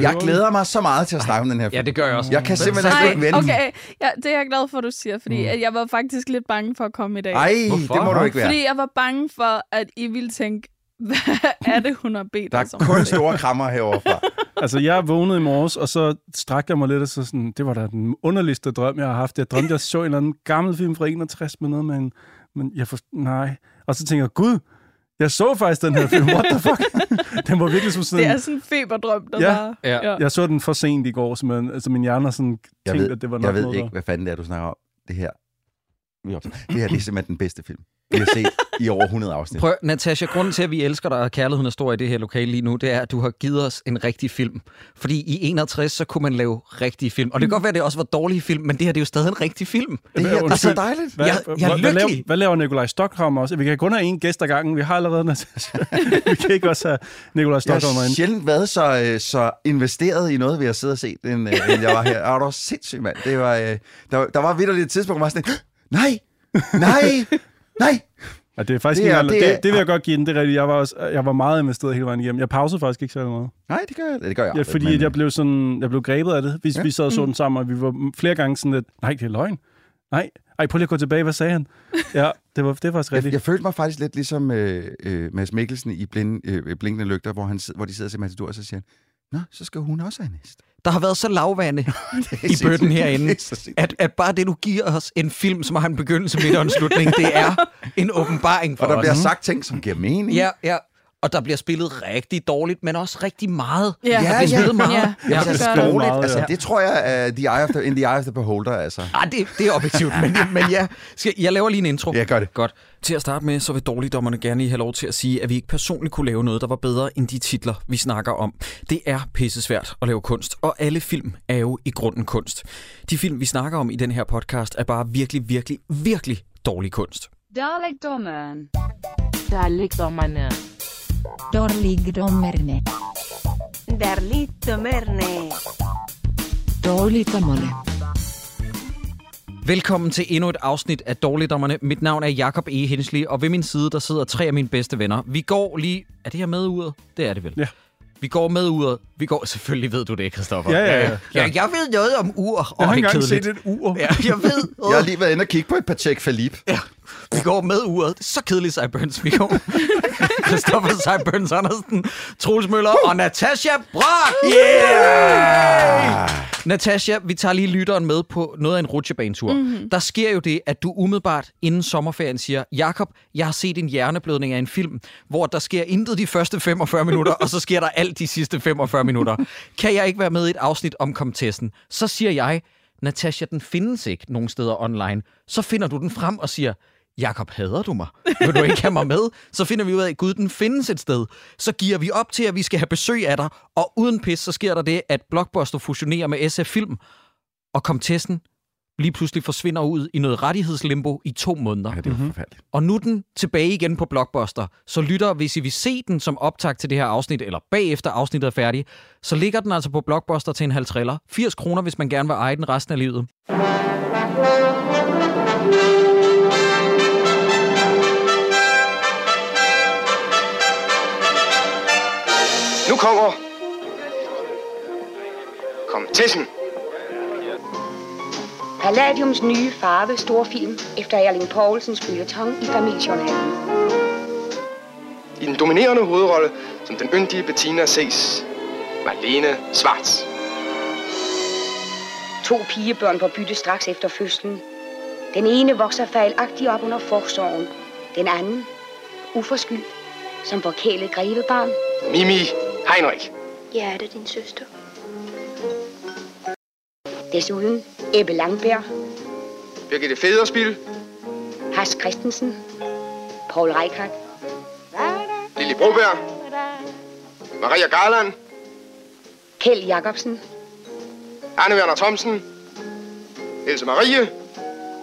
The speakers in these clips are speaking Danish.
Jeg glæder mig så meget til at snakke om den her Ja, film. det gør jeg også. Jeg kan simpelthen Nej, ikke vente. okay. Ja, det er jeg glad for, du siger, fordi Mm. mm. jeg var faktisk lidt bange for at komme i dag. Ej, Hvorfor? det må du ikke være. Fordi jeg var bange for, at I ville tænke, hvad er det, hun har bedt Der os Altså. om? er kun store krammer herovre fra. Altså, jeg vågnede i morges, og så strakte jeg mig lidt, og så sådan, det var da den underligste drøm, jeg har haft. Jeg drømte, jeg så en eller anden gammel film fra 61 med noget med en, men jeg for, nej. Og så tænker jeg, gud, jeg så faktisk den her film, what the fuck? den var virkelig som sådan, Det er sådan en feberdrøm, der Ja. bare... Ja. jeg så den for sent i går, så man, altså min hjerne har sådan Jeg tænkt, ved- at det var nok Jeg ved noget, ikke, hvad fanden det er, du snakker om. Det her. Vi optager. Det her det er simpelthen den bedste film, vi har set i over 100 afsnit. Prøv, Natasha, grunden til, at vi elsker dig, og kærligheden er stor i det her lokale lige nu, det er, at du har givet os en rigtig film. Fordi i 61, så kunne man lave rigtige film. Og det kan godt være, at det også var dårlige film, men det her, det er jo stadig en rigtig film. Altså, Det her det er så dejligt. Hvad, Jeg- hvad, jeg er hvad, laver, lykkelig. hvad laver Nikolaj Stockholm også? Vi kan kun have én gæst ad gangen. Vi har allerede Natasha. vi kan ikke også have Nikolaj Jeg Stockholm har ind. sjældent været så, øh, så investeret i noget, vi har siddet og set, end, øh, end jeg var her. Og det var sindssygt, mand. Det var, øh, der, der var vidt et tidspunkt, hvor jeg var sådan, nej, nej, nej. Ja, det er faktisk Det det, er- er, det, det er- det, det, vil jeg godt give den. Det er rigtigt. Jeg var, også, jeg var meget investeret hele vejen igennem. Jeg pausede faktisk ikke særlig meget. Nej, det gør jeg, Ah, det gør jeg Ja, aldrig, fordi men- at jeg blev sådan, jeg blev grebet af det. Vi, ja. vi sad og så den sammen, og vi var flere gange sådan lidt, nej, det er løgn. Nej, ej, prøv lige at gå tilbage. Hvad sagde han? Ja, det var, det var faktisk Jeg, rigtigt. jeg følte mig faktisk lidt ligesom øh, øh, Mads Mikkelsen i blind, øh, Blinkende Lygter, hvor, han, sid- hvor de sidder og ser Matador, og så siger han, Nå, så skal hun også have en hest. Der har været så lavvande i bøtten herinde, at, at bare det, du giver os en film, som har en begyndelse, midt og en slutning, det er en åbenbaring for Og der os. bliver sagt ting, som giver mening. Ja, ja. Og der bliver spillet rigtig dårligt, men også rigtig meget. Ja. Ja, der bliver ja. spillet meget. Ja. Ja, Ja. det gør er det. dårligt. Meget, Altså, ja. det tror jeg, uh, the eye of the, in the eye of the beholder, altså. Ah, det, det er objektivt, men, men ja. Skal, jeg laver lige en intro. Ja, gør det. Godt. Til at starte med, så vil dårligdommerne gerne lige have lov til at sige, at vi ikke personligt kunne lave noget, der var bedre end de titler, vi snakker om. Det er pissesvært at lave kunst, og alle film er jo i grunden kunst. De film, vi snakker om i den her podcast, er bare virkelig, virkelig, virkelig dårlig kunst. Dalekdommeren. Dalekdommerne. Dårligdommerne. Darlittomerne. Dårligdommerne. Velkommen til endnu et afsnit af Dårligdommerne. Mit navn er Jakob E. Hensley, og ved min side, der sidder tre af mine bedste venner. Vi går lige... Er det her med uret? Det er det vel? Ja. Vi går med uret. Vi går... Selvfølgelig ved du det, Christoffer. Ja, ja, ja. ja jeg ved noget om ur. Åh, Jeg har det er engang set kedeligt. et ur. Ja, jeg ved. Jeg har Åh, lige været inde og kigge på et Patek Philippe. vi går med uret. Det er så kedeligt, Cyburns. Vi går. Christoffer Cyburns Andersen, Troels Møller og Natasha Brock. Yeah! Natasha, vi tager lige lytteren med på noget af en rutsjebanetur. Mm-hmm. Der sker jo det, at du umiddelbart inden sommerferien siger, Jakob, jeg har set en hjerneblødning af en film, hvor der sker intet de første 45 minutter, og så sker der alt de sidste 45 minutter. Kan jeg ikke være med i et afsnit om komtessen? Så siger jeg, Natasha, den findes ikke nogen steder online. Så finder du den frem og siger, Jakob, hader du mig? Vil du ikke have mig med? Så finder vi ud af, at Gud, den findes et sted. Så giver vi op til, at vi skal have besøg af dig. Og uden pis, så sker der det, at Blockbuster fusionerer med SF Film. Og Komtessen lige pludselig forsvinder ud i noget rettighedslimbo i to måneder. Mhm. Ja, det var forfærdeligt. Og nu er den tilbage igen på Blockbuster. Så lytter, hvis I vil se den som optag til det her afsnit, eller bagefter afsnittet er færdigt, så ligger den altså på Blockbuster til en halv triller. 80 kroner, hvis man gerne vil eje den resten af livet. Nu kommer... Kom tissen. Palladiums nye farve storfilm efter Erling Poulsens følgetong i familiejournalen. I den dominerende hovedrolle, som den yndige Bettina ses, Marlene Schwarz. To pigebørn på bytte straks efter fødslen. Den ene vokser fejlagtigt op under forsorgen. Den anden, uforskyldt, som forkælet grevebarn. Mimi Heinrich. Ja, det er din søster. Desuden Ebbe Langberg, Birgitte Federspil. Has Christensen, Paul Reikardt, Lille Broberg. Maria Garland. Kjeld Jacobsen Anne Werner Thomsen. Else Marie.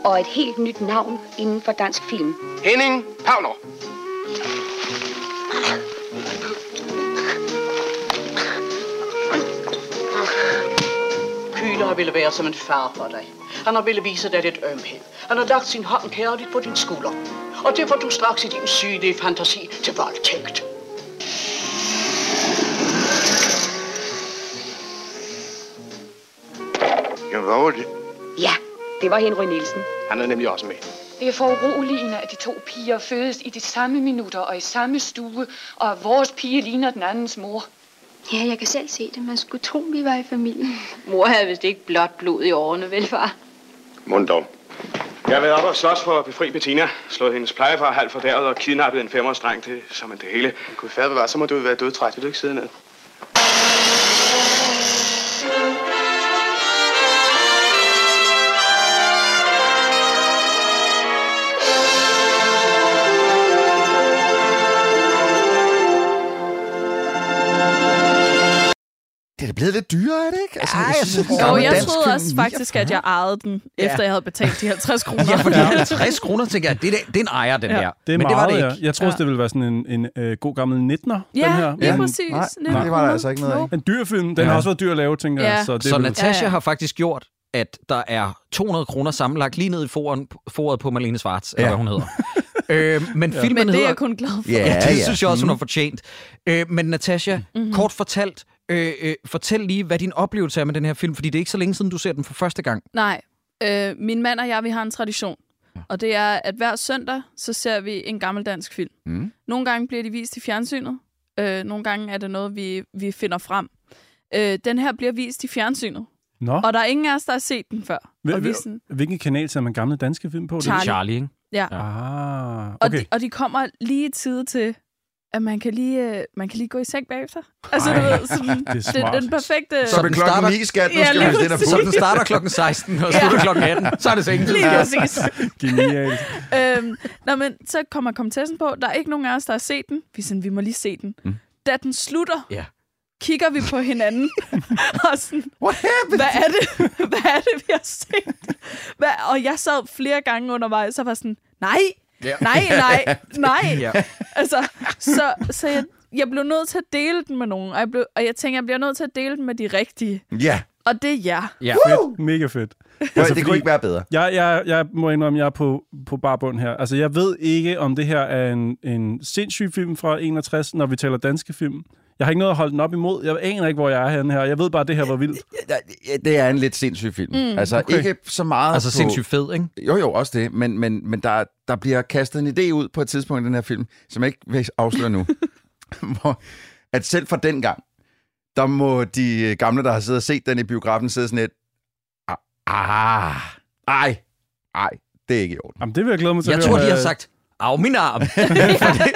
og et helt nyt navn inden for dansk film. Henning Pavner. Kyler har ville være som en far for dig. Han har ville vise dig lidt ømhed. Han har lagt sin hånd kærligt på din skulder. Og det får du straks i din sygelige fantasi til voldtægt. Jamen, hvad var det? Ja, det var Henry Nielsen. Han er nemlig også med. Det er foruroligende, at de to piger fødes i de samme minutter og i samme stue, og at vores pige ligner den andens mor. Ja, jeg kan selv se det. Man skulle tro, vi var i familie. Mor havde vist ikke blot blod i årene, vel far? Mund dog. Jeg har været oppe og slås for at befri Bettina, slået hendes plejefar halvt for derud og kidnappet en femårsdreng. Det er som det hele. Gud færdig var, så må du være dødtræt. Vil du ikke sidde ned? Det er da blevet lidt dyrere, er det ikke? Altså, Ej, jeg synes, en jo, gammel jeg dansk troede film, også faktisk, at jeg ejede den, Ja. efter jeg havde betalt de 50 kroner. Ja, for de 50 kroner, tænker jeg, det er, det er en ejer, den Ja. ja, Det her. er Det er Men meget, det var det ikke. Ja. Jeg troede, ja. det ville være sådan en, en øh, god gammel 19'er, Ja, den her. lige præcis. Nej, Nemlig. nej, det var der altså ikke noget af. en dyr film. Den ja. har også været dyr at lave, tænker Ja. jeg. Så, det Så er vel- Natasha Ja, ja. har faktisk gjort, at der er 200 kroner sammenlagt lige ned i foren, foret på Marlene Svarts, ja. Ja. eller hvad hun hedder. øh, men filmen Men det er hedder... jeg kun glad for. Ja, Ja, det ja. synes jeg også, hun Mm. har fortjent. Øh, men Natasha, mm-hmm. kort fortalt, øh, øh, fortæl lige, hvad din oplevelse er med den her film, fordi det er ikke så længe siden, du ser den for første gang. Nej. Øh, min mand og jeg, vi har en tradition. Og det er, at hver søndag, så ser vi en gammeldansk film. Mm. Nogle gange bliver de vist i fjernsynet. Øh, nogle gange er det noget, vi, vi finder frem. Øh, den her bliver vist i fjernsynet. Nå, Og der er ingen af os, der har set den før. Hvil- og vi er hvil- sådan, hvilken kanal ser man gamle danske film på? Det er- Charlie. Charlie, ikke? ja. Ah, okay. Og, de, og de kommer lige i tide til, at man kan lige, øh, man kan lige gå i seng bagefter. Altså, du ved, sådan, det, er er smart. det, den perfekte... Så Så blev den klokken starter- 9, skat. Nu Ja, skal lige vi Altså, den her præcis. Så fuld. den starter klokken 16 og slutter klokken 18. Så er det sengetid. Lige præcis. Genialt. øhm, nå, men så kommer komtessen på. Der er ikke nogen af os, der har set den. Vi er sådan, vi må lige se den. Mm. Da den slutter, Ja. kigger vi på hinanden. og sådan, What happened? hvad er det, hvad er det vi har set? Hvad? Og jeg sad flere gange undervejs og var sådan, nej, Ja. nej, nej, nej. Ja. Altså, så, så jeg, jeg blev nødt til at dele den med nogen. Og jeg, blev, og jeg tænker, jeg bliver nødt til at dele den med de rigtige. Ja, Og det er jer. Ja. Fedt. Mega fedt. altså, det kunne ikke være bedre. Jeg, jeg, jeg må indrømme, jeg er på, på barbund her. Altså, jeg ved ikke, om det her er en, en sindssyg film fra 61, når vi taler danske film. Jeg har ikke noget at holde den op imod. Jeg aner ikke, hvor jeg er henne her. Jeg ved bare, at det her var vildt. Ja, ja, Det er en lidt sindssyg film. Mm, altså, Okay. ikke så meget Altså på... sindssygt fed, ikke? Jo, jo, også det. Men, men, men der, der bliver kastet en idé ud på et tidspunkt i den her film, som jeg ikke vil afsløre nu. hvor, at selv fra den gang, der må de gamle, der har siddet og set den i biografen, sidde sådan lidt... "Ah, Ah, ej, ej, det er ikke i orden. Jamen, det vil jeg glæde mig til. Jeg at tror, høre. øh, de har sagt, af min arm.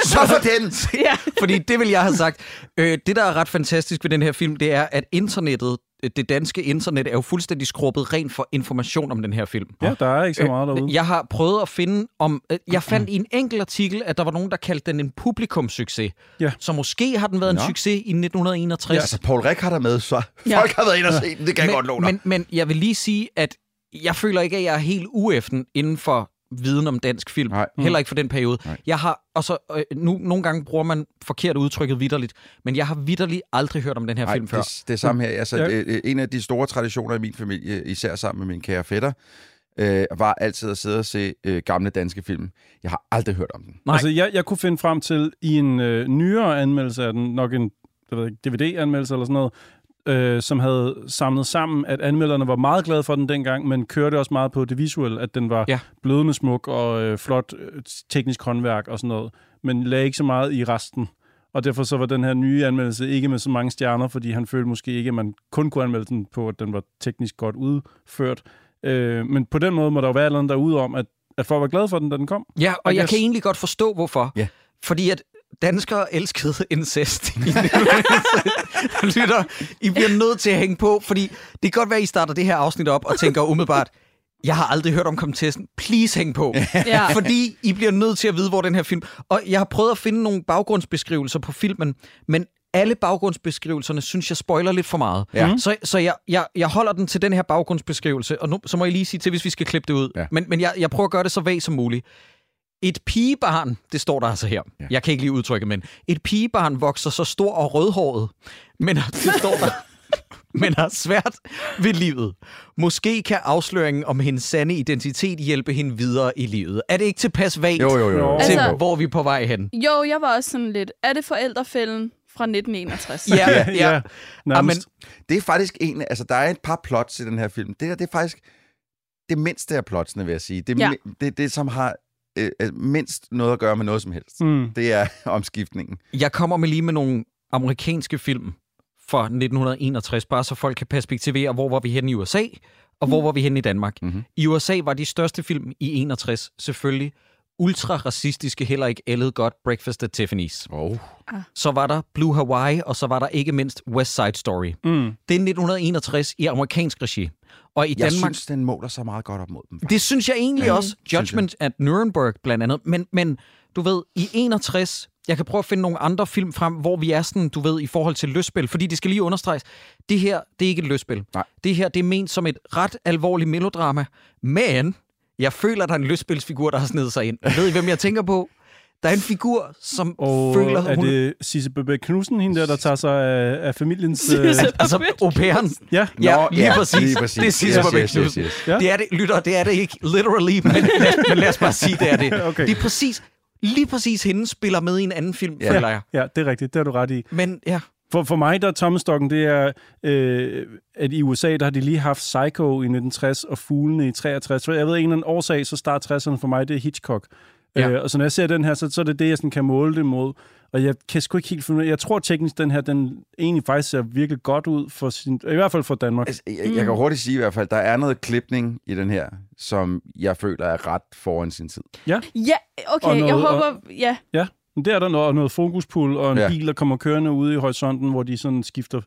Så for den! Ja. Fordi det vil jeg have sagt. Øh, det, der er ret fantastisk ved den her film, det er, at internettet, øh, det danske internet, er jo fuldstændig skrubbet rent for information om den her film. Ja, der er ikke Øh, så meget derude. Jeg har prøvet at finde om... øh, Jeg fandt i en enkelt artikel, at der var nogen, der kaldte den en publikumssucces. Ja. Så måske har den været en Nå. succes i 1961. Ja, altså, Paul Rick har der med, så Ja. folk har været inde og set den. Det kan jeg men, godt love dig. Men, men jeg vil lige sige, at jeg føler ikke, at jeg er helt ueften inden for viden om dansk film. Nej. Mm. Heller ikke for den periode. Nej. Jeg har, og så, øh, nu, nogle gange bruger man forkert udtrykket vidderligt, men jeg har vidderligt aldrig hørt om den her Nej, film før. Det, det er samme her. Altså, Ja. ja. øh, en af de store traditioner i min familie, især sammen med min kære fætter, øh, var altid at sidde og se øh, gamle danske film. Jeg har aldrig hørt om den. Nej. Altså, jeg, jeg kunne finde frem til i en øh, nyere anmeldelse af den, nok en jeg ved ikke, DVD-anmeldelse eller sådan noget, øh, som havde samlet sammen, at anmelderne var meget glade for den dengang, men kørte også meget på det visuelle, at den var ja. Ja. blødende smuk og øh, flot øh, teknisk håndværk og sådan noget, men lagde ikke så meget i resten. Og derfor så var den her nye anmeldelse ikke med så mange stjerner, fordi han følte måske ikke, at man kun kunne anmelde den på, at den var teknisk godt udført. Øh, men på den måde må der jo være et eller andet derude om, at, at folk var glade for den, da den kom. Ja, og I jeg guess. kan egentlig godt forstå, hvorfor. Ja. Fordi at danskere elskede incest. I Lytter, I bliver nødt til at hænge på, fordi det kan godt være, at I starter det her afsnit op og tænker umiddelbart, jeg har aldrig hørt om komtessen. Please hæng på. Ja. Fordi I bliver nødt til at vide, hvor den her film... Og jeg har prøvet at finde nogle baggrundsbeskrivelser på filmen, men alle baggrundsbeskrivelserne synes jeg spoiler lidt for meget. Ja. Så, så jeg, jeg, jeg holder den til den her baggrundsbeskrivelse, og nu, så må I lige sige til, hvis vi skal klippe det ud. Ja. Men, men jeg, jeg prøver at gøre det så væg som muligt. Et pigebarn, det står der altså her. Ja. Ja. Jeg kan ikke lige udtrykke, men et pigebarn vokser så stor og rødhåret, men har- det står der. men har svært ved livet. Måske kan afsløringen om hendes sande identitet hjælpe hende videre i livet. Er det ikke tilpas vagt Jo, jo, jo. jo. Jo. til, Altså- hvor vi er på vej hen? Jo, jeg var også sådan lidt, er det forældrefælden fra 1961. Nærmest. Det er faktisk en... Altså, der er et par plots i den her film. Det der, det er faktisk det mindste af plotsene, vil jeg sige. Det, Ja. ja. det, er det som har øh, øh, mindst noget at gøre med noget som helst. Mm. Det er omskiftningen. Jeg kommer med lige med nogle amerikanske film fra 1961, bare så folk kan perspektivere, hvor var vi henne i USA, og hvor var vi henne i Danmark. Mm-hmm. I USA var de største film i 61 selvfølgelig ultra-racistiske, heller ikke ældet godt, Breakfast at Tiffany's. Oh. Ah. Så var der Blue Hawaii, og så var der ikke mindst West Side Story. Mm. Det er 1961 i amerikansk regi. Og i Jeg Danmark... synes, den måler sig meget godt op mod dem. Det synes jeg egentlig Ja, ja, også. synes jeg. Judgment at Nuremberg blandt andet. Men, men du ved, i 61, jeg kan prøve at finde nogle andre film frem, hvor vi er sådan, du ved, i forhold til løsspil. Fordi det skal lige understreges, det her, det er ikke et løsspil. Nej. Det her, det er ment som et ret alvorligt melodrama. Men jeg føler, der er en løsspilsfigur, der har snedet sig ind. Ved I, hvem jeg tænker på? Der er en figur, som Og føler, er hun... det Sisse Bebe Knudsen, hende der, der tager sig af, af familiens... øh, altså, au pairen. Ja. Ja, Nå, lige, ja, præcis. lige præcis. Det er Sisse Yes, yes, yes, yes, yes. Ja. Det er det, lytter, det er det ikke literally, men lad, men lad os bare sige, det er det. Okay. Det er præcis, lige præcis hende spiller med i en anden film, ja. føler jeg. Ja, det er rigtigt. Det har du ret i. Men ja. For, for mig, der er tommestokken, det er, øh, at i USA, der har de lige haft Psycho i 1960 og Fuglene i 63. For jeg ved, en eller anden årsag, så start 60'erne for mig, det er Hitchcock. Ja. Øh, og så når jeg ser den her, så, så er det det, jeg sådan kan måle det mod. Og jeg kan sgu ikke helt finde ud af, jeg tror teknisk, den her, den egentlig faktisk ser virkelig godt ud, for sin, i hvert fald for Danmark. Altså, Jeg, Mm. jeg kan hurtigt sige i hvert fald, der er noget klipning i den her, som jeg føler er ret foran sin tid. Ja. Ja, okay, Og noget- jeg håber... og- Ja, Ja, men der er der noget, og noget fokuspull og en Ja. ja. bil, der kommer kørende ude i horisonten, hvor de sådan skifter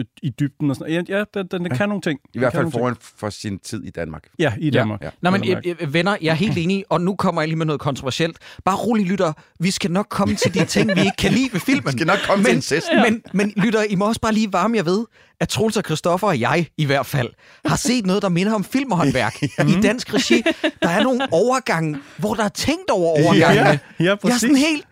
øh, i dybden og sådan Ja, ja den, den, den kan nogle ting. I hvert Den fald kan nogle foran for sin tid i Danmark. Ja, i Danmark. Ja. Nå, men øh, øh, venner, jeg er helt enig, og nu kommer jeg lige med noget kontroversielt. Bare rolig, lytter. Vi skal nok komme til de ting, vi ikke kan lide ved filmen. Vi skal nok komme men, til incesten. Men, men lytter, I må også bare lige varme jer ved, at Troels og Christoffer og jeg, i hvert fald, har set noget, der minder om filmhåndværk i dansk regi. Der er nogle overgange, hvor der er tænkt over overgangene. Ja, ja, jeg er præcis. sådan helt...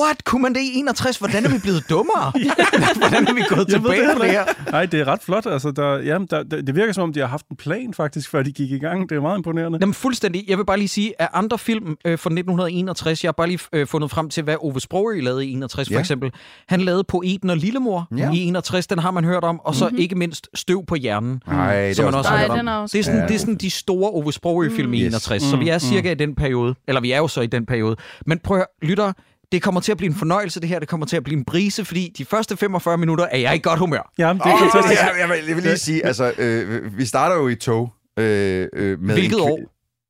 What? Kunne man det i 61? Hvordan er vi blevet dummere? Hvordan er vi gået Jeg ved tilbage på det her? Nej, det er ret flot. Altså, der, jamen, der, der, det virker som om, de har haft en plan faktisk, før de gik i gang. Det er meget imponerende. Jamen fuldstændig. Jeg vil bare lige sige, at andre film øh, fra 1961, jeg har bare lige øh, fundet frem til, hvad Ove Sprogøe lavede i 61 for Ja. eksempel. Han lavede Poeten og Lillemor Ja. i 61, den har man hørt om. Og så mm-hmm. ikke mindst Støv på hjernen, Nej, det er som Mm. man også også Mhm. dejligt. har Nej, hørt om. den er også Det er, sådan, god. det er sådan de store Ove Sprogøe-film mm. i Yes. 61, så vi er Mm, cirka i den periode. Eller vi er jo så i den periode. Men prøv at høre, lytter, det kommer til at blive en fornøjelse, det her. Det kommer til at blive en brise, fordi de første 45 minutter er jeg i godt humør. Jamen, Åh, jeg, jeg, vil- jeg vil lige sige, altså, øh, vi starter jo i tog. Øh, øh, med Hvilket en kvi- år?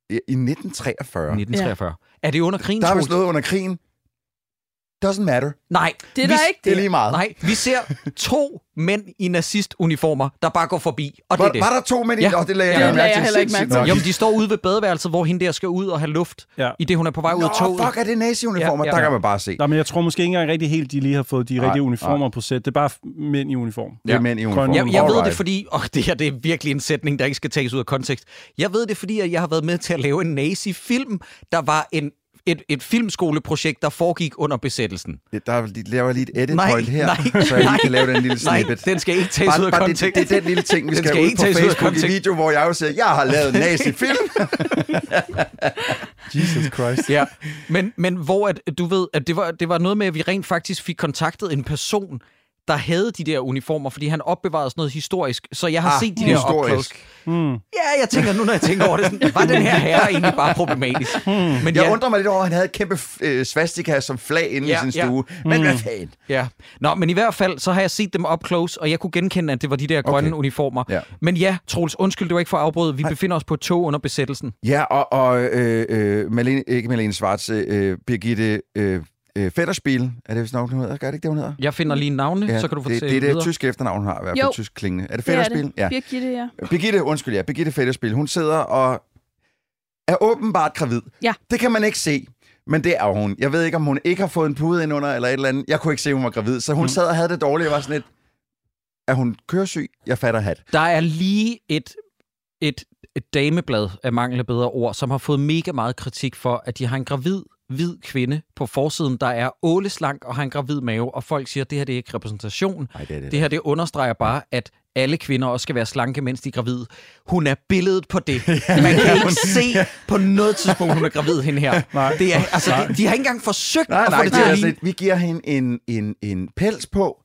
I 1943. 1943. Er det under krigen? Der er Troels? vist noget under krigen. Doesn't matter. Nej. Det er der ikke. Det er lige meget. Nej, vi ser to mænd i nazistuniformer, der bare går forbi. Og Var- det er det. var der to mænd i- Nå, det lagde jeg ikke mærke til. Sindssygt nok. Jo, men de står ude ved badeværelset, hvor hende der skal ud og have luft, ja. i det hun er på vej ud af toget. fuck, er det nazi-uniformer? Ja, Ja, ja. ja. Der kan man bare se. Nej, men jeg tror måske ikke engang rigtig helt, de lige har fået de Nej, rigtige uniformer nej. på sæt. Det er bare f- mænd i uniform. Det er mænd i Grønne uniform. Jeg, jeg ved det, Alright. fordi... Og det her, det er virkelig en sætning, der ikke skal tages ud af kontekst. Jeg ved det, fordi at jeg har været med til at lave en nazi-film, der var en, et, et filmskoleprojekt, der foregik under besættelsen. Der er lige- laver lige et edit Nej, point her, nej, så jeg lige kan nej. lave den lille Nej, snippet. den skal ikke tages Bare- ud af bare kontekst. Det, det er den lille ting, vi Den skal, skal ud ikke på tages ud af Facebook i kontekst. video, hvor jeg jo siger, jeg har lavet en nazi-film. Jesus Christ. ja, men, men hvor at, du ved, at det var, det var noget med, at vi rent faktisk fik kontaktet en person, der havde de der uniformer, fordi han opbevarede sådan noget historisk. Så jeg har Ah, set de der up close. historisk. Hmm. Mm. Ja, jeg tænker nu, når jeg tænker over det, sådan, var den her herre egentlig bare problematisk? Men Men Hmm. jeg undrer mig lidt over, at han havde et kæmpe øh, svastika som flag inde Ja, i sin ja. stue. Men Mm. hvad fanden? Ja. Nå, men i hvert fald, så har jeg set dem up close, og jeg kunne genkende, at det var de der grønne okay. uniformer. Ja. Men ja, Troels, undskyld, det var ikke for at afbryde. Vi befinder os på et tog under besættelsen. Ja, og, og øh, øh, Malene, ikke Malene Svarts, øh, Birgitte øh, øh, Fetterspiel, er det vist nok, hun hedder? Gør det ikke det, hun hedder? Jeg finder lige navnene, Mm, så kan det, du fortælle det er det videre. tyske efternavn, hun har, i hvert fald Jo. tysk klingende. Er det det er Fetterspiel? det. Birgitte, ja. Birgitte, undskyld, ja. Birgitte Fetterspil, hun sidder og er åbenbart gravid. Ja. Det kan man ikke se, men det er hun. Jeg ved ikke, om hun ikke har fået en pude ind under eller et eller andet. Jeg kunne ikke se, hun var gravid, så hun mm. sad og havde det dårligt. Jeg var sådan lidt, er hun køresyg? Jeg fatter hat. Der er lige et, et, et dameblad af mangel af bedre ord, som har fået mega meget kritik for, at de har en gravid hvid kvinde på forsiden, der er åleslank og har en gravid mave, og folk siger, at det her det er ikke repræsentation. Ej, det, er det, det her det understreger bare, at alle kvinder også skal være slanke, mens de er gravide. Hun er billedet på det. Man kan ikke se på noget tidspunkt, hun er gravid, hende her. Nej. Det er, altså, de, de har ikke engang forsøgt Nej, at nej, få det til at altså, ligne. vi giver hende en, en, en pels på,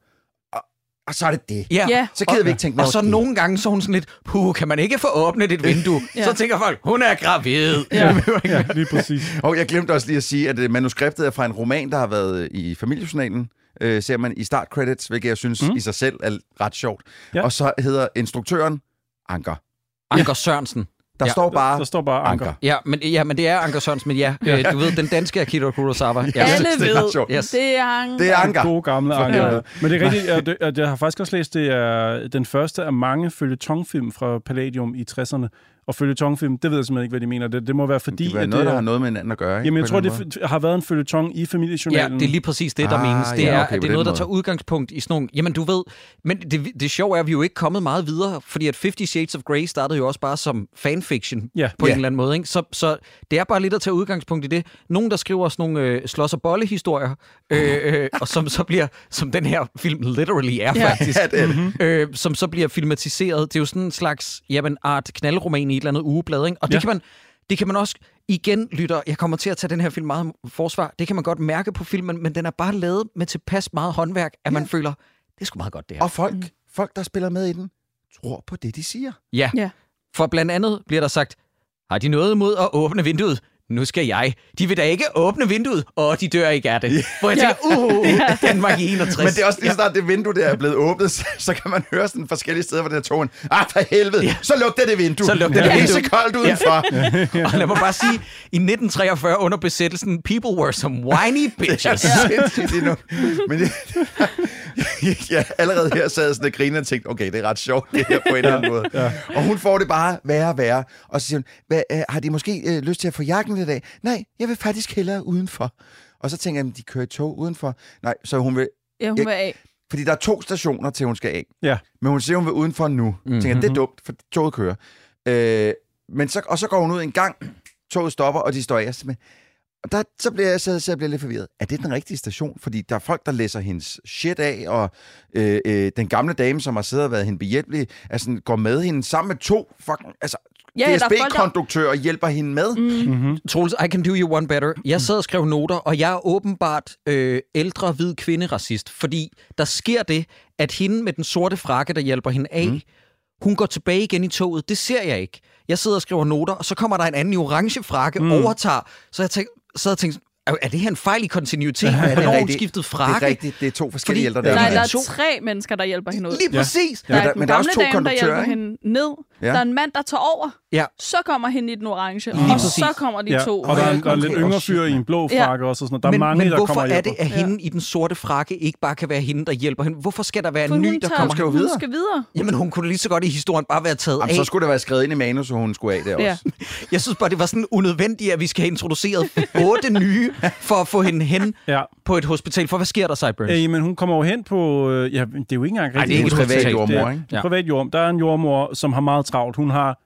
og, og så er det det. Så gider og, vi ikke tænke Og over så det. nogle gange, så er hun sådan lidt, puh, kan man ikke få åbnet et vindue? Ja. ja. Så tænker folk, hun er gravid. Ja. ja, lige præcis. Og jeg glemte også lige at sige, at øh, manuskriptet er fra en roman, der har været øh, i familiejournalen. Øh, ser man i startcredits, hvilket jeg synes mm. i sig selv er ret sjovt. Ja. Og så hedder instruktøren Anker. Anker Sørensen. Der Ja. står bare... Der står bare Anker. Ja, men, ja, men det er Anker Sørensen, men ja, Ja. Øh, du ved, den danske Akito Kurosawa. Ja. Alle det er ret ved, sjovt. Yes. det er Anker. Den gode gamle Anker. Ja. Ja. Men det er rigtigt, at, at jeg har faktisk også læst, det er den første af mange følgetongfilm fra Palladium i 60'erne. Og følgetongfilm, det ved jeg simpelthen ikke, hvad de mener. Det, det må være fordi... Det er at noget, det der har noget med hinanden at gøre, ikke? Jamen, jeg På en tror, eller det anden f- har været en følgetong i Ja, familiejournalen. det er lige præcis det, der Ah, ah, menes. Det ja, ja, er, okay, at på det er den noget, der måde. tager udgangspunkt i sådan nogle... Jamen, du ved... Men det, det sjove er, at vi er jo ikke kommet meget videre, fordi at 50 Shades of Grey startede jo også bare som fanfiction Ja. på Ja. en eller anden måde. Ikke? Så, så det er bare lidt at tage udgangspunkt i det. Nogen, der skriver sådan nogle øh, slås- og bolle-historier, øh, øh, og som så bliver, som den her film literally er Ja. faktisk, Ja, det er det. Mhm. Øh, som så bliver filmatiseret. Det er jo sådan en slags jamen, art knaldroman i et eller andet ugeblad. Ikke? Og det Ja. kan man det kan man også igen, lytter, jeg kommer til at tage den her film meget forsvar, det kan man godt mærke på filmen, men den er bare lavet med tilpas meget håndværk, at man føler, det er sgu meget godt det Måde. her. Og folk, folk, der spiller med i den, tror på det, de siger. Ja. ja. For blandt andet bliver der sagt, har de noget imod at åbne vinduet? Nu skal jeg. De vil da ikke åbne vinduet, og de dør ikke af det. Yeah. Hvor jeg Ja. tænker, uh, Danmark i 61. Men det er også lige snart det vindue, der er blevet åbnet, så, så kan man høre sådan forskellige steder, hvor den her togen. Ah, for helvede, ja. så luk det det vindue. Så lugter det det er vinduet. så koldt udenfor. Ja. og lad mig bare sige, i 1943 under besættelsen, people were some whiny bitches. Det er sindssygt endnu. Men jeg, jeg, allerede her sad jeg sådan og grinede og tænkte, okay, det er ret sjovt det her på en eller anden måde. Ja. Og hun får det bare værre og værre. Og så siger hun, Hva, øh, har de måske øh, lyst til at få jakken i dag? Nej, jeg vil faktisk hellere udenfor. Og så tænker jeg, "Men de kører i tog udenfor. Nej, så hun vil... Ja, hun jeg- var af. Fordi der er to stationer til, hun skal af. Ja. Men hun siger, hun vil udenfor nu. Mm-hmm. Tænker, jeg, Mhm. det er dumt, for toget kører. Øh, men så, og så går hun ud en gang, toget stopper, og de står af. Med. Og der, så bliver jeg, så, så jeg bliver lidt forvirret. Er det den rigtige station? Fordi der er folk, der læser hendes shit af, og øh, øh, den gamle dame, som har siddet og været hende behjælpelig, altså, går med hende sammen med to fucking... Altså, Ja, ja, ja, der er folk, der- DSB-konduktører hjælper hende med. Mm. Mm-hmm. Troels, I can do you one better. Jeg sad og skrev noter, og jeg er åbenbart øh, ældre hvid kvinderacist, fordi der sker det, at hende med den sorte frakke, der hjælper hende af, mm. hun går tilbage igen i toget. Det ser jeg ikke. Jeg sidder og skriver noter, og så kommer der en anden i orange frakke, mm. overtager. Så jeg tænkte, sad og tænkte, er er det her en fejl i kontinuiteten? Ja, det er Hvornår har hun rigtigt. skiftet Det er frakke? rigtigt. Det er to forskellige ældre Der, damer. er, der To- er tre mennesker, der hjælper hende ud. Lige Ja. præcis. Der Ja, er der- den men der er gamle også to dame, der hjælper konduktører, ikke? hende ned. Ja. Der er en mand, der tager over. Ja. Så kommer hende i den orange, Lige og præcis. så kommer de ja. to. Og der er, en, der er en lidt Okay. yngre Åh, shit, fyr i en blå Ja. frakke også. Og sådan noget. Der er men, mange, men der hvorfor kommer er det, hjælper. at hende ja. i den sorte frakke ikke bare kan være hende, der hjælper hende? Hvorfor skal der være en For ny, hun der tager- kommer? jo hun videre. skal videre. Jamen, hun kunne lige så godt i historien bare være taget Jamen, af. så skulle det være skrevet ind i manus, at hun skulle af der også. Ja. Jeg synes bare, det var sådan unødvendigt, at vi skal have introduceret otte nye for at få hende hen Ja. på et hospital. For hvad sker der, Sideburns? Øh, men hun kommer jo hen på... Øh, ja, det er jo ikke engang Ej, rigtigt. det er ikke et en privat hospital. jordemoder, Det er- ikke? det er Ja. privat jordemor. Der er en jordmor, som har meget travlt. Hun har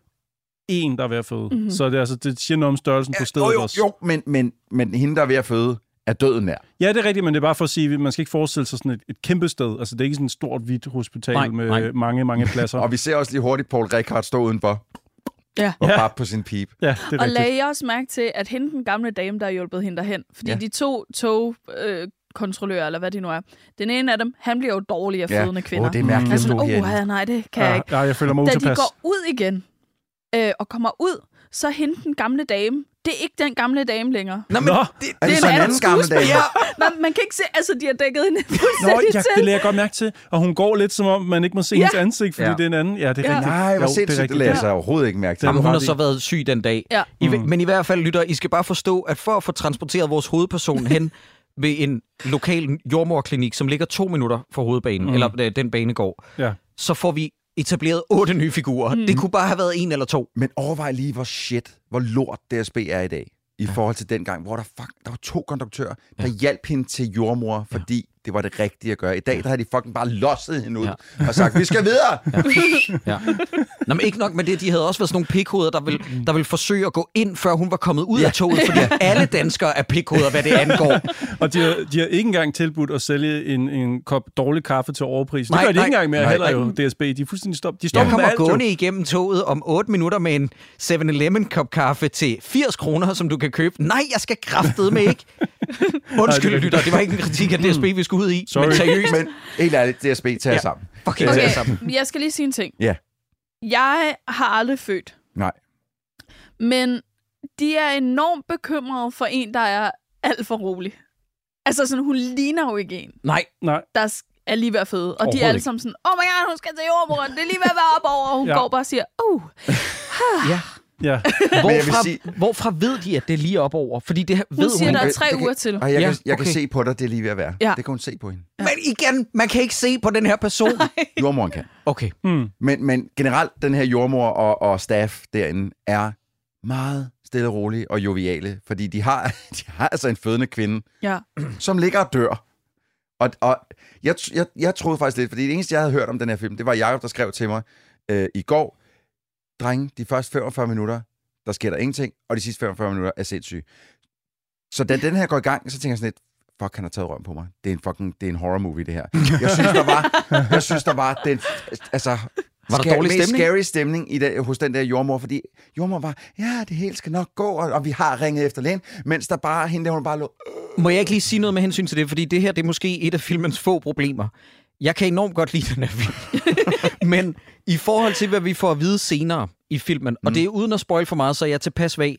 en, der er ved at føde. Mhm. Mm-hmm. Så det, er altså, det siger noget om størrelsen på stedet Jo, jo, også. jo, men, men, men hende, der er ved at føde, er døden nær. Ja, det er rigtigt, men det er bare for at sige, at man skal ikke forestille sig sådan et, et kæmpe sted. Altså, det er ikke sådan et stort, hvidt hospital Nej, nej, med nej. nej. mange, mange pladser. Og vi ser også lige hurtigt Paul Rikard stå udenfor Ja. og Ja. ja. på sin pipe. Ja, det er Og rigtigt. lagde jeg også mærke til, at hende den gamle dame, der har hjulpet hende derhen, fordi Ja. de to togkontrollører, øh, kontrollører, eller hvad de nu er, den ene af dem, han bliver jo dårlig af Ja. fødende kvinder. Åh, det er mærkeligt Han at stå sådan, herinde." oh, nej, det kan jeg Ja, ikke. ja, jeg føler mig Da de utilpas. går ud igen øh, og kommer ud, så er hende den gamle dame, det er ikke den gamle dame længere. Nå, men Nå. det, Er det, en så en anden anden gammel dame? Ja. Man, man kan ikke se, altså de har dækket hende Nå, fuldstændig ja, det til. lagde jeg godt mærke til. Og hun går lidt, som om man ikke må se Ja. ja. hendes ansigt, fordi Ja. ja. det er en anden. Ja, det er Ja. rigtigt. Nej, hvor Jo, det er sindssygt, det rigtigt. lader jeg sig overhovedet ikke mærke til. Jamen, Du hun har ret i. så været syg den dag. Ja. I, mm. Men i hvert fald, lytter, I skal bare forstå, at for at få transporteret vores hovedperson hen ved en lokal jordmorklinik, som ligger to minutter fra hovedbanen, mm. eller øh, den banegård, Ja. så får vi etableret otte nye figurer. Mm. Det kunne bare have været en eller to. Men overvej lige, hvor shit, hvor lort DSB er i dag, i forhold til dengang, hvor der, fuck, der var to konduktører, der hjalp hende til jordmor, fordi det var det rigtige at gøre. I dag, der har de fucking bare losset hende ud ja. og sagt, vi skal videre! Ja. Ja. Nå, men ikke nok med det, de havde også været sådan nogle pikhoveder, der ville, der ville forsøge at gå ind, før hun var kommet ud ja. af toget, fordi alle danskere er pikhoveder, hvad det angår. Og de har, de har ikke engang tilbudt at sælge en, en kop dårlig kaffe til overpris. Det Nej, gør de nej. ikke engang mere Nej, heller nej. jo, DSB. De er fuldstændig stop. De stopper Jeg ja. med kommer alt jo. gående igennem toget om 8 minutter med en 7-Eleven kop kaffe til 80 kroner, som du kan købe. Nej, jeg skal kraftedme ikke. Undskyld, lytter. Det var ikke en kritik af DSB, vi skulle ud i. Men seriøst. Men helt ærligt, DSB tager ja. sammen. Fucking Øh, okay. Jeg skal lige sige en ting. Ja, Jeg har aldrig født, nej. men de er enormt bekymrede for en, der er alt for rolig. Altså sådan, hun ligner jo ikke en, Nej. Nej. der sk- er lige ved at føde. Og de Overhovedet er alle ikke. sammen sådan, oh my god, hun skal til jordmoren, det er lige ved at være op over. Og hun Ja. ja. går bare og siger, oh, Ja. Men ja. jeg vil Hvorfra, sige- hvorfra ved de, at det er lige op over? Fordi det ved hun. siger, ikke. der er tre Det kan- uger til. Og jeg, Ja, kan, jeg okay. kan se på dig, det er lige ved at være. Ja. Det kan hun se på hende. Men igen, man kan ikke se på den her person. Jordmoren kan. Okay. Mm. Men, men generelt, den her jordmor og, og staff derinde er meget stille og rolig og joviale, fordi de har, de har altså en fødende kvinde, Ja. som ligger og dør. Og, og jeg, tr- jeg, jeg troede faktisk lidt, fordi det eneste, jeg havde hørt om den her film, det var Jacob, der skrev til mig øh, i går, drenge, de første 45 minutter, der sker der ingenting, og de sidste 45 minutter er sindssyge. Så da den her går i gang, så tænker jeg sådan lidt, fuck, han har taget røven på mig. Det er en fucking, det er en horror movie, det her. Jeg synes, der var, jeg synes, der var den, altså, Var der dårlig mest stemning? scary stemning i det, hos den der jordmor, fordi jordmor var, ja, det hele skal nok gå, og, og vi har ringet efter lægen, mens der bare, hende der, hun bare lå, Må jeg ikke lige sige noget med hensyn til det? Fordi det her, det er måske et af filmens få problemer. Jeg kan enormt godt lide den her film. Men i forhold til, hvad vi får at vide senere i filmen, og det er uden at spoil for meget, så er jeg er tilpas vag.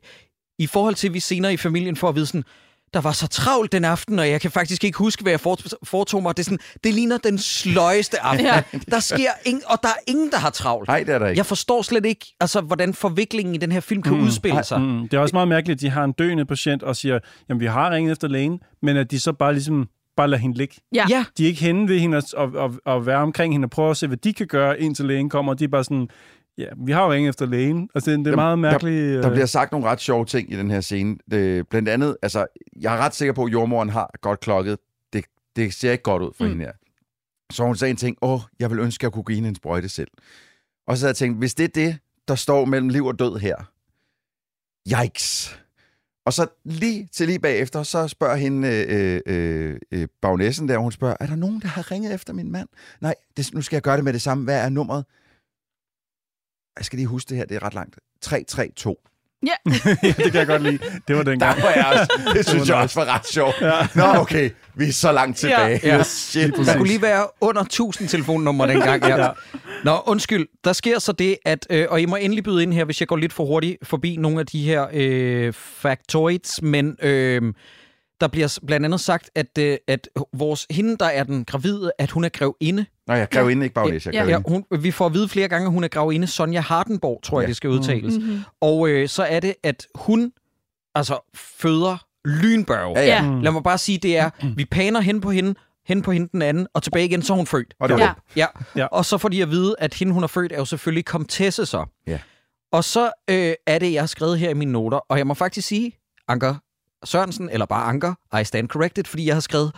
I forhold til, at vi senere i familien får at vide sådan, der var så travlt den aften, og jeg kan faktisk ikke huske, hvad jeg fort- foretog mig. Det, er sådan, det ligner den sløjeste aften. Ja. Der sker ingen, og der er ingen, der har travlt. nej, det er der ikke. Jeg forstår slet ikke, altså, hvordan forviklingen i den her film kan mm. udspille sig. Mm, det er også meget mærkeligt, at de har en døende patient og siger, jamen vi har ringet efter lægen, men at de så bare ligesom bare lader hende ligge. Ja. Ja, De er ikke henne ved hende og, og, og, og være omkring hende og prøve at se, hvad de kan gøre, indtil lægen kommer. Og de er bare sådan, ja, vi har jo ringet efter lægen. Altså, det er en meget øh, mærkelig... Der, der bliver sagt nogle ret sjove ting i den her scene. Det, blandt andet, altså, jeg er ret sikker på, at jordmoren har godt klokket. Det, det ser ikke godt ud for mm. hende her. Så hun sagde en ting, åh, jeg vil ønske, at jeg kunne give hende en sprøjte selv. Og så havde jeg tænkt, hvis det er det, der står mellem liv og død her, yikes. Og så lige til lige bagefter, så spørger hende øh, øh, øh, bagnessen der, hun spørger, er der nogen, der har ringet efter min mand? Nej, det, nu skal jeg gøre det med det samme. Hvad er nummeret? Jeg skal lige huske det her, det er ret langt. 332. Ja. ja, det kan jeg godt lide. Det var dengang. Der var jeg også. Det synes var jeg nice. også var ret sjovt. Ja. Nå, okay. Vi er så langt tilbage. Ja, ja. Shit, Der mand. kunne lige være under 1000 telefonnumre dengang. Ja. Ja. Nå, undskyld. Der sker så det, at... Øh, og I må endelig byde ind her, hvis jeg går lidt for hurtigt forbi nogle af de her øh, factoids. Men øh, der bliver s- blandt andet sagt, at, øh, at vores, hende, der er den gravide, at hun er grevinde. Nå, jeg kræver inden ikke bagnæs. Jeg Ja. kræver Ja, inden. hun, vi får at vide flere gange, at hun er gravinde. Sonja Hardenborg, tror jeg, Ja. det skal udtales. Mm. Mm-hmm. Og øh, så er det, at hun altså føder lynbørge. Ja, ja. Ja. Lad mig bare sige, det er, vi paner hen på hende, hen på hende den anden, og tilbage igen, så er hun født. Og det var Ja. det. Ja. ja. Ja. Og så får de at vide, at hende, hun har født, er jo selvfølgelig komtesse så. Ja. Og så øh, er det, jeg har skrevet her i mine noter, og jeg må faktisk sige, Anker Sørensen, eller bare Anker, I stand corrected, fordi jeg har skrevet,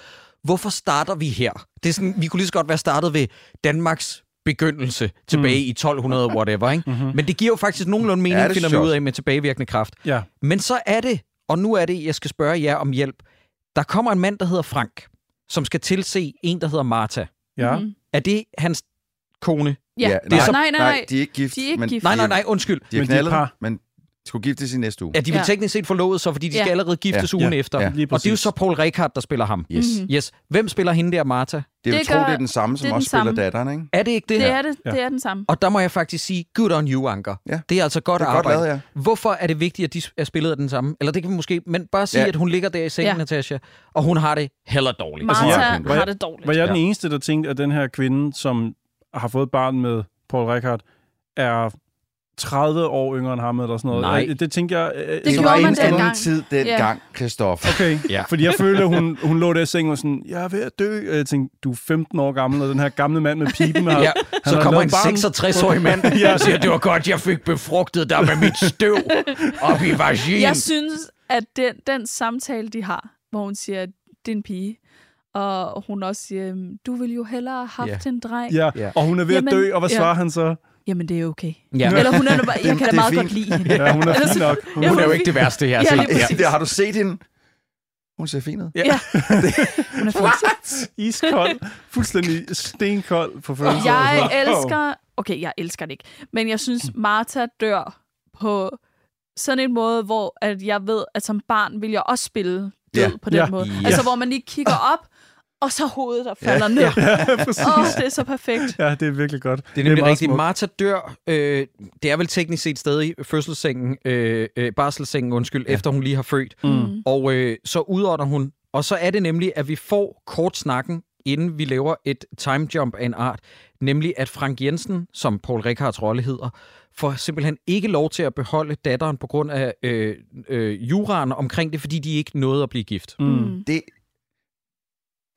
hvorfor starter vi her? Det er sådan, vi kunne lige så godt være startet ved Danmarks begyndelse tilbage mm. i 1200, whatever, ikke? Mm-hmm. Men det giver jo faktisk nogenlunde mening, Ja, ja, det finder synes vi jeg ud også. af med tilbagevirkende kraft. Ja. Men så er det, og nu er det, jeg skal spørge jer om hjælp. Der kommer en mand, der hedder Frank, som skal tilse en, der hedder Martha. Ja. Mm-hmm. Mhm. Er det hans kone? Ja. Ja, ja. nej, så- nej, nej, nej. De er ikke gift. De er ikke men gift. Nej, nej, nej, undskyld. De er Men de er knaldet, par. men skulle giftes i næste uge. Ja, de vil Ja. teknisk set forlovet så, fordi de Ja. skal allerede giftes Ja. ugen Ja. efter. Ja. Lige Og det er jo præcis. så Paul Rekard, der spiller ham. Yes. Mhm. Yes. Hvem spiller hende der, Martha? Det er jo Det tro, gør- det er den samme, som det er også den spiller samme. datteren, ikke? Er det ikke det? Det er, det, Ja. det er den samme. Og der må jeg faktisk sige, good on you, Anker. Ja. Det er altså godt Det er godt arbejde. lavet, Hvorfor er det vigtigt, at de er spillet af den samme? Eller det kan vi måske... Men bare sige, ja. Ja. at hun ligger der i sengen, ja. Ja. Natasha, og hun har det heller dårligt. Altså, Martha jeg- altså, var har jeg- det dårligt. Var jeg den eneste, der tænkte, at den her kvinde, som har fået barn med Paul Rickard, er 30 år yngre end ham, eller sådan noget? Nej. Øh, Det tænker jeg... øh, Det som- gjorde var man en anden dengang. tid dengang, Christoffer. Okay, Ja. ja. fordi jeg følte, hun, hun lå der i sengen og sådan, jeg er ved at dø. Og jeg tænkte, du er 15 år gammel, og den her gamle mand med pipen har... Ja, han så har kommer lavet en barn. 66-årig mand Ja. og siger, det var godt, jeg fik befrugtet dig med mit støv op i vaginen. Jeg synes, at den, den samtale, de har, hvor hun siger, det er en pige, Og hun også siger, "Jamen, du ville jo hellere have haft Ja. en dreng. Ja, og hun er ved at dø, og hvad svarer han så? Jamen, det er okay. Ja. Eller hun er, bare, Det- jeg kan det da er meget fint." godt lide hende. Ja, hun er fin Eller sådan- nok. Ja, Hun er jo ikke det værste, jeg har Ja, set. lige præcis. Det, har du set hende? Hun ser fin ud. Ja. ja. Hun er fin. Iskold. Fuldstændig stenkold på følelser. Jeg elsker... Okay, jeg elsker det ikke. Men jeg synes, Martha dør på sådan en måde, hvor at jeg ved, at som barn vil jeg også spille død Ja. på den Ja. måde. Ja. Altså, hvor man lige kigger op, og så hovedet, der Ja. falder ned. Ja, ja, præcis. Åh, det er så perfekt. Ja, det er virkelig godt. Det er nemlig det er meget rigtigt. smukt. Martha dør. Øh, det er vel teknisk set stadig fødselssengen, øh, øh, barselssengen, undskyld, ja. efter hun lige har født. Mm. Og øh, så udånder hun. Og så er det nemlig, at vi får kort snakken, inden vi laver et time jump af en art. Nemlig, at Frank Jensen, som Paul Rikards rolle hedder, får simpelthen ikke lov til at beholde datteren på grund af øh, øh, juraen omkring det, fordi de ikke nåede at blive gift. Mm. Det,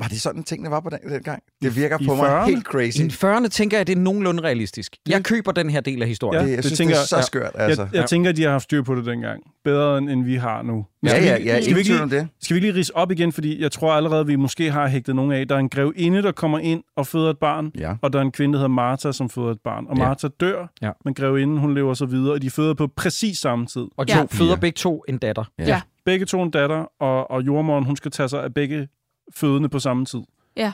var det sådan, tingene var på den, dengang? Det virker I på mig 40'erne? helt crazy. I 40'erne tænker jeg, at det er nogenlunde realistisk. Jeg køber den her del af historien. Ja, Det- jeg det synes, tænker det er jeg- så skørt, altså. Jeg, jeg tænker, at de har haft styr på det dengang. Bedre, end, end vi har nu. Ja, Skal ja, vi- ja, ingen Skal vi, ikke, tvivl om lige- det. skal vi lige rise op igen, fordi jeg tror allerede, vi måske har hægtet nogen af. Der er en grevinde, der kommer ind og føder et barn, ja. og der er en kvinde, der hedder Martha, som føder et barn. Og Ja. Martha dør, Ja. men grevinden, hun lever så videre, og de føder på præcis samme tid. Og de Ja. føder begge to en datter. Ja. Ja. ja. Begge to en datter, og, og jordmoren, hun skal tage sig af begge fødende på samme tid. Ja.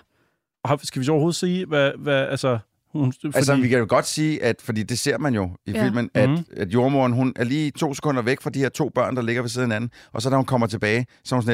Og har- skal vi så overhovedet sige, hvad, hvad altså... Hun, fordi, Altså, vi kan jo godt sige, at fordi det ser man jo i Ja. ja. filmen, at, mm. at jordmoren, hun er lige to sekunder væk fra de her to børn, der ligger ved siden af hinanden, og så da hun kommer tilbage, så er hun sådan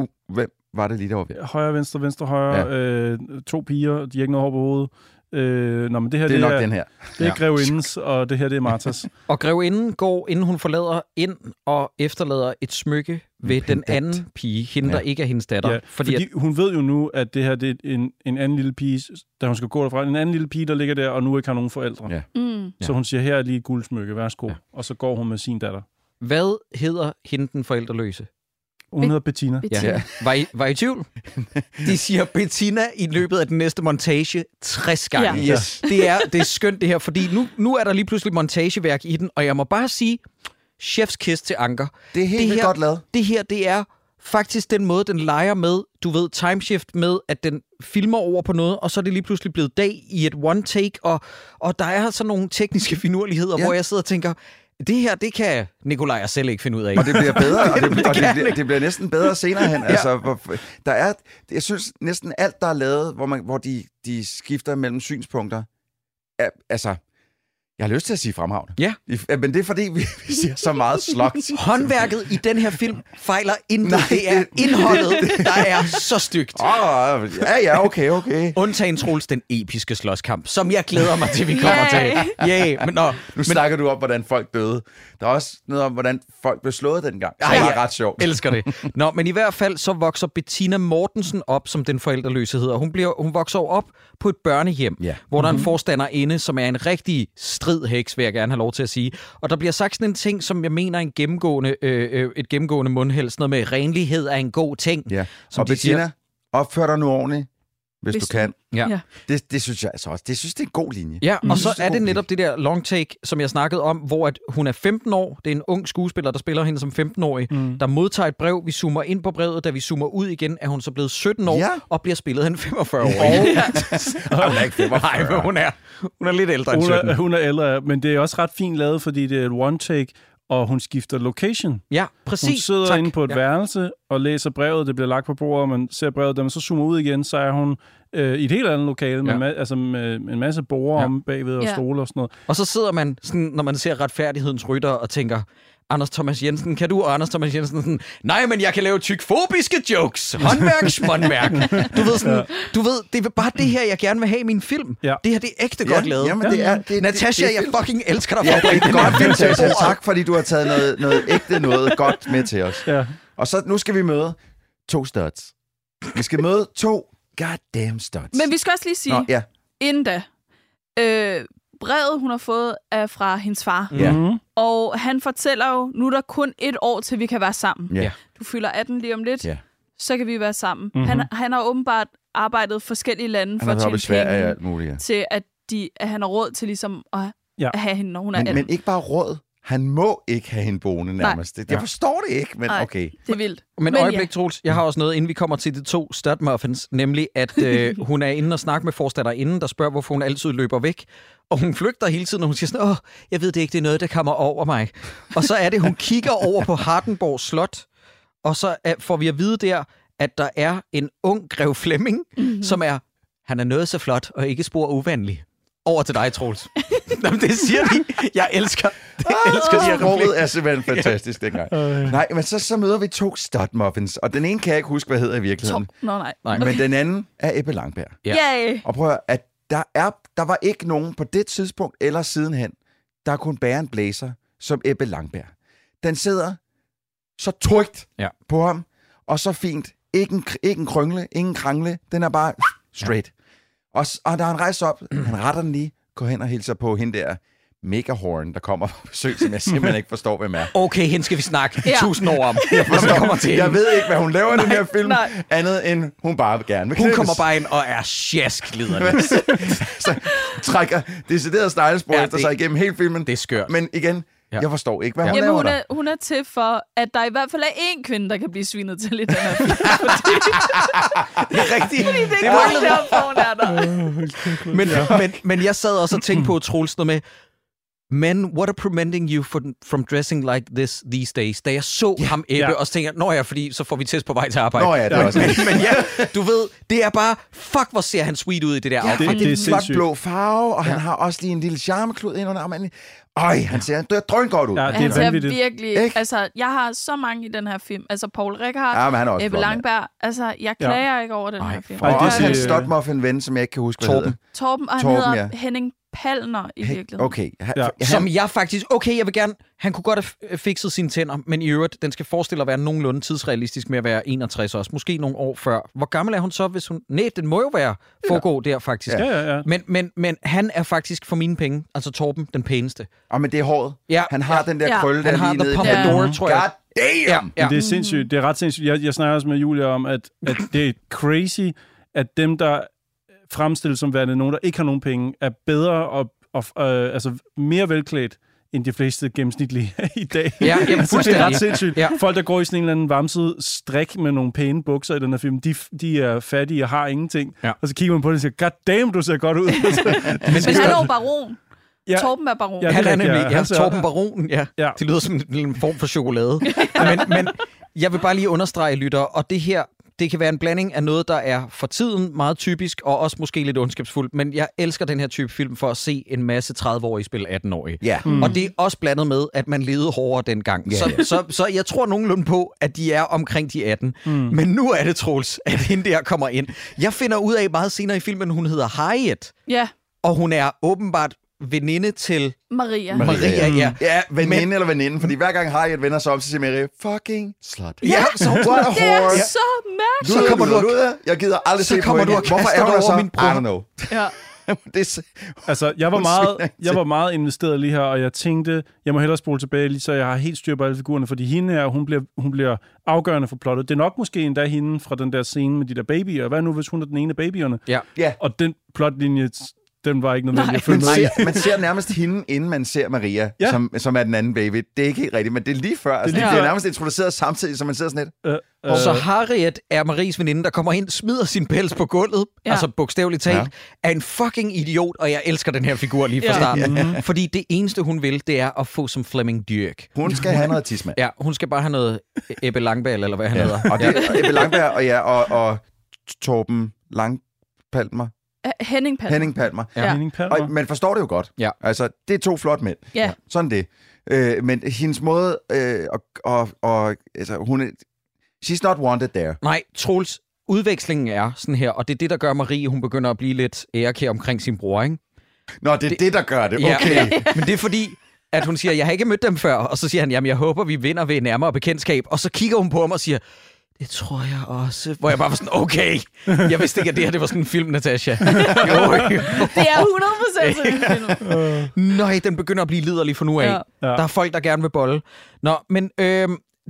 lidt, uh, hvem var det lige derovre? ved?" højre, venstre, venstre, højre, ja. øh, to piger, de har ikke noget hår på hovedet. Øh, nå, men det her, Det er nok den her. Det er Ja. ja. grevindens, og det her, det er Martas. Og grevinden går, inden hun forlader, ind og efterlader et smykke ved den anden pige, hende ja. der ikke er hendes datter. ja, fordi fordi hun ved jo nu, at det her, det er en, en anden lille pige, da hun skal gå derfra, en anden lille pige, der ligger der, og nu ikke har nogen forældre. Ja. Mm. Så hun siger, her er lige et guldsmykke, værsgo. Ja. Og så går hun med sin datter. Hvad hedder hende den forældreløse? Hun hedder Bettina. Ja. Ja. Var, I, var I i tvivl? De siger Bettina i løbet af den næste montage 60 gange. Ja. Yes. Det, er, det er skønt det her, fordi nu, nu er der lige pludselig montageværk i den, og jeg må bare sige, chef's kiss til Anker. Det er helt vildt godt lavet. Det her, det er faktisk den måde, den leger med, du ved, timeshift med, at den filmer over på noget, og så er det lige pludselig blevet dag i et one take, og, og der er sådan nogle tekniske finurligheder, ja. hvor jeg sidder og tænker, det her, det kan Nikolaj og selv ikke finde ud af. Og det bliver bedre, og det, og det, kan han bliver, det bliver næsten bedre senere hen. Ja. ja. altså, hvor, der er, jeg synes næsten alt, der er lavet, hvor, man, hvor de, de skifter mellem synspunkter, er, altså, jeg har lyst til at sige fremhavn. Ja. Men det er fordi, vi, vi siger så meget slogt. Håndværket i den her film fejler intet. Nej, Nej, det er det- indholdet, det- det- der er så stygt. Oh, ja, ja, okay, okay. Undtagen Troels, den episke slåskamp, som jeg glæder mig til, vi kommer til. Yeah, men, nå, nu snakker du om, hvordan folk døde. Der er også noget om, hvordan folk blev slået dengang. Ej, det Ej, var jeg ret sjovt. elsker det. Nå, men i hvert fald så vokser Bettina Mortensen op, som den forældreløse hedder. Hun, bliver, hun vokser jo op på et børnehjem, ja. hvor der er en forstanderinde, som er en rigtig stridheks, vil jeg gerne have lov til at sige. Og der bliver sagt sådan en ting, som jeg mener er en gennemgående, øh, øh, et gennemgående mundhæld, sådan noget med, renlighed er en god ting. Ja. Som og de siger. Bettina, opfør dig nu ordentligt, hvis, Hvis du kan. Ja. Ja. Det, det synes jeg altså også. Det synes, det er en god linje. Ja, Jeg og så synes, er det en god netop det der long take, som jeg snakkede om, hvor at hun er 15 år. Det er en ung skuespiller, der spiller hende som 15-årig, mm. der modtager et brev. Vi zoomer ind på brevet, da vi zoomer ud igen, er hun så blevet 17 år ja. Ja. og bliver spillet af en 45-årig. Ja. Hun er ikke 45. Nej, men hun er, hun er lidt ældre end Hun 17. er, hun er ældre, men det er også ret fint lavet, fordi det er et one take, og hun skifter location. Ja, Hun præcis. sidder Tak. inde på et Ja. ja. værelse og læser brevet, det bliver lagt på bordet, og man ser brevet, da man så zoomer ud igen, så er hun øh, i et helt andet lokale, ja. med, Ja. ma- altså med en masse borger ja. om bagved og Ja. ja. stole og sådan noget. Og så sidder man, sådan, når man ser retfærdighedens rytter, og tænker, Anders Thomas Jensen, kan du? Og Anders Thomas Jensen sådan, nej, men jeg kan lave tykfobiske jokes. Håndværk, småndværk. Du ved, sådan, du ved, det er bare det her, jeg gerne vil have i min film. Ja. Det her, det er ægte Ja, godt lavet. jamen, det er- det- det- Natasha, det er jeg film. fucking elsker dig for Ja, at bringe det er den her godt, film til Natasha. bordet. Tak, fordi du har taget noget, noget ægte, noget godt med til os. Ja. Og så nu skal vi møde to studs. Vi skal møde to goddamn studs. Men vi skal også lige sige, Nå, ja. inden da, øh, brevet, hun har fået, er fra hendes far. Ja. Mhm. Og han fortæller jo, nu er der kun et år, til vi kan være sammen. Ja. Du fylder 18 lige om lidt, Ja. så kan vi være sammen. Mhm. Han, han har åbenbart arbejdet forskellige lande for Han har at været tjene oppe i Sverige og penge alt muligt. Ja. til, at, de, at han har råd til ligesom at, Ja. ja. at have hende, når hun er Men, 18. men ikke bare råd. Han må ikke have hende boende nærmest. Nej. Jeg Ja. forstår det ikke, men Nej, okay. Det er vildt. Men, men øjeblik, ja. Troels, jeg har også noget, inden vi kommer til de to stud-muffins, nemlig at øh, hun er inde og snakke med forstatterinden, der spørger, hvorfor hun altid løber væk. Og hun flygter hele tiden, og hun siger sådan, åh, jeg ved det ikke, det er noget, der kommer over mig. Og så er det, hun kigger over på Hardenborg Slot, og så er, får vi at vide der, at der er en ung grev Flemming, mm-hmm. som er, han er noget så flot og ikke spor uvenlig. Over til dig, Troels. Jamen, det siger de. Jeg elsker, jeg elsker de her replikker. Sproget er simpelthen fantastisk dengang. Nej, men så, så møder vi to stud-muffins, og den ene kan jeg ikke huske, hvad hedder i virkeligheden. Nå, nej. Nej. Men den anden er Ebbe Langberg. Ja. Yay. Og prøv at, høre, at der, er, der var ikke nogen på det tidspunkt eller sidenhen, der kunne bære en blazer som Ebbe Langberg. Den sidder så trygt Ja. på ham, og så fint. Ikke en, kr- ikke en krøngle, ingen krangle. Den er bare straight. Og, s- og da han rejser op, han retter den lige, går hen og hilser på hende der megahorn, der kommer på besøg, som jeg simpelthen ikke forstår, hvem er. Okay, hende skal vi snakke Ja. ja. tusind år om, Jeg, når vi kommer forstår, til jeg hende. ved ikke, hvad hun laver i den Nej, her film, nej. andet end hun bare vil gerne vil Hun knippes. kommer bare ind og er sjaskliderne. så trækker decideret sneglespor ja, Ja, efter det- sig igennem hele filmen. Det er skørt. Men igen, ja. jeg forstår ikke, hvad hun Jamen, laver hun der. er, hun er til for, at der i hvert fald er én kvinde, der kan blive svinet til i den her film. Det er rigtigt. Fordi det er var- kun derfor, hun er der. men, men, men jeg sad også og tænkte på Troels noget med, men what are preventing you from, from dressing like this these days? Da jeg så yeah. ham æbbe, Ja. yeah. og så tænkte jeg, nå ja, fordi så får vi test på vej til arbejde. Nå ja, det er også men, det. men ja, du ved, det er bare, fuck hvor ser han sweet ud i det der Ja, outfit. det, det er flot blå farve, og ja. han har også lige en lille charmeklud ind under armen. Øj, han ser dør drøn godt ud. Ja, han ser Altså, virkelig... Ikke? Altså, jeg har så mange i den her film. Altså, Paul Rickard, Ja, men han er også Ebbe flot, mand. Langberg. Altså, jeg Ja. klager ikke over den her film. Og Jeg- også hans øh, stotmuffin-ven, som jeg ikke kan huske, hvad Torben. hedder. Torben, og han Torben, Torben, hedder ja. ja. Henning Palner i virkeligheden. Okay. Han, ja. Han... Som jeg faktisk... Okay, jeg vil gerne... Han kunne godt have f- fikset sine tænder, men i øvrigt, den skal forestille at være nogenlunde tidsrealistisk med at være 61 også. Måske nogle år før. Hvor gammel er hun så, hvis hun... Nej, den må jo være foregå der, faktisk. Ja, ja, ja. Men, men, men han er faktisk for mine penge, altså Torben, den pæneste. Og men det er håret. Ja. Han har den der Ja. krølle der Han har lige the nede. i pompadour, panden. tror jeg. God damn! Ja. Det er sindssygt. Det er ret sindssygt. Jeg, jeg snakker også med Julia om, at, at det er crazy, at dem, der fremstilles som værende nogen, der ikke har nogen penge, er bedre og, og øh, altså mere velklædt end de fleste gennemsnitlige er i dag. Ja, jamen, altså, det er ret fuldstændig. sindssygt. Ja. Ja. Folk, der går i sådan en eller anden varmset strik med nogle pæne bukser i den her film, de, de er fattige og har ingenting. Ja. Og så kigger man på det og siger, god damn, du ser godt ud. Men han er jo baron. Ja. Ja. Torben er baron. Ja, Ja, det han er er rigtigt, nemlig ja. ja. Han ser- Torben Baronen, ja. Ja. ja. Det lyder som en, en form for chokolade. men, men jeg vil bare lige understrege, lytter, og det her, det kan være en blanding af noget, der er for tiden meget typisk, og også måske lidt ondskabsfuldt, men jeg elsker den her type film for at se en masse 30-årige spille 18-årige. Ja. Mm. Og det er også blandet med, at man levede hårdere dengang. Ja, så, ja. Så, så jeg tror nogenlunde på, at de er omkring de 18. Mm. Men nu er det, Troels, at hende der kommer ind. Jeg finder ud af meget senere i filmen, hun hedder Harriet, Ja, og hun er åbenbart veninde til Maria. Maria, Mm. ja. Ja, veninde eller veninde, fordi hver gang Harriet vender sig om, så siger Maria, fucking slut. Ja, så What a Det er whore. så Du så kommer mærkeligt. kommer du du og- ud af. Jeg gider aldrig Så se på kommer hende. du og Hvorfor er kaster hun dig der så? over min bror. I don't know. Ja. det er, s- Altså, jeg var, Hun sviner meget, ikke jeg til. var meget investeret lige her, og jeg tænkte, jeg må hellere spole tilbage, lige så jeg har helt styr på alle figurerne, fordi hende her, hun bliver, hun bliver afgørende for plottet. Det er nok måske endda hende fra den der scene med de der babyer. Hvad nu, hvis hun er den ene af babyerne? Ja. ja. Og den plotlinje, den var ikke nødvendig at følge Man med i. ser, man ser nærmest hende, inden man ser Maria, ja. Ja. som, som er den anden baby. Det er ikke helt rigtigt, men det er lige før. Altså, det, lige er før. nærmest introduceret samtidig, som man sidder sådan lidt. Øh, Og så Harriet er Maries veninde, der kommer ind, smider sin pels på gulvet, Ja. ja. altså bogstaveligt talt, Ja. ja. er en fucking idiot, og jeg elsker den her figur lige fra Ja. starten. Ja. Fordi det eneste, hun vil, det er at få som Flemming Dyrk. Hun skal have noget tidsmand. Ja, hun skal bare have noget Ebbe Langballe, eller hvad han ja. hedder. Og det er Ebbe Langberg og, ja, og, og Torben Langpalmer. Henning Palmer. Henning Palmer. ja. Ja. Henning Palmer. Og man forstår det jo godt. Ja. Altså, det er to flotte mænd. Ja. Sådan det. Øh, men hendes måde... Øh, og, og, og, altså, hun er, She's not wanted there. Nej, Troels, udvekslingen er sådan her, og det er det, der gør Marie, hun begynder at blive lidt ærekær omkring sin bror, ikke? Nå, det er det, det der gør det. Okay. Men det er fordi, at hun siger, jeg har ikke mødt dem før. Og så siger han, jamen jeg håber, vi vinder ved nærmere bekendtskab. Og så kigger hun på ham og siger, det tror jeg også. Hvor jeg bare var sådan, okay. Jeg vidste ikke, at det her det var sådan en film, Natasha. Jo, jo. Det er 100% sådan en film. Nøj, den begynder at blive liderlig for nu af. Ja. Ja. Ja. Der er folk, der gerne vil bolle. Nå, men øh,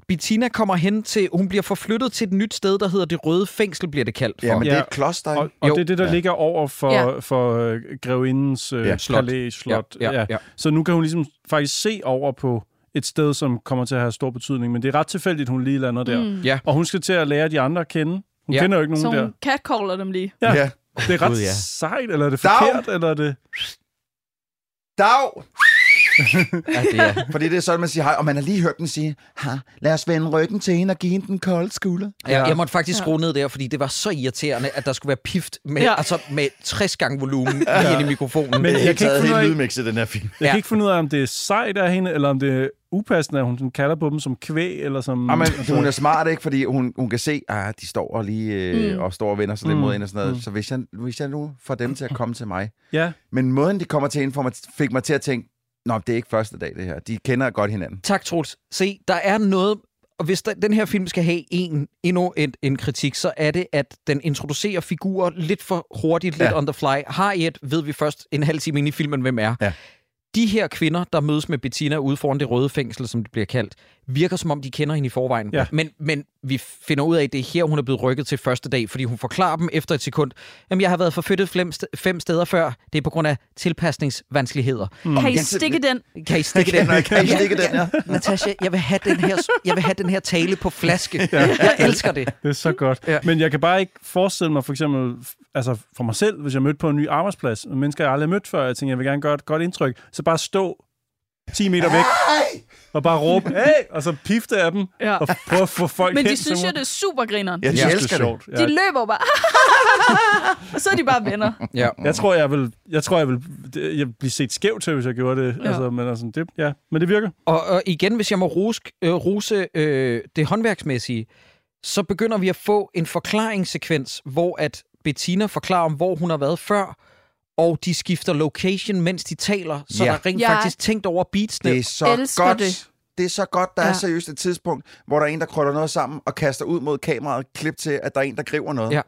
Bettina kommer hen til, hun bliver forflyttet til et nyt sted, der hedder Det Røde Fængsel, bliver det kaldt for. Ja, men det er Ja. et kloster, Og, ikke? og Jo. det er det, der Ja. ja. ligger over for, Ja. ja. for øh, grevindens øh, Ja. ja. Slot. palæ, slot. Ja, ja, ja. Så nu kan hun ligesom faktisk se over på et sted, som kommer til at have stor betydning. Men det er ret tilfældigt, hun lige lander der. Mm. Ja. Og hun skal til at lære de andre at kende. Hun Ja. kender jo ikke nogen Så der. hun catcaller dem lige. Ja. ja. Det er ret Gud, Gud, ja. ja. sejt, eller er det Dag! forkert, eller er det... Dag! Ja, det er. Fordi det er sådan, man siger hej, og man har lige hørt den sige, ha, lad os vende ryggen til hende og give hende den kolde skulder. Ja. Jeg måtte faktisk skrue ned der, fordi det var så irriterende, at der skulle være pift med, ja. Ja. altså med 60 gange volumen ja. ind i mikrofonen. Men jeg kan ikke finde ud af- i den her film. Jeg ja. kan ikke finde ud af, om det er sejt af hende, eller om det er upassende, at hun sådan kalder på dem som kvæg, eller som... Jamen, altså- hun er smart, ikke? Fordi hun, hun kan se, at de står og lige øh, Mm. og står og vender sig lidt Mm. mod hende og sådan noget. Mm. Så hvis jeg, hvis jeg nu får dem til at komme til mig. Ja. Men måden, de kommer til hende, får mig, fik mig til at tænke, Nå, det er ikke første dag, det her. De kender godt hinanden. Tak, Troels. Se, der er noget... Og hvis der, den her film skal have en, endnu en, en kritik, så er det, at den introducerer figurer lidt for hurtigt, lidt Ja. on the fly. Har I et, ved vi først en halv time inde i filmen, hvem er. Ja. De her kvinder, der mødes med Bettina ude foran det røde fængsel, som det bliver kaldt, virker som om, de kender hende i forvejen. Ja. Men, men vi finder ud af, at det er her, hun er blevet rykket til første dag, fordi hun forklarer dem efter et sekund, jamen jeg har været forflyttet flem- fem steder før, det er på grund af tilpasningsvanskeligheder. Kan I Jeg- stikke den? kan I stikke den? Mm. Kan I- kan I stikke den, ja? Natasha, jeg vil have den her, jeg vil have den her tale på flaske. Ja. Jeg elsker det. Det er så godt. Ja. Men jeg kan bare ikke forestille mig, for eksempel, f- altså for mig selv, hvis jeg mødte på en ny arbejdsplads, og mennesker, jeg aldrig har mødt før, jeg tænker, jeg vil gerne gøre et godt indtryk, så bare stå 10 meter væk, og bare råbe, hey, og så pifte af dem, Ja. og prøve at få folk Men hen de til synes jo, mig. det er super grineren. Jeg de synes, elsker det. det. er sjovt. De løber bare. og så er de bare venner. Ja. Mm-hmm. Jeg tror, jeg vil, jeg tror, jeg vil, det- jeg vil blive set skævt til, hvis jeg gjorde det. Ja. Altså, men, altså, det ja. men det virker. Og, og igen, hvis jeg må rusk, øh, rose øh, det håndværksmæssige, så begynder vi at få en forklaringssekvens, hvor at Bettina forklarer om, hvor hun har været før, og de skifter location, mens de taler, så Ja. der er rent Ja. faktisk tænkt over beatsene. Det er så godt. Det. det er så godt, der ja. er Ja. seriøst et tidspunkt, hvor der er en, der krøller noget sammen og kaster ud mod kameraet et klip til, at der er en, der griber noget. Ja.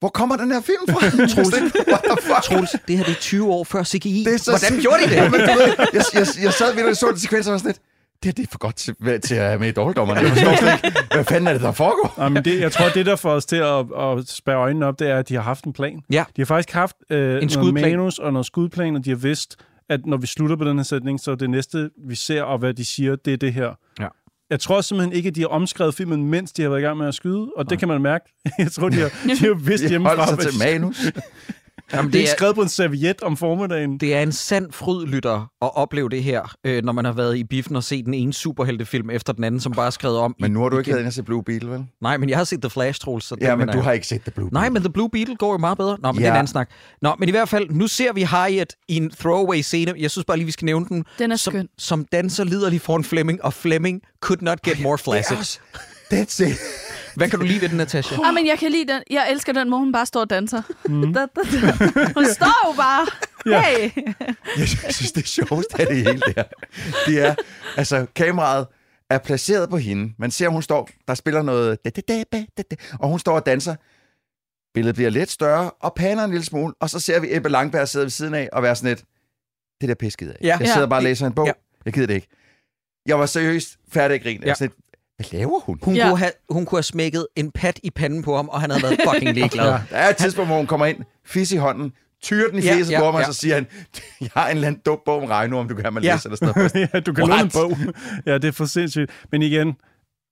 Hvor kommer den her film fra? Troels. Troels, det her det er 20 år før CGI. Det er så Hvordan gjorde de det? Jamen, du ved, jeg, jeg, jeg sad ved og så den sekvens, og var sådan lidt, det, her, det er for godt til, hvad- til at have med i dårligdommerne. Jeg forstår slet ikke, hvad fanden er det, der foregår? Jamen, det, jeg tror, det der får os til at, at spære øjnene op, det er, at de har haft en plan. Ja. De har faktisk haft øh, en noget skudplan. manus og noget skudplan, og de har vidst, at når vi slutter på den her sætning, så er det næste, vi ser, og hvad de siger, det er det her. Ja. Jeg tror simpelthen ikke, at de har omskrevet filmen, mens de har været i gang med at skyde, og det kan man mærke. Jeg tror, de har, de har vidst De hjemmefra. holder sig hvad de til skal. manus. Jamen, det er det ikke er- skrevet på en serviet om formiddagen. Det er en sand fryd, lytter, at opleve det her, øh, når man har været i biffen og set den ene superheltefilm efter den anden, som bare er skrevet om. Men nu har du ikke igen. været inde og se Blue Beetle, vel? Nej, men jeg har set The Flash, Troels. så det Ja, men mener du jeg. har ikke set The Blue Beetle. Nej, men The Blue Beetle går jo meget bedre. Nå, men ja. det er Ja. en anden snak. Nå, men i hvert fald, nu ser vi Harriet i en throwaway scene. Jeg synes bare lige, vi skal nævne den. Den er som, skøn. Som danser liderlig foran Fleming, og Fleming could not get more flaccid. også- That's it. Hvad kan du lide ved den, Natasha? Ah, men jeg kan lide den. Jeg elsker den, hvor hun bare står og danser. Mm. Da, da, da. Hun står jo bare. Ja. Hey. Jeg synes, det sjoveste af det hele der, det er, altså kameraet er placeret på hende. Man ser, hun står, der spiller noget, da, da, da, ba, da, da, og hun står og danser. Billedet bliver lidt større, og paner en lille smule, og så ser vi Ebbe Langberg sidde ved siden af og være sådan lidt, det der pisket af. Ja. Jeg sidder Ja. bare og læser en bog. Ja. Jeg gider det ikke. Jeg var seriøst færdig at grine. Jeg Ja. var sådan lidt, hvad laver hun? Hun, Ja. ja. kunne have, hun kunne have smækket en pat i panden på ham, og han havde været fucking ligeglad. Ja. Der er et tidspunkt, hvor hun kommer ind, fis i hånden, tyrer den i Ja, fjeset ja, på ham, og ja. så siger han, jeg har en eller anden dum bog om regno, om du kan have mig Ja. ja. læse eller sådan noget. ja, du kan What? låne en bog. Ja, det er for sindssygt. Men igen,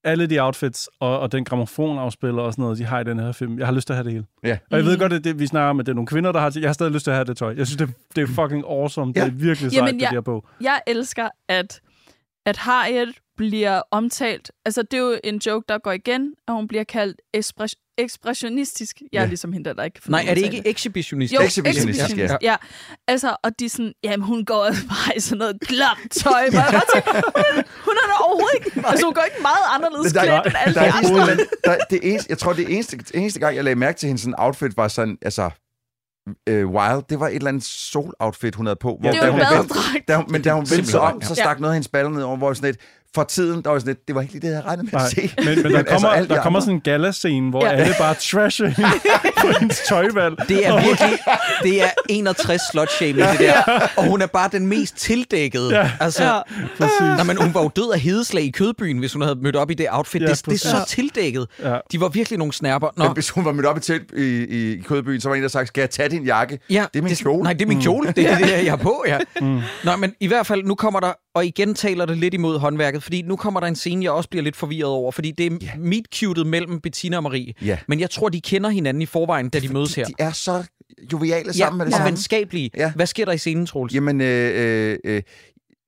alle de outfits og, og den gramofonafspiller og sådan noget, de har i den her film. Jeg har lyst til at have det hele. Ja. Og jeg ved Mhm. godt, at det, vi snakker om, at det er nogle kvinder, der har det. Jeg har stadig lyst til at have det tøj. Jeg synes, det, det er fucking awesome. Ja. Det er virkelig sejt, det jeg, der på. jeg elsker, at, at Harriet bliver omtalt. Altså, det er jo en joke, der går igen, og hun bliver kaldt ekspres, ekspressionistisk. Jeg er Ja. ja. ligesom hende, der, der ikke kan finde Nej, ud af er det at tale ikke exhibitionistisk? Jo, exhibitionistisk, ja. ja. Altså, og de er sådan, jamen hun går også bare i sådan noget glamt tøj. Hvor jeg bare tænker, hun, hun er da overhovedet ikke, altså hun går ikke meget anderledes der, klædt end alle de andre. der, der, det eneste, jeg tror, det eneste, eneste gang, jeg lagde mærke til hendes sådan outfit, var sådan, altså, øh, wild. Det var et eller andet sol-outfit, hun havde på. Hvor, Det er jo hun en vendte- badedragt. da hun, men da hun vendte sig om, Simpelthen, så ja. stak noget af hendes baller ned over, hvor sådan lidt, for tiden, der var sådan lidt, det var ikke lige det, jeg havde regnet med at se. Altså, Nej. Men, men der altså, kommer, alle de der kommer andre- sådan en galascene, hvor ja. Ja. alle bare trasher hende på hendes tøjvalg. Det er virkelig, det er 61 slot det der. Og hun er bare den mest tildækkede. Ja. Altså, Ja. Præcis. Nej, men hun var jo død af hedeslag i kødbyen, hvis hun havde mødt op i det outfit. Ja, Ja, det, det er præcis. så tildækket. Ja. De var virkelig nogle snærper. Nå, Men hvis hun var mødt op i, telt, i, i, i Kødbyen, så var der en, der sagde, skal jeg tage din jakke? ja, det er min kjole. Mm. Nej, det er min kjole. Det er det, jeg har på, ja. Mm. Nå, men i hvert fald, nu kommer der og igen taler det lidt imod håndværket, fordi nu kommer der en scene, jeg også bliver lidt forvirret over, fordi det er yeah. meet mellem Bettina og Marie. Ja. Men jeg tror, de kender hinanden i forvejen, da de mødes her. De er så joviale sammen med det ja, og samme. venskabelige. Ja. Hvad sker der i scenen, Troels? Jamen, øh, øh, øh,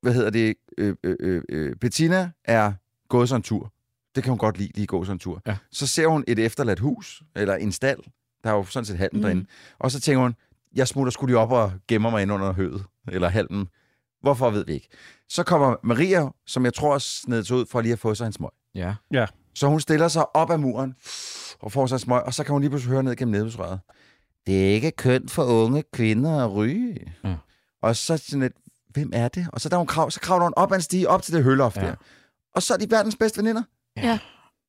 hvad hedder det? Øh, øh, øh, øh, Bettina er gået sådan en tur. Det kan hun godt lide, lige gå sådan en tur. Ja. Så ser hun et efterladt hus, eller en stald. Der er jo sådan set halm mm. Mhm. derinde. Og så tænker hun, jeg smutter skulle lige op og gemmer mig ind under høet, eller halmen. Hvorfor ved vi ikke. Så kommer Maria, som jeg tror sned sig ud for lige at få sig en smøg. Ja. Ja. Så hun stiller sig op ad muren og får sig en smøg, og så kan hun lige pludselig høre ned gennem nedbrudsrøret. Det er ikke kønt for unge kvinder at ryge. Ja. Og så sådan lidt, hvem er det? Og så, der hun krav, så kravler hun op ad en stige, op til det høloft ja. der. Og så er de verdens bedste veninder. Ja.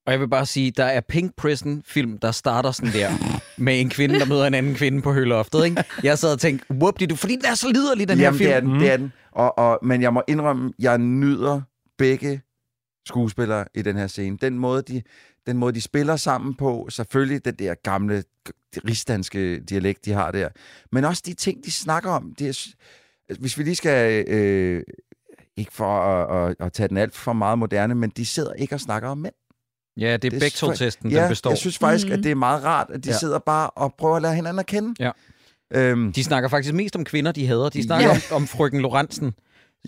Og jeg vil bare sige, der er Pink Prison-film, der starter sådan der med en kvinde, der møder en anden kvinde på høloftet, ikke? Jeg sad og tænkte, whoop du fordi den er så liderlig, den Jamen, her det film. er den, det er den. Og, og, men jeg må indrømme, jeg nyder begge skuespillere i den her scene. Den måde, de, den måde, de spiller sammen på, selvfølgelig den der gamle g- rigsdanske dialekt, de har der, men også de ting, de snakker om. Det er, s- hvis vi lige skal, øh, ikke for at, at, at tage den alt for meget moderne, men de sidder ikke og snakker om mænd. Ja, det er Bechdel-testen, ja, den består. jeg synes faktisk, mm. at det er meget rart, at de Ja. ja. sidder bare og prøver at lære hinanden at kende. Ja. Øhm, de snakker faktisk mest om kvinder, de hader. De snakker Ja. ja. om, om frøken Lorentzen.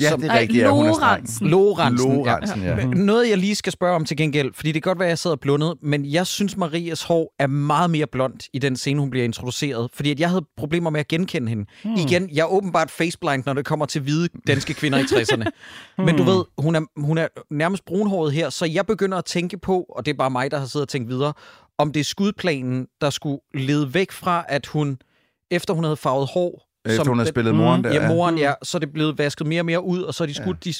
Ja, det er Ej, rigtigt, ja, hun er Lorentzen. streng. Lorentzen, Lorentzen, ja. Men Noget, jeg lige skal spørge om til gengæld, fordi det kan godt være, at jeg sidder og blundede, men jeg synes, Marias hår er meget mere blondt i den scene, hun bliver introduceret, fordi at jeg havde problemer med at genkende hende. Hmm. Hmm. Igen, jeg er åbenbart faceblind, når det kommer til hvide danske kvinder i 60'erne. Men du Hmm. ved, hun er, hun er nærmest brunhåret her, så jeg begynder at tænke på, og det er bare mig, der har siddet og tænkt videre, om det er skudplanen, der skulle lede væk fra, at hun, efter hun havde farvet hår, Efter Øh, hun havde den- spillet moren der, Ja, ja. mm. moren, ja. Så er det blevet vasket mere og mere ud, og så er de skudt ja. de,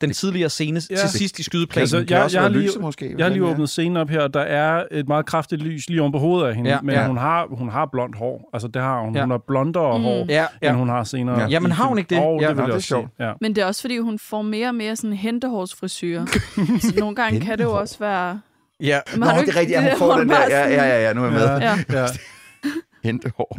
den tidligere scene ja. til sidst i skydeplanen. Altså, Det kan jeg, også jeg, har være lige, lyset måske, jeg har lige hvordan det er. åbnet scenen op her, og der er et meget kraftigt lys lige oven på hovedet af hende, Ja. ja, men Ja. ja. hun har hun har blond hår. Altså, det har hun. Ja. Ja. Hun har blondere Mm. mm. hår, Ja, ja. end hun har senere. Ja. i Jamen, har hun filmen. ikke det? Og, Ja. det vil Nå, jeg det er også sige. sjovt. Ja. Men det er også, fordi hun får mere og mere sådan hentehårsfrisyrer. så nogle gange kan det jo også være... Ja. Men har du ikke det der, hvor hun bare Ja, ja, ja, ja, nu er jeg med. Ja. Ja. Hente hår.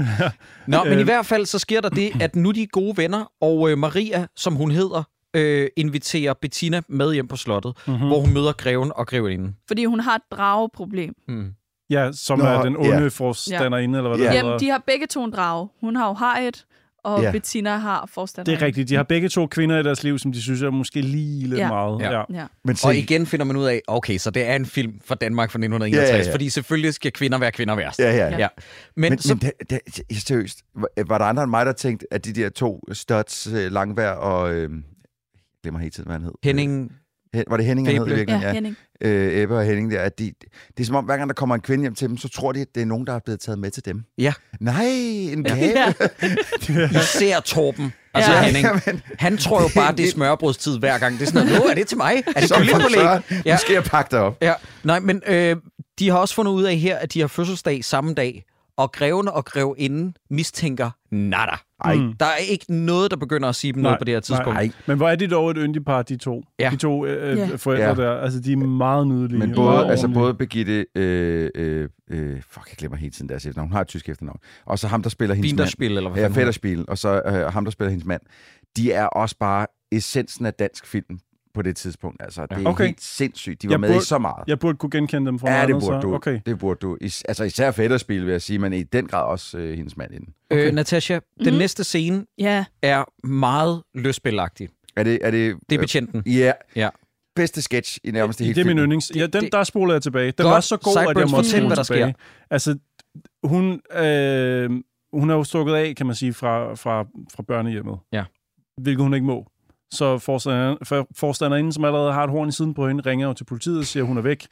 Nå, men i Øh. hvert fald så sker der det, at nu de er gode venner, og øh, Maria, som hun hedder, øh, inviterer Bettina med hjem på slottet, mm-hmm. Mhm. hvor hun møder greven og grevinden. Fordi hun har et drageproblem. Mm. Ja, som Nå, Nå, er den onde ja. ja. forstanderinde, eller hvad Ja. det Jamen, hedder. de har begge to en drage. Hun har jo hajet, og Ja. Bettina har forstander. Det er rigtigt. De har begge to kvinder i deres liv, som de synes er måske lige lidt Ja. meget. Ja. Ja. Men og igen finder man ud af, okay, så det er en film fra Danmark fra 1961, Ja, ja, ja. fordi selvfølgelig skal kvinder være kvinder værst. Ja, ja, ja. ja. Men, Men, men, så... men da, da, ja, seriøst, var- var der andre end mig, der tænkte, at de der to studs, øh, Langvær og... Øh, jeg glemmer hele tiden, hvad han hed. Henning... Hen, var det Henning, han hed i Fæble. virkeligheden? Ja, Henning. Øh, Ebbe og Henning der. At de, det er som om, hver gang der kommer en kvinde hjem til dem, så tror de, at det er nogen, der er blevet taget med til dem. Ja. Nej, en Ja. gave. Ja. Især Torben, altså ja. Ja. Henning. Jamen, Han tror jo bare, det er smørbrødstid hver gang. Det er sådan noget, "Nå, er det til mig? Er det Så for søren. kyllingpålæg? Nu skal jeg pakke dig op. Ja. Nej, men øh, de har også fundet ud af her, at de har fødselsdag samme dag, og greven og grevinden mistænker nada. Ej. Der er ikke noget, der begynder at sige dem noget på det her tidspunkt. Mm. Nej. Men hvor er de dog et yndigt par, de to. Ja. De to øh, Ja. ja. forældre Ja. ja. der. Altså, de er meget nydelige. Men både, Meget altså ordentlige. både Birgitte, øh, øh, øh, fuck, jeg glemmer hele tiden deres efternavn. Hun har et tysk efternavn. Og så ham, der spiller hendes Winterspiel, mand. eller hvad Ja, fanden hun- Fætterspil. Og så øh, ham, der spiller hendes mand. De er også bare essensen af dansk film på det tidspunkt. Altså, det er okay. helt sindssygt. De var jeg med burde, i så meget. Jeg burde kunne genkende dem fra Ja, noget det andet, burde så. du. Okay. Det burde du. Is, altså især Fætterspil, vil jeg sige, men i den grad også øh, hendes mand inden. Okay. Øh, Natasha, den Mhm. næste scene Ja. er meget løsspilagtig. Er det... Er det, øh, det er betjenten. Ja. ja. Bedste sketch i nærmest i hele Det er min filmen. yndlings. Ja, den, det- der spoler jeg tilbage. Den Godt. var så god, at jeg Sideburns, måtte fortæl, spole hvad der tilbage. Altså, hun, øh, hun er jo stukket af, kan man sige, fra, fra, fra børnehjemmet. Ja. Hvilket hun ikke må. Så forstanderen- for- forstanderinden, som allerede har et horn i siden på hende, ringer jo til politiet og siger, at hun er væk.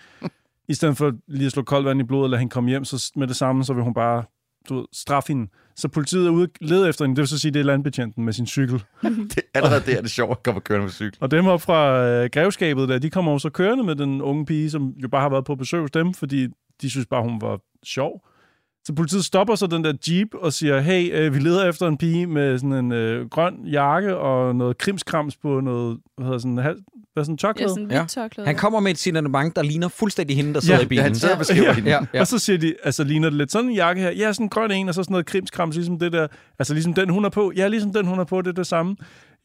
I stedet for lige at slå koldt vand i blodet og lade hende komme hjem, så s- med det samme, så vil hun bare du ved, straffe hende. Så politiet er ude og lede efter hende. Det vil så sige, det er landbetjenten med sin cykel. Det, allerede der er det sjovt at komme og køre med cykel. Og dem op fra øh, grevskabet der, de kommer jo så kørende med den unge pige, som jo bare har været på besøg hos dem, fordi de synes bare, hun var sjov. Så politiet stopper så den der jeep og siger, hey, øh, vi leder efter en pige med sådan en øh, grøn jakke og noget krimskrams på noget, hvad hedder sådan, hal- hvad er sådan en tørklæde? Han kommer med et signalement, der ligner fuldstændig hende, der sidder i bilen. Ja, ja. Og så siger de, altså ligner det lidt sådan en jakke her? Ja, sådan en grøn en, og så sådan noget krimskrams, ligesom det der. Altså ligesom den, hun er på. Ja, ligesom den, hun er på, det er det samme.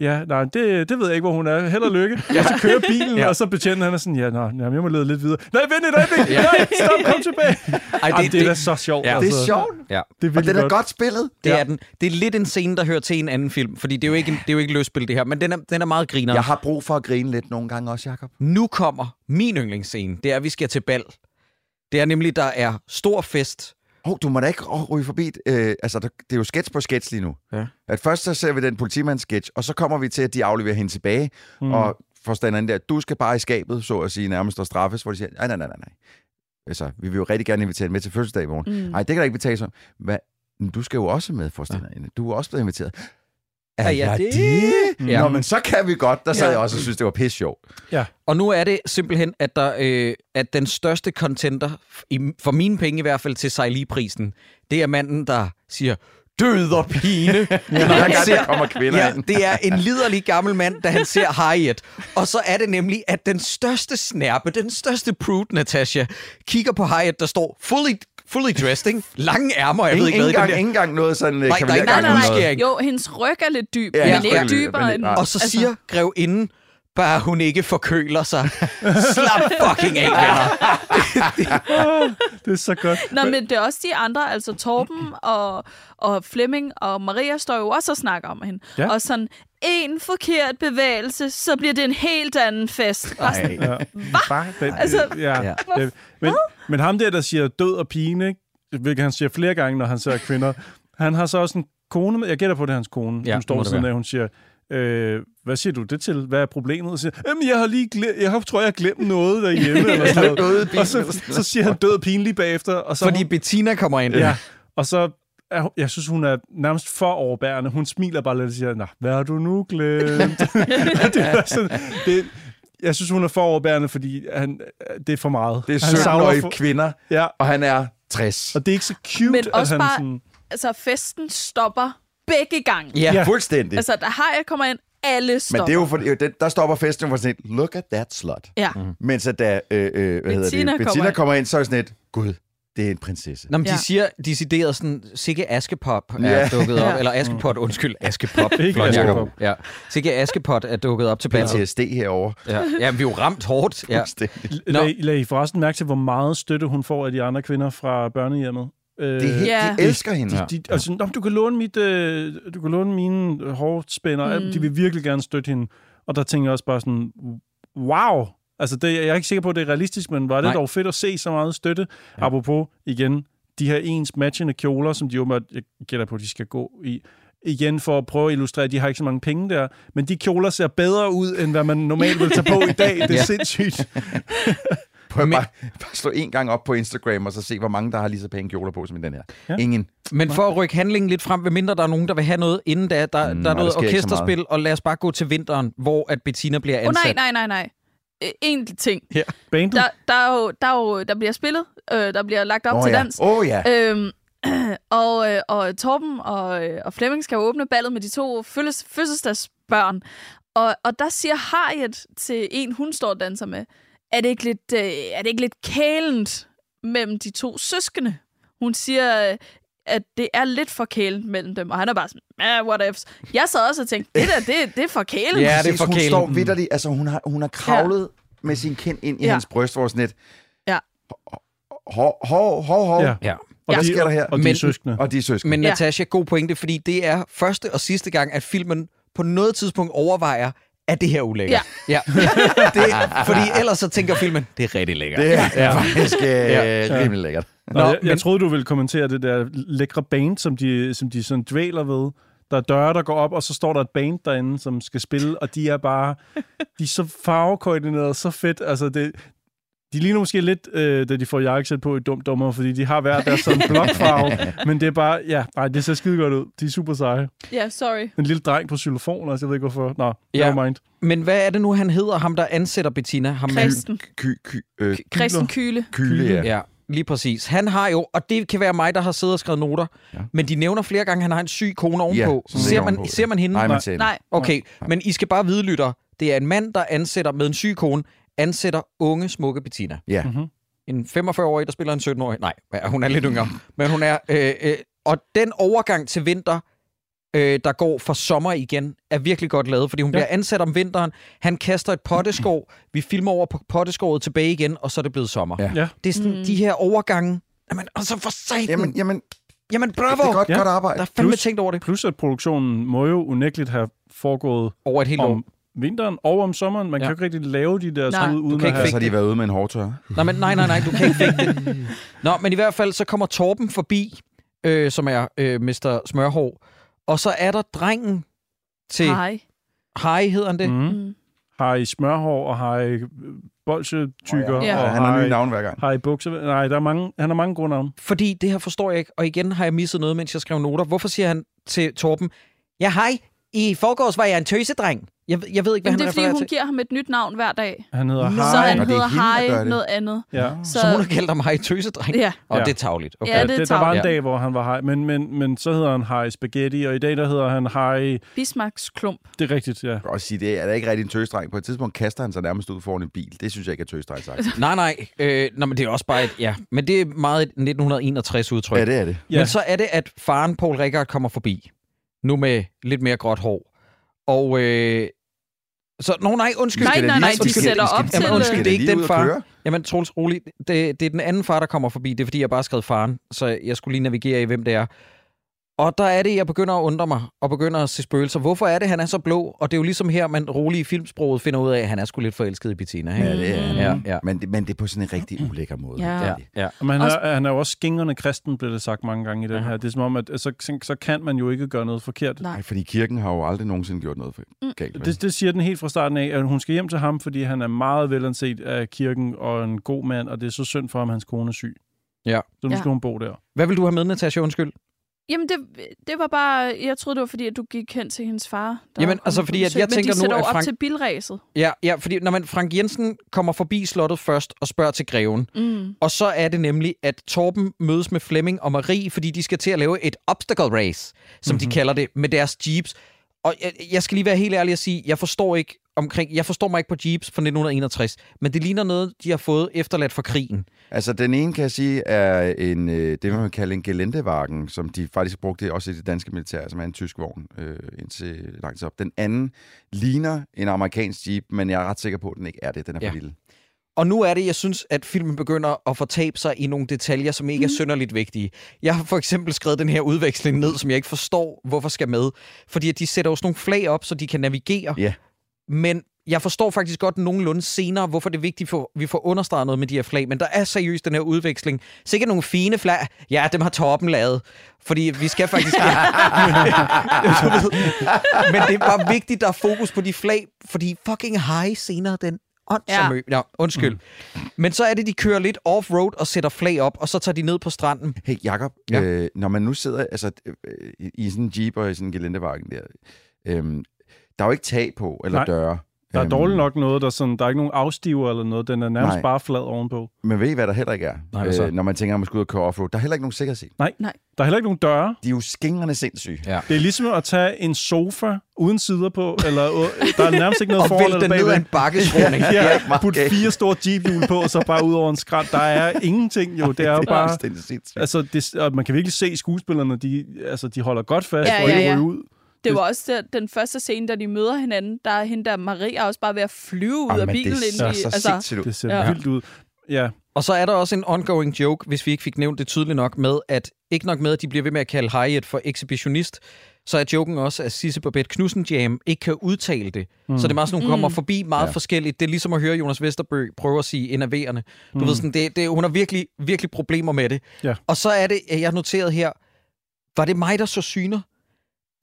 Ja, nej, det, det ved jeg ikke, hvor hun er. Held og lykke. ja. Så kører bilen, ja. og så betjener han er sådan, ja, nå, jamen, jeg må lede lidt videre. Nej, vent et øjeblik. Ja. Nej, stop, kom tilbage. Ej, det, Jamen, det, er da så sjovt. altså. Ja. Det er sjovt. Ja. Det er virkelig den er godt. godt spillet. Det Ja. er den. Det er lidt en scene, der hører til en anden film, fordi det er jo ikke, det er jo ikke løsspil, det her, men den er, den er meget griner. Jeg har brug for at grine lidt nogle gange også, Jacob. Nu kommer min yndlingsscene. Det er, at vi skal til bal. Det er nemlig, der er stor fest. Hov, du må da ikke rå- ryge forbi. Øh, altså, der, det er jo sketch på sketch lige nu. Ja. At først så ser vi den politimands-sketch, og så kommer vi til, at de afleverer hende tilbage. Mm. Og forstanderen der, du skal bare i skabet, så at sige, nærmest og straffes, hvor de siger, nej, nej, nej, nej, nej. Altså, vi vil jo rigtig gerne invitere hende med til fødselsdag i morgen. Nej, mm. Mm. det kan der ikke betale sig. Hvad? Men Du skal jo også med, forstanderen. Ja. Du er også blevet inviteret. Er, jeg jeg det? det? Ja. Ja. Nå, men så kan vi godt. Der sad Ja. ja. jeg også og synes, det var pisse sjovt. Ja. Og nu er det simpelthen, at, der, øh, at den største contender, i, for mine penge i hvert fald, til Sejli-prisen, det er manden, der siger, død og pine, Hver gang der kommer kvinder ja, ind. det er en liderlig gammel mand, da han ser Harriet. Og så er det nemlig, at den største snærpe, den største prude, Natasha, kigger på Harriet, der står fully, fully dressed, ikke? lange ærmer, jeg Ingen, ved ikke, hvad ikke, den engang, ikke der- engang noget sådan øh, der er ikke- kavalergang. nej, nej, nej. eller noget. Ikke? Jo, hendes ryg er lidt dyb, Ja, ja, men hendes ryg er ikke lidt- men Ah. dybere end... ikke- nej. Og så siger altså... grevinden, bare hun ikke forkøler sig. Slap fucking af, venner. Det er så godt. Nå, men det er også de andre, altså Torben og, og Flemming og Maria står jo også og snakker om hende. Ja. Ja. Og sådan, en forkert bevægelse, så bliver det en helt anden fest. Bare sådan, Ja. Bare den, Altså, ja. Ja. Ja. Men, men ham der, der siger død og pine, ikke? hvilket han siger flere gange, når han ser kvinder, han har så også en kone med. Jeg gætter på, det er hans kone. Ja, Ja, hun står må ved det siden være. af, hun siger, øh, hvad siger du det til? Hvad er problemet? Og siger, Jamen, jeg har lige glemt, jeg har, tror, jeg har glemt noget derhjemme. eller sådan Døde noget. pine, Og så, eller sådan så siger han død og pine lige bagefter. Og så er Fordi Bettina kommer ind. Ja, og så er hun, jeg synes, hun er nærmest for overbærende. Hun smiler bare lidt og siger, Nå, hvad har du nu glemt? det er sådan, det, jeg synes, hun er for overbærende, fordi han, det er for meget. Det er Han savner 17-årige for- kvinder, Ja, og han er 60. og det er ikke så cute, Men at også han bare- sådan... altså, festen stopper begge gange. Ja. Ja. Fuldstændig. Altså, der har jeg kommer ind, alle Men stopper. det er jo Mm. fordi, den- der stopper festen for sådan et, look at that slut. Ja. Mens at da, øh, øh, hvad hedder Bettina det, kommer Bettina ind. kommer ind, så er det sådan et, gud, det er en prinsesse. Nå, men ja. Ja. de siger decideret sådan, Sikke Askepop er ja. Ja. dukket op. Ja. Eller Askepot, undskyld, Askepop. Ikke Flot, Askepop. Jacob. Ja. Sikke Askepot er dukket op til ballet. PTSD herovre. Ja. ja, men vi er jo ramt hårdt. Ja. Fuldstændig. Nå. Lag, lag I forresten mærke til, hvor meget støtte hun får af de andre kvinder fra børnehjemmet? Øh, Det er helt, Ja. de elsker hende. De, de, altså, nå, men du, kan låne mit, øh, du kan låne mine øh, hårspænder. Mm. De vil virkelig gerne støtte hende. Og der tænker jeg også bare sådan, wow! Altså, det, jeg er ikke sikker på, at det er realistisk, men var det Nej. Nej. dog fedt at se så meget støtte. Ja. Apropos, igen, de her ens matchende kjoler, som de jo måtte, jeg gætter på, de skal gå i. Igen for at prøve at illustrere, at de har ikke så mange penge der, men de kjoler ser bedre ud, end hvad man normalt vil tage på i dag. Det er Ja. ja. sindssygt. Prøv bare, bare slå en gang op på Instagram, og så se, hvor mange, der har lige så pæne kjoler på som i den her. Ja. Ingen. Men for at rykke handlingen lidt frem, ved mindre der er nogen, der vil have noget inden da, der, mm, Mm, der er nej, der noget sker ikke så orkesterspil, og lad os bare gå til vinteren, hvor at Bettina bliver Åh, oh, ansat. nej, nej, nej, nej. Øh, En ting. Bandet? Der, der, er jo, der, er jo, der bliver spillet, øh, der bliver lagt op Åh til ja. dans. Åh ja. Øhm, og, øh, og Torben og, øh, og Flemming skal jo åbne ballet med de to fødsels, fødselsdagsbørn. Og, og der siger Harriet til en, hun står og danser med, er det ikke lidt, øh, er det ikke lidt kælent mellem de to søskende? Hun siger, øh, at det er lidt for kælent mellem dem, og han er bare sådan, ah, what ifs. Jeg sad også og tænkte, det der, det, det er for kælent. Ja, det er Præcis, for Hun kælen. står vidderlig, altså hun har, hun har kravlet ja. med sin kind ind i Ja. ja. hans bryst, hvor sådan et, Ja. hov, hov, hov, hov. Ja. Ja. Ja. Og Ja. Hvad de, sker der her? Og de Men- er søskende. Og de er søskende. Men Ja. Natasha, god pointe, fordi det er første og sidste gang, at filmen på noget tidspunkt overvejer, er det her ulækkert? Ja. ja. det, fordi ellers så tænker filmen, det er rigtig lækkert. Det er ja. faktisk øh, ja. rimelig lækkert. Nå, Nå, jeg, men- jeg troede, du ville kommentere det der lækre band, som de, som de sådan dvæler ved. Der er døre, der går op, og så står der et band derinde, som skal spille, og de er bare... De er så farvekoordineret, så fedt. Altså, det, de ligner måske lidt, øh, da de får jakkesæt på i Dum Dummer, fordi de har hver deres sådan blokfarve, men det er bare, ja, nej, det ser skide godt ud. De er super seje. Ja, sorry. En lille dreng på xylofon, altså jeg ved ikke hvorfor. Nå, Ja. ja. never mind. Men hvad er det nu, han hedder, ham der ansætter Bettina? Ham med- Christen. Ky, ky, øh, Christen Kyle. kyle, ja. Ja, lige præcis. Han har jo, og det kan være mig, der har siddet og skrevet noter, ja. Ja. men de nævner flere gange, at han har en syg kone Ja, ovenpå. som ser, ligger man, ovenpå, ser ja. man hende? Nej, man ser Nej, Okay, men I skal bare vide, lytter. Det er en mand, der ansætter med en syg kone, ansætter unge, smukke Bettina. Ja. Mhm. En 45-årig, der spiller en 17-årig. Nej, ja, hun er lidt yngre. Men hun er... Øh, øh, og den overgang til vinter øh, der går fra sommer igen, er virkelig godt lavet, fordi hun ja. bliver ansat om vinteren. Han kaster et potteskov. Vi filmer over på potteskovet tilbage igen, og så er det blevet sommer. Ja. Ja. Det er sådan mm. de her overgange. Jamen, og så for satan. Jamen, jamen, jamen bravo. det er godt- Ja. godt arbejde. Der er fandme tænkt over det. Plus at produktionen må jo unægteligt have foregået over et helt om år. vinteren og om sommeren. Man ja. kan jo ikke rigtig lave de der Nej, skud du uden kan at ikke have... Så har de været ude med en hårdtør. Nej, men, nej, nej, nej, du kan ikke fægte det. Nå, men i hvert fald, så kommer Torben forbi, øh, som er øh, Mr. Smørhår, og så er der drengen til... Hej. Hej hedder han det. Mm. Mm. Har I smørhår, og har I øh, bolsjetykker, Åh, ja. Ja. og Han har nye I- navne hver gang. Har I bukser? Nej, der er mange, han har mange gode navne. Fordi det her forstår jeg ikke, og igen har jeg misset noget, mens jeg skrev noter. Hvorfor siger han til Torben, ja hej, i forgårs var jeg en tøsedreng. Jeg, ved- jeg ved ikke, hvad Jamen, det han er fordi, refererer hun til. giver ham et nyt navn hver dag. Han hedder Så han hedder Hej noget andet. Ja. Så- Så hun har kaldt ham hej tøsedreng. Ja. Og Ja. det er tageligt. Okay. Ja, det er det, der var en tarveligt. dag, hvor han var hej, men, men, men så hedder han hej spaghetti, og i dag der hedder han hej... Bismarcks klump. Det er rigtigt, ja. Jeg kan også sige, det er da ikke rigtig en tøsdreng. På et tidspunkt kaster han sig nærmest ud foran en bil. Det synes jeg ikke er tøsdreng sagt. Nej, nej. Øh, nå, men det er også bare et, ja. Men det er meget et 1961-udtryk. Ja, det er det. Men Ja. så er det, at faren Paul Rickard kommer forbi. Nu med lidt mere gråt hår. Og øh, så, nå nej, undskyld. Nej, nej, nej, de sætter op til- Jamen, undskyld, Skal øh, det er det ikke lige ud den at far. køre? Jamen, Troels, rolig. Det, det er den anden far, der kommer forbi. Det er, fordi jeg bare skrev faren, så jeg skulle lige navigere i, hvem det er. Og der er det, jeg begynder at undre mig, og begynder at se spøgelser. Hvorfor er det, han er så blå? Og det er jo ligesom her, man rolig i filmsproget finder ud af, at han er sgu lidt forelsket i Bettina. Ikke? Ja, det er Ja, ja. Men, det, men det er på sådan en rigtig ulækker måde. Ja. Det er Ja, det. ja. Men han, Også- er, han er jo også skingerne kristen, blev det sagt mange gange i den her. Det er som om, at så, så, så kan man jo ikke gøre noget forkert. Nej. Ej, fordi kirken har jo aldrig nogensinde gjort noget for galt. vel? Det, det siger den helt fra starten af, at hun skal hjem til ham, fordi han er meget velanset af kirken og en god mand, og det er så synd for ham, hans kone er syg. Ja. Så nu Ja. skal hun bo der. Hvad vil du have med, Natasha? Undskyld. Jamen, det, det var bare... Jeg troede, det var fordi, at du gik hen til hendes far. der Jamen, kom altså, på fordi at besøg. jeg Men tænker de nu, sætter at jo op Frank- til bilræset. Ja, ja, fordi når man, Frank Jensen kommer forbi slottet først og spørger til greven, Mm. og så er det nemlig, at Torben mødes med Flemming og Marie, fordi de skal til at lave et obstacle race, som mm-hmm. de kalder det, med deres jeeps. Og jeg, jeg skal lige være helt ærlig og sige, jeg forstår ikke omkring, jeg forstår mig ikke på jeeps fra 1961, men det ligner noget, de har fået efterladt fra krigen. Altså, den ene, kan jeg sige, er en, øh, det, man kalder en gelendevagen, som de faktisk brugte også i det danske militær, som er en tysk vogn øh, indtil langt op. Den anden ligner en amerikansk jeep, men jeg er ret sikker på, at den ikke er det. Den er for Ja. ja. lille. Og nu er det, jeg synes, at filmen begynder at fortabe sig i nogle detaljer, som ikke er synderligt vigtige. Jeg har for eksempel skrevet den her udveksling ned, som jeg ikke forstår, hvorfor skal med. Fordi at de sætter jo sådan nogle flag op, så de kan navigere. Ja. Men jeg forstår faktisk godt nogenlunde senere, hvorfor det er vigtigt, for vi får understreget noget med de her flag. Men der er seriøst den her udveksling. Sikkert nogle fine flag. Ja, dem har toppen lavet. Fordi vi skal faktisk... Du ved. Men det er bare vigtigt, der er fokus på de flag, fordi fucking high senere den åndsomme ja. ja, undskyld. Mm. Men så er det, de kører lidt off-road og sætter flag op, og så tager de ned på stranden. Hey, Jacob, Ja. ja. øh, når man nu sidder altså, øh, i- i sådan en jeep og i sådan en gelendevagen der, øh, der er jo ikke tag på eller Nej. Nej. døre. Der er Øhm, dårligt nok noget, der, sådan, der er ikke nogen afstiver eller noget. Den er nærmest Nej. bare flad ovenpå. Men ved I, hvad der heller ikke er? øh, Nej, hvad så? når man tænker, at man skal ud og køre offroad. Der er heller ikke nogen sikkerhedssel. Der er heller ikke nogen døre. De er jo skingrende sindssyge. Ja. Det er ligesom at tage en sofa uden sider på, eller øh, der er nærmest ikke noget Og forhold vælter eller den ned ad en bagved. bakkeskråning. Ja, Ja, meget put galt. fire store jeephjul på, og så bare ud over en skrænt. Der er ingenting jo. Det er jo bare... Det er sindssygt. Altså, det, og man kan virkelig se skuespillerne, de, altså, de holder godt fast Ja, ja, og ikke ja, ja. ryger ud. Det var også der, den første scene, da de møder hinanden. Der er hende der Maria også bare ved at flyve ud af Jamen, bilen. Det inden ser de- så altså, sindssygt ud. Det ser Ja. ja. vildt ud. Ja, Og så er der også en ongoing joke, hvis vi ikke fik nævnt det tydeligt nok, med at ikke nok med, at de bliver ved med at kalde Hyatt for ekshibitionist, så er joken også, at Sisse Babette Knudsenjam ikke kan udtale det. Mm. Så det er meget sådan, hun kommer forbi meget ja. forskelligt. Det er ligesom at høre Jonas Vesterbø prøve at sige enerverende. Du mm. ved sådan, det, det, hun har virkelig, virkelig problemer med det. Ja. Og så er det, at jeg noterede her, var det mig, der så syner?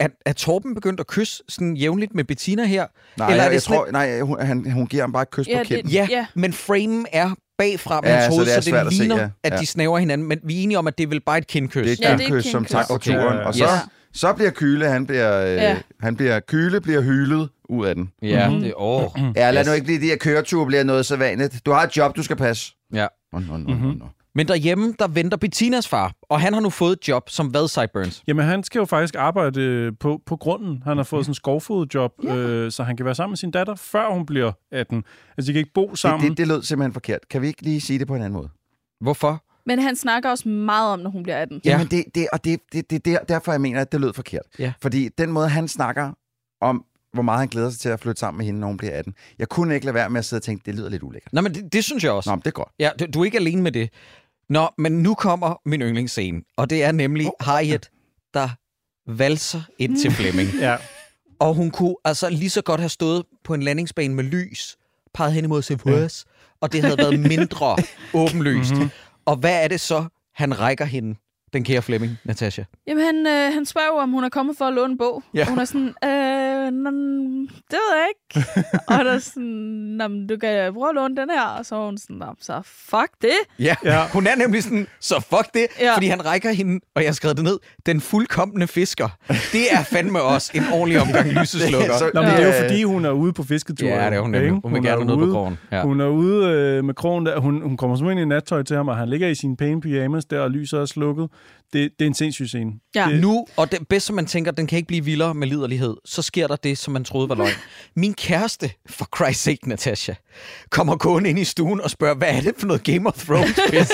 At, at Torben begyndte at kysse sådan jævnligt med Bettina her? Nej, jeg, jeg sådan tror, nej hun, han, hun giver ham bare et kys Ja, på det- kinden. Ja, Ja. ja, men framen er bagfra med Ja, ja, hans så hoved, det er så det, svært at se, ligner, ja. at Ja. de snaver hinanden. Men vi er enige om, at det er vel bare et kindkys. Det Ja, er et det er ja, kys et som kindkys. tak for Okay, ja, turen. ja. Og så, Yes. så bliver Kyle, han bliver, øh, Ja. ja. han bliver, Kyle bliver hylet ud af den. Ja, mm-hmm. det åh. Ja, lad nu ikke lige de her køreture bliver noget så vanligt. Du har et job, du skal passe. Ja. Nå, nå, Mhm. nå, nå, nå. Men derhjemme, der venter Bettinas far, og han har nu fået et job som hvad, Sideburns? Jamen, han skal jo faktisk arbejde øh, på, på grunden. Han har Mhm. fået sådan en skovfodjob, øh, så han kan være sammen med sin datter, før hun bliver 18. Altså, de kan ikke bo Det, sammen. det, det lød simpelthen forkert. Kan vi ikke lige sige det på en anden måde? Hvorfor? Men han snakker også meget om, når hun bliver 18. Jamen, det, det, og det, det, det, det er derfor, jeg mener, at det lød forkert. Ja. Fordi den måde, han snakker om, hvor meget han glæder sig til at flytte sammen med hende, når hun bliver 18. Jeg kunne ikke lade være med at sidde og tænke, det lyder lidt ulækkert. Nå, men det, det synes jeg også. Nå, men det er godt. Ja, du, du er ikke alene med det. Nå, men nu kommer min yndlingsscene, og det er nemlig oh. Harriet, der valser ind til Flemming. ja. Og hun kunne altså lige så godt have stået på en landingsbane med lys, peget hen imod Sephores, og det havde været mindre åbenlyst. Mm-hmm. Og hvad er det så, han rækker hende, den kære Flemming, Natasha? Jamen, han, øh, han spørger jo, om hun er kommet for at låne en bog. Ja. Ja. Hun er sådan, øh, nå, det ved jeg ikke. og der er sådan, nå, men du kan prøve at låne den her. Og så er hun sådan, nå, så fuck det. Ja, ja, hun er nemlig sådan, så fuck det, ja. Ja. fordi han rækker hende, og jeg har skrevet det ned, den fuldkommende fisker. Det er fandme også en ordentlig omgang lyseslukker. Så- Nå, men det er jo Øh. fordi, hun er ude på fisketur. Ja, det er hun nemlig. ikke? Hun vil gerne er noget på ude- krogen. Ja. Hun er ude øh, med krogen der. Hun, hun kommer simpelthen ind i nattøj til ham, og han ligger i sine pæne pyjamas der, og lyset er slukket. Det, det er en sindssyg scene. Ja. Det, Nu, og det bedst som man tænker, den kan ikke blive vildere med liderlighed, så sker der det, som man troede var løgn. Min kæreste, for Christ's sake, Natasha, kommer gående ind i stuen og spørger, hvad er det for noget Game of Thrones pis,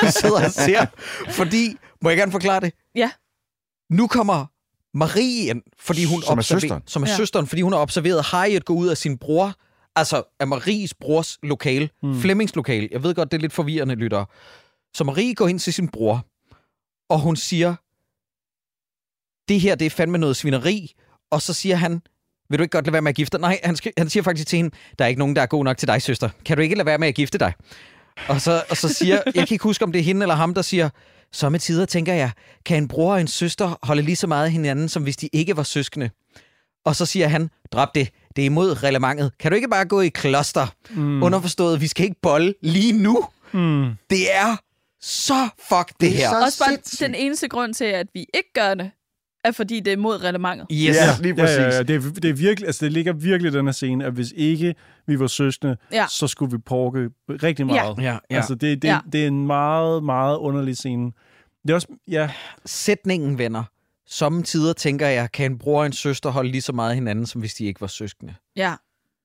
du sidder og ser? Fordi, må jeg gerne forklare det, Ja, nu kommer Marie ind, fordi hun Som er observer- søsteren. Som er Ja. søsteren, fordi hun har observeret Harriet gå ud af sin bror, altså af Maries brors lokale, mm. Flemmings lokale. Jeg ved godt, det er lidt forvirrende, lytter. Så Marie går ind til sin bror, og hun siger, det her, det er fandme noget svineri. Og så siger han, vil du ikke godt lade være med at gifte dig? Nej, han, skri- han siger faktisk til hende, der er ikke nogen, der er god nok til dig, søster. Kan du ikke lade være med at gifte dig? Og så, og så siger, jeg kan ikke huske, om det er hende eller ham, der siger, somme tider tænker jeg, kan en bror og en søster holde lige så meget af hinanden, som hvis de ikke var søskende? Og så siger han, drop det, det er imod reglementet. Kan du ikke bare gå i kloster? Mm. Underforstået, vi skal ikke bolle lige nu. Mm. Det er så fuck det, Det er her. så- også sindssygt. bare den eneste grund til, at vi ikke gør det, er fordi det er mod reglementet. Yes. Ja, lige præcis. Ja, ja, ja. Det, er, det, er virkelig, altså, det ligger virkelig i den her scene, at hvis ikke vi var søskende, Ja. så skulle vi porke rigtig meget. Ja, ja. Altså, det, det, Ja. det er en meget, meget underlig scene. Det er også, ja, Sætningen, venner. Sommetider tænker jeg, kan en bror og en søster holde lige så meget af hinanden, som hvis de ikke var søskende. Ja.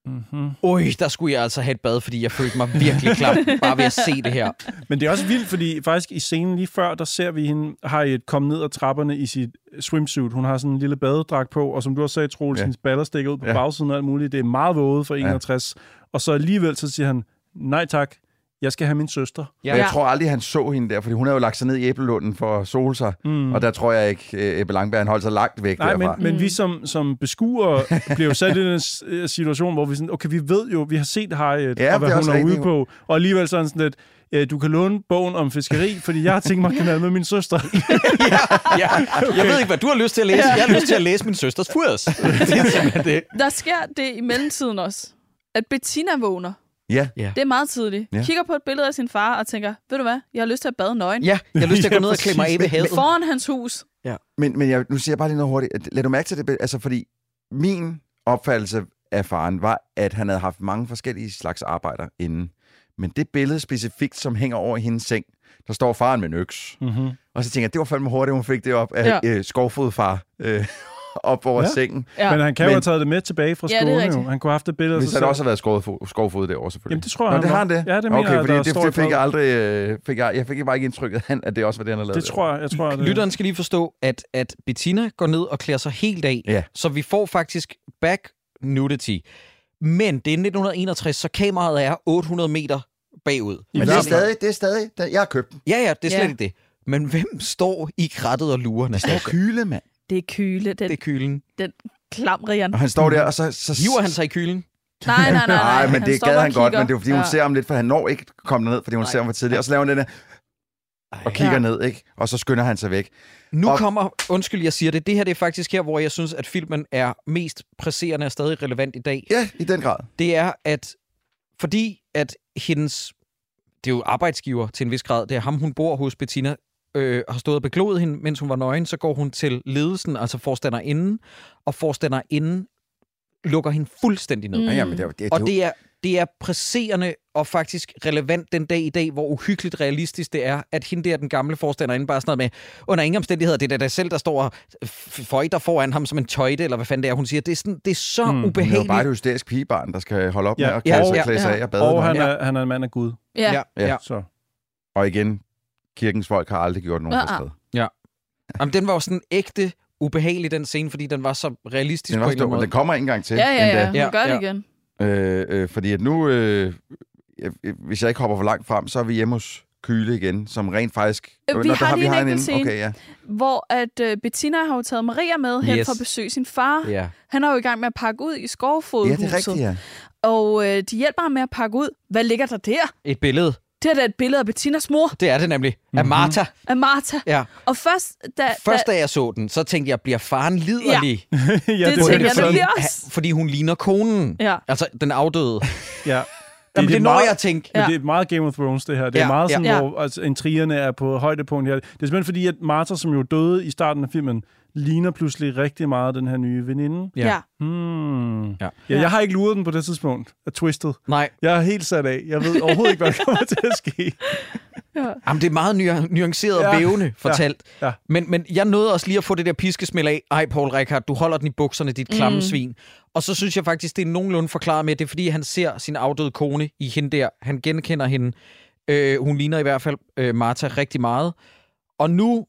Mm-hmm. Øj, der skulle jeg altså have et bad, fordi jeg følte mig virkelig klam, bare ved at se det her. Men det er også vildt, fordi faktisk i scenen lige før, der ser vi hende, Harriet, komme ned ad trapperne i sit swimsuit. Hun har sådan en lille badedragt på, og som du også sagde, Troels, Ja. ja. hendes baller stikker ud på Ja. ja. bagsiden og alt muligt. Det er meget våget for Ja. 61. Ja. Og så alligevel, så siger han, nej tak, jeg skal have min søster. Men jeg Ja. tror aldrig, han så hende der, fordi hun har jo lagt sig ned i æblelunden for at sole sig. Mm. Og der tror jeg ikke, øh, Ebbe Langberg han holdt sig langt væk Nej, men, derfra. men vi som, som beskuere bliver jo sat i den s- øh, situation, hvor vi sådan, okay, vi ved jo, vi har set Harriet, Ja, og hvad det er hun også er ude rigtigt. på, og alligevel så er han sådan lidt, øh, du kan låne bogen om fiskeri, fordi jeg har tænkt mig at knalde med min søster. Ja, jeg ved ikke, hvad du har lyst til at læse. Jeg har lyst til at læse min søsters furs. Det er simpelthen det. Der sker det i mellemtiden også, at Bettina vågner. Ja, Det er meget tidligt. Ja. Ja. Kigger på et billede af sin far og tænker, ved du hvad, jeg har lyst til at bade nøgen. Ja, jeg har lyst til at gå ned og klemme mig af ved havet. Foran hans hus. men, men jeg, nu siger jeg bare lige noget hurtigt. At- Lad du mærke til det? Altså, fordi min opfattelse af faren var, at han havde haft mange forskellige slags arbejder inden. Men det billede specifikt, som hænger over i hendes seng, der står faren med en øks. mm-hmm. Og så tænker jeg, det var fandme hurtigt, hun fik det op af ja. Ja. øh, skovfodfar øh, op over ja. Ja. sengen. Ja. Men han kan jo Men- have taget det med tilbage fra Ja, det er Skåne. Ja, rigtigt. han kunne have haft et billede af Hvis sig han selv. også har været skovfod, skovfod derovre, selvfølgelig. Jamen, det tror jeg, Nå, han det har han var. det? Ja, det mener okay, jeg, fordi der det, står det i fik jeg bladet. aldrig... Øh, fik jeg, jeg fik bare ikke indtrykket, af, han- at det også var det, han havde lavet. Det tror jeg, jeg tror, at det... Lytteren skal lige forstå, at, at Bettina går ned og klæder sig helt af. Ja. Så vi får faktisk back nudity. Men det er 1961, så kameraet er 800 meter bagud. Men I det er hvert fald. stadig, det er stadig, der, jeg har købt den. Ja, ja, det er slet Ja. ikke det. Men hvem står i krattet og lurer, Natasha? Og kyle, mand. Det er kyle, den Det er kylen. klam Rian. Og han står der, og så... så Hiver han sig i kylen? Nej, nej, nej. Nej, men han det står gad bare han og godt, kigger. men det er fordi, hun ser ham lidt, for han når ikke at komme ned, fordi hun Nej. ser ham for tidligt. Og så laver han den der, og kigger Ja. ned, ikke? Og så skynder han sig væk. Nu Og- og... kommer, undskyld, jeg siger det, det her det er faktisk her, hvor jeg synes, at filmen er mest presserende og stadig relevant i dag. Ja, i den grad. Det er, at fordi at hendes, det er jo arbejdsgiver til en vis grad, det er ham, hun bor hos Bettina, øh, har stået og begloet hende, mens hun var nøgen, så går hun til ledelsen, altså forstanderinden, og forstanderinden lukker hende fuldstændig ned. Mm. Mm. Ja, men det, er jo- det, Og jo- det er, det er presserende og faktisk relevant den dag i dag, hvor uhyggeligt realistisk det er, at hende der, den gamle forstander, inde bare er sådan noget med, under ingen omstændigheder, det er da dig selv, der står og f- føjter foran ham som en tøjte, eller hvad fanden det er, hun siger. Det er, sådan, det er så mm, det er jo ubehageligt. bare et hysterisk pigebarn, der skal holde op Ja. med at klæde Ja, sig- ja, klæde sig ja. af og bade. Og nøgen. han er, han er en mand af Gud, Ja. ja. Ja. ja. så... Og igen, Kirkens folk har aldrig gjort nogen Ah, ah. forskel. Ja. Jamen, den var jo sådan ægte ubehagelig, den scene, fordi den var så realistisk Den, var på en eller stor, anden måde. den kommer en gang til. Ja, ja, endda. ja. Hun gør det igen. Øh, øh, fordi at nu, øh, øh, hvis jeg ikke hopper for langt frem, så er vi hjemme hos Kyle igen, som rent faktisk... Øh, Vi Nå, der har lige en hende enkelt scene, inden. Okay, ja. hvor at, øh, Bettina har jo taget Maria med hen Yes. for at besøge sin far. Ja. Han er jo i gang med at pakke ud i skovfodhuset. Ja, det er rigtigt, ja. Og øh, de hjælper ham med at pakke ud. Hvad ligger der der? Et billede. Det er da et billede af Bettinas mor, Det er det nemlig. Af Martha. af Martha. Ja. Og først, da, Først da, da jeg så den, så tænkte jeg, bliver faren liderlig? Ja. Ja, det Fordi- tænkte jeg nemlig fordi, også. ha- fordi hun ligner konen. Ja. Altså, den afdøde. Ja. Jamen, det, det når meget- jeg tænkte. Men det er meget Game of Thrones, det her. Det er Ja, meget ja. sådan, Ja. hvor altså, intrigerne er på højdepunkt her. Det er simpelthen fordi, at Martha, som jo døde i starten af filmen, ligner pludselig rigtig meget den her nye veninde. Ja. Ja. Hmm. ja. Ja. ja jeg har ikke luret den på det tidspunkt. Er twistet. Nej. Jeg er helt sat af. Jeg ved overhovedet ikke, hvad der kommer til at ske. Jamen, det er meget nu- nuanceret og Ja. vævende fortalt. Ja. Ja. Men, men jeg nåede også lige at få det der piskesmæld af, ej, Paul Rickard, du holder den i bukserne, dit Mm. klamme svin. Og så synes jeg faktisk, det er nogenlunde forklaret med, at det er fordi, han ser sin afdøde kone i hende der. Han genkender hende. Øh, hun ligner i hvert fald øh, Martha rigtig meget. Og nu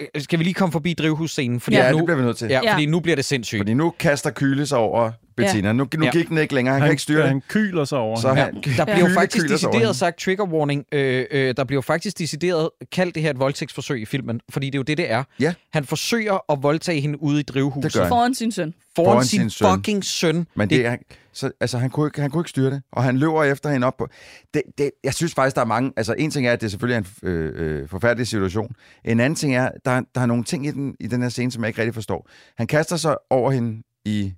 øh, skal vi lige komme forbi drivhusscenen. Fordi Ja, nu, det bliver vi nødt til. Ja, fordi Ja. nu bliver det sindssygt. Fordi nu kaster Kyle sig over Bettina. Ja. Ja. Nu, nu Ja. ja. gik den ikke længere. Han, han kan ikke styre det. Han kyler sig over Så hende. han, Der bliver jo Kyle faktisk kyler sig over decideret hende. sagt trigger warning. Øh, øh, der bliver jo faktisk decideret kaldt det her et voldtægtsforsøg i filmen, fordi det er jo det, det er. Ja. Han forsøger at voldtage hende ude i drivhuset. Det gør han. foran sin søn. Foran, sin, sin fucking søn. Men det, er, så, altså, han, kunne ikke, han kunne ikke styre det, og han løber efter hende op på... Det, det, jeg synes faktisk, der er mange... Altså, en ting er, at det selvfølgelig er en øh, øh, forfærdelig situation. En anden ting er, der, der er nogle ting i den, i den her scene, som jeg ikke rigtig forstår. Han kaster sig over hende i,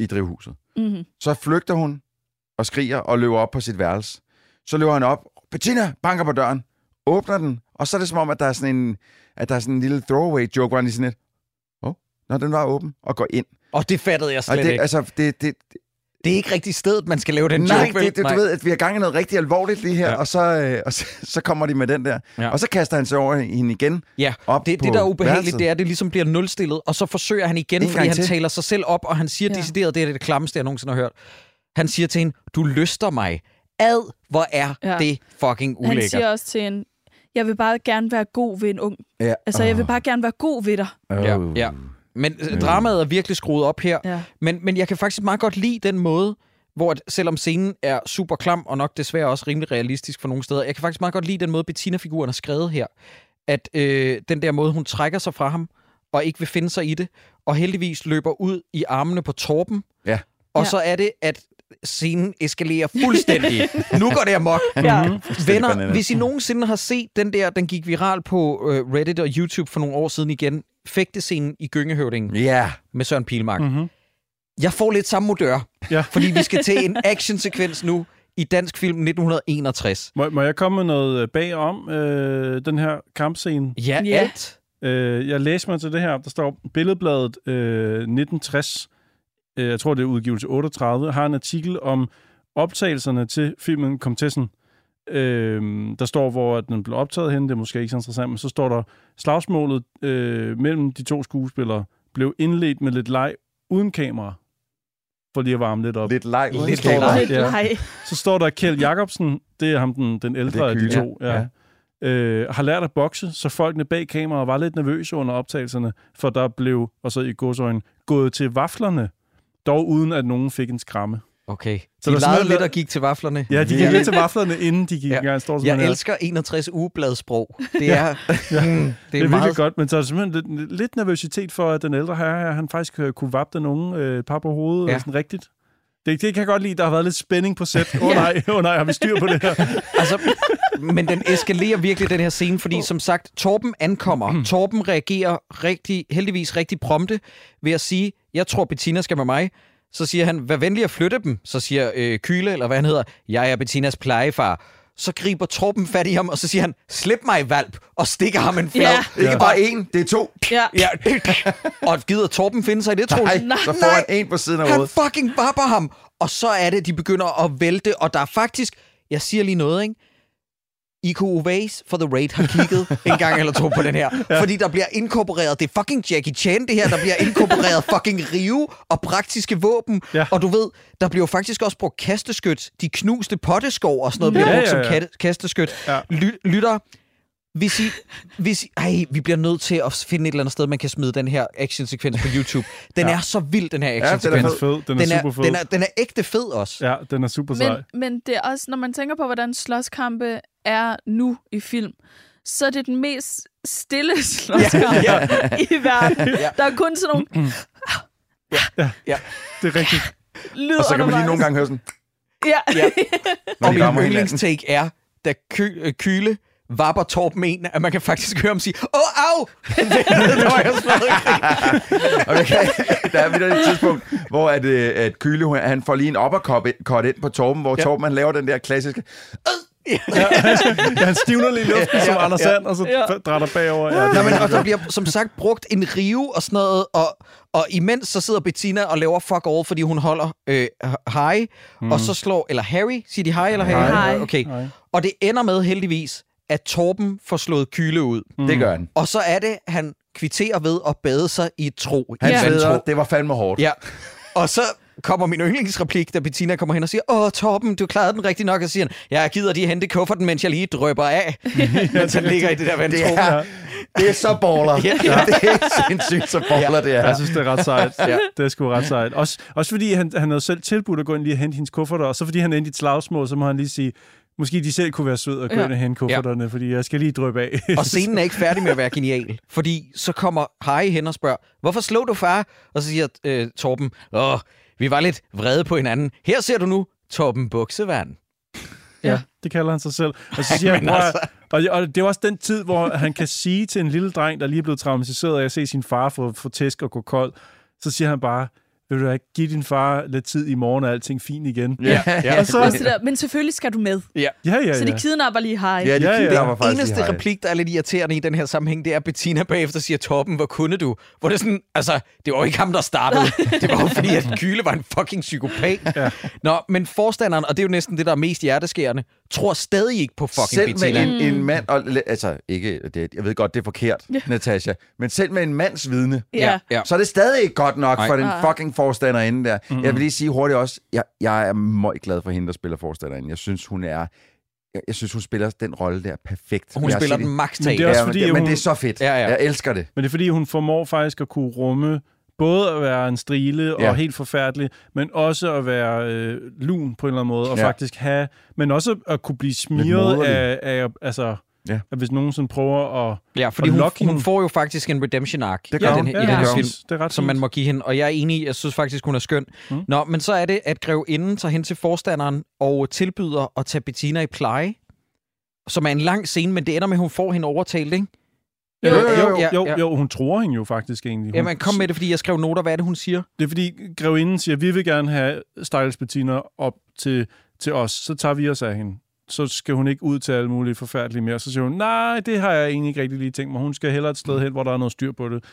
i drivhuset. Mm-hmm. Så flygter hun og skriger og løber op på sit værelse. Så løber han op. Bettina banker på døren, åbner den, og så er det som om, at der er sådan en, at der er sådan en lille throwaway joke, hvor han lige sådan lidt, oh, når den var åben, og går ind. Og det fattede jeg slet og det, ikke. Altså, det, det, Det er ikke rigtig stedet, man skal lave den nej, joke, vel? det, det, du Nej. ved, at vi har gang i noget rigtig alvorligt lige her, ja. og, så, øh, og så, så kommer de med den der. Ja. Ja. Og så kaster han sig over hende igen. Ja, op det, på det, der er ubehageligt, værelset. det er, at det ligesom bliver nulstillet, og så forsøger han igen, En fordi gang han til. taler sig selv op, og han siger ja. decideret, det er det klammeste, jeg nogensinde har hørt. Han siger til hende, du lyster mig. Ad, hvor er Ja. ja. det fucking ulækkert. Han siger også til en, jeg vil bare gerne være god ved en ung. Ja. Altså, jeg Ah. vil bare gerne være god ved dig. Ja, ja. Men øh, dramaet er virkelig skruet op her. Ja. Men, men jeg kan faktisk meget godt lide den måde, hvor at, selvom scenen er super klam, og nok desværre også rimelig realistisk for nogle steder, jeg kan faktisk meget godt lide den måde, Bettina-figuren er skrevet her. At øh, den der måde, hun trækker sig fra ham, og ikke vil finde sig i det, og heldigvis løber ud i armene på Torben. Ja. Og Ja. så er det, at scenen eskalerer fuldstændig. nu går det amok. Ja. Venner, bananas. hvis I nogensinde har set den der, den gik viral på øh, Reddit og YouTube for nogle år siden igen, fægtescenen i Gyngehøvdingen yeah. med Søren Pilmark. Mm-hmm. Jeg får lidt samme modør, Ja. fordi vi skal til en actionsekvens nu i dansk film 1961. Må, må jeg komme med noget øh, bagom øh, den her kampscene? Ja, Ja. alt. Øh, jeg læser mig til det her. Der står, Billedbladet øh, 1960, øh, jeg tror det er udgivelse 38, har en artikel om optagelserne til filmen Komtessen. Øh, der står, hvor den blev optaget henne, det er måske ikke så interessant, men så står der, slagsmålet øh, mellem de to skuespillere blev indledt med lidt leg uden kamera. For lige at varme lidt op. Lidt leg uden Lidt kamera. leg. Lidt leg. Så står der Kjeld Jacobsen, Mhm. det er ham den, den ældre af de Kylo. to, ja. Ja. Ja. Øh, har lært at bokse, så folkene bag kameraet var lidt nervøse under optagelserne, for der blev, og så i godsøjen, gået til vaflerne, dog uden at nogen fik en skramme. Okay. Så Så der de er legede simpelthen- lidt og gik til vaflerne. Ja, de gik lidt til vaflerne, inden de gik ja. i gang. Står der Jeg simpelthen her. elsker 61 ugebladssprog. Det er, ja. mm, det er, Det er, det er meget virkelig godt, men så er der simpelthen lidt, lidt nervøsitet for, at den ældre herre her, han faktisk øh, kunne vappe den unge øh, et par på hovedet, Ja. ja. sådan rigtigt. Det, det kan jeg godt lide, der har været lidt spænding på sæt. Åh oh, nej, åh oh, nej, har vi styr på det her? altså, men den eskalerer virkelig, den her scene, fordi som sagt, Torben Mm. ankommer. Torben reagerer rigtig, heldigvis rigtig prompte ved at sige, jeg tror Bettina skal med mig. Så siger han, vær venlig at flytte dem. Så siger øh, Kyle, eller hvad han hedder, jeg er Bettinas plejefar. Så griber Torben fat i ham, og så siger han, slip mig, valp, og stikker ham en fad. Ja. Ikke bare en, det er to. Ja. ja. og gider Torben finde sig i det, Troels? Nej, så får han en på siden af Han hovedet. fucking vapper ham. Og så er det, de begynder at vælte, og der er faktisk... Jeg siger lige noget, ikke? Iko Uwais for The Raid har kigget en gang eller to på den her. ja. Fordi der bliver inkorporeret, det er fucking Jackie Chan det her, der bliver inkorporeret fucking rive og praktiske våben. Ja. Og du ved, der bliver jo faktisk også brugt kasteskyt. De knuste potteskov og sådan noget bliver Ja, brugt ja, som ja. katte- kasteskyt. Ja. Ly- lytter, hvis I, hvis I, ej, vi bliver nødt til at finde et eller andet sted, man kan smide den her actionsekvens på YouTube. Den Ja. ja. er så vild, den her Ja, den er actionsekvens. fed. Den er super fed. Den er, den er ægte fed også. Ja, den er super sej. Men, men det er også, når man tænker på, hvordan slåskampe er nu i film, så er det den mest stille slåskamp Ja, ja, ja. ja. i verden. Ja. Ja. Der er kun sådan nogle Ja, ja, det er rigtigt. lyder Og så kan man lige undervejs. nogle gange høre sådan, Ja. Ja. Når og de min rammer hinanden. yndlingstake er, da ky- øh, Kyle vapper Torben en, at man kan faktisk høre ham sige, åh, au! det var jeg stadig okay, der er videre et tidspunkt, hvor at, øh, at Kyle, hun- han får lige en uppercut cut ind på Torben, hvor ja. Torben han laver den der klassiske... Ja, han stivner lige i luften som Anders Sand, og så drætter bagover. Ja, det er Nå, men, rigtig og der godt. bliver som sagt brugt en rive og sådan noget, og, og imens så sidder Bettina og laver fuck all, fordi hun holder øh, hej, mm. og så slår, eller Harry, siger de hej eller Harry? Hej. Hej. Okay. Hej. Og det ender med heldigvis, at Torben får slået Kyle ud. Mm. Det gør han. Og så er det, han kvitterer ved at bade sig i et tro. Han i et sveder. vandtro. Det var fandme hårdt. Ja. Og så kommer min yndlingsreplik, da Bettina kommer hen og siger, Åh, Torben, du klarede den rigtig nok, og siger han, jeg gider de hente kufferten, mens jeg lige drøber af, mens han ligger i det der vandtro. Det er, det er så baller. Ja. ja. Det er sindssygt så baller, det er. Jeg synes, det er ret sejt. ja. Ja. Det er sgu ret sejt. Også, også fordi han, han havde selv tilbudt at gå ind lige og hente hendes kufferter, og så fordi han endte i et slagsmål, så må han lige sige, måske de selv kunne være søde at gå Ja. ind og hente kufferterne, ja. fordi jeg skal lige drøbe af. Og scenen er ikke færdig med at være genial, fordi så kommer Harry hen og spørger, hvorfor slog du far? Og så siger øh, Torben, åh, vi var lidt vrede på hinanden. Her ser du nu Torben Buksevand. Ja, det kalder han sig selv. Og så Ej, siger han, men "Prøv at- altså." og, og det er også den tid, hvor han kan sige til en lille dreng, der lige er blevet traumatiseret af at se sin far få, få tæsk og gå kold, så siger han bare, vil du ikke give din far lidt tid i morgen, og alting fint igen. Og så, ja, der, men selvfølgelig skal du med. Ja, ja, ja. Så de kidnapper lige hej. Den eneste replik, der er lidt irriterende i den her sammenhæng, det er, at Bettina bagefter siger, Torben, hvor kunne du? Hvor det er sådan, altså, det var jo ikke ham, der startede. det var jo fordi, at Kyle var en fucking psykopat. ja. Nå, men forstanderen, og det er jo næsten det, der er mest hjerteskærende, tror stadig ikke på fucking Selv med Bettina. en, Mm. en mand, og, la- altså ikke, det, jeg ved godt, det er forkert, ja. Natasha, men selv med en mands vidne, Ja. Ja. så er det stadig ikke godt nok Nej. for den Nej. fucking forstanderinde der. Mm-mm. Jeg vil lige sige hurtigt også, jeg, jeg er meget glad for hende, der spiller forstanderinde. Jeg synes, hun er... Jeg, jeg synes, hun spiller den rolle der perfekt. Hun Jeg har spiller set den det- maks Ja, Men det er også men fordi, det- men hun- det er så fedt. Ja, ja. Jeg elsker det. Men det er fordi, hun formår faktisk at kunne rumme både at være en strile og Ja. helt forfærdelig, men også at være øh, lun på en eller anden måde, og Ja. faktisk have, men også at kunne blive smiret moderlig. af, af, altså, ja. at hvis nogen sådan prøver at Ja, fordi at hun, lokke hun hende. får jo faktisk en redemption arc Det det gør i hun. den, Ja, ja, i den det gør her hun. film, Det er ret som man fint. må give hende. Og jeg er enig, jeg synes faktisk, hun er skøn. Mm. Mm. Nå, men så er det, at grevinden tager hen til forstanderen og tilbyder at tage Bettina i pleje, som er en lang scene, men det ender med, at hun får hende overtalt, ikke? Jo, jo, jo, jo, ja, jo, ja. jo, hun tror hende jo faktisk egentlig. Hun, Jamen, kom med det, fordi jeg skrev noter. Hvad er det, hun siger? Det er fordi grevinden siger, vi vil gerne have Stakkels Bettina op til, til os, så tager vi os af hende. Så skal hun ikke ud til alle mulige forfærdelige mere. Så siger hun, nej, det har jeg egentlig ikke rigtig lige tænkt mig. Hun skal hellere et Mm. sted hen, hvor der er noget styr på det.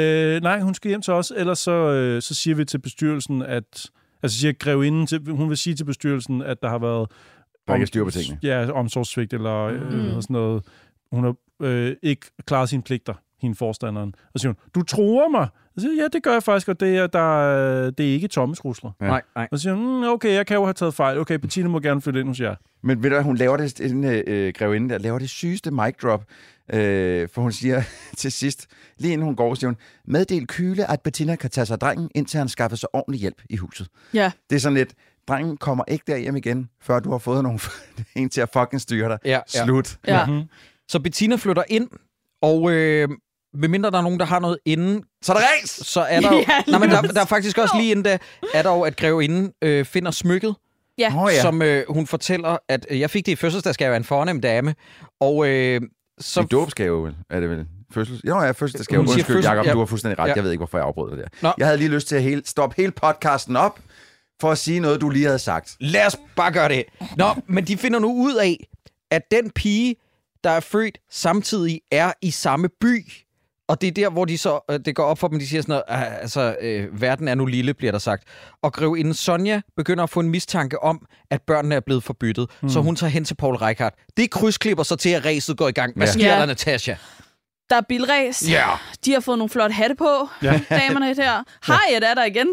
Øh, nej, hun skal hjem til os, ellers så, øh, så siger vi til bestyrelsen, at... Altså siger grevinden, til, hun vil sige til bestyrelsen, at der har været... Der ikke er styr på tingene. Ja, omsorgssvigt eller mm. øh, sådan noget. Hun har øh, ikke klaret sine pligter, hende forstanderen. Og så siger hun, du tror mig. Og så siger jeg, ja, det gør jeg faktisk, og det er, der, det er ikke Thomas Rusler. Ja. Nej, nej. Og så siger hun, mm, okay, jeg kan jo have taget fejl. Okay, Bettina må gerne flytte ind hos jer. Men ved du hvad, hun laver det, den øh, grevinde der, laver det sygeste mic drop, øh, for hun siger til sidst, lige inden hun går, siger hun, meddel Kyle, at Bettina kan tage sig af drengen, indtil han skaffer sig ordentlig hjælp i huset. Ja. Det er sådan lidt, drengen kommer ikke derhjem igen, før du har fået nogen, en til at fucking styre dig. Ja, ja. Slut. Ja. Mhm. Så Bettina flytter ind, og øh, medmindre der er nogen, der har noget inden... Så er der ræs! Så er der jo... Ja, nej, men der, lige der er faktisk også lige inden da, er der jo, at grevinden øh, finder smykket, Ja. Nå ja. som øh, hun fortæller, at øh, jeg fik det i fødselsdagsgave af en fornem dame, og øh, så... Så... I dåbsgave, vel? Er det vel? Fødsels... Jo, ja, fødselsdagsgave. Hun siger Undskyld, fødsel- Jacob, ja. du har fuldstændig ret. Ja. Jeg ved ikke, hvorfor jeg afbrød det der. Nå. Jeg havde lige lyst til at hele... stoppe hele podcasten op, for at sige noget, du lige havde sagt. Lad os bare gøre det. Nå, men de finder nu ud af, at den pige, der er født samtidig, er i samme by Og det er der, hvor de så, øh, det går op for dem, de siger sådan noget, "Ah, altså, øh, verden er nu lille, bliver der sagt. Og grevinden Sonja begynder at få en mistanke om, at børnene er blevet forbyttet. Mm. Så Mm. hun tager hen til Paul Reichardt. Det krydsklipper så til, at ræset går i gang. Hvad Ja. sker Ja. der, Natasha? Der er bilræs. Ja. De har fået nogle flotte hatte på, Ja. ja. damerne her. Harriet er der igen.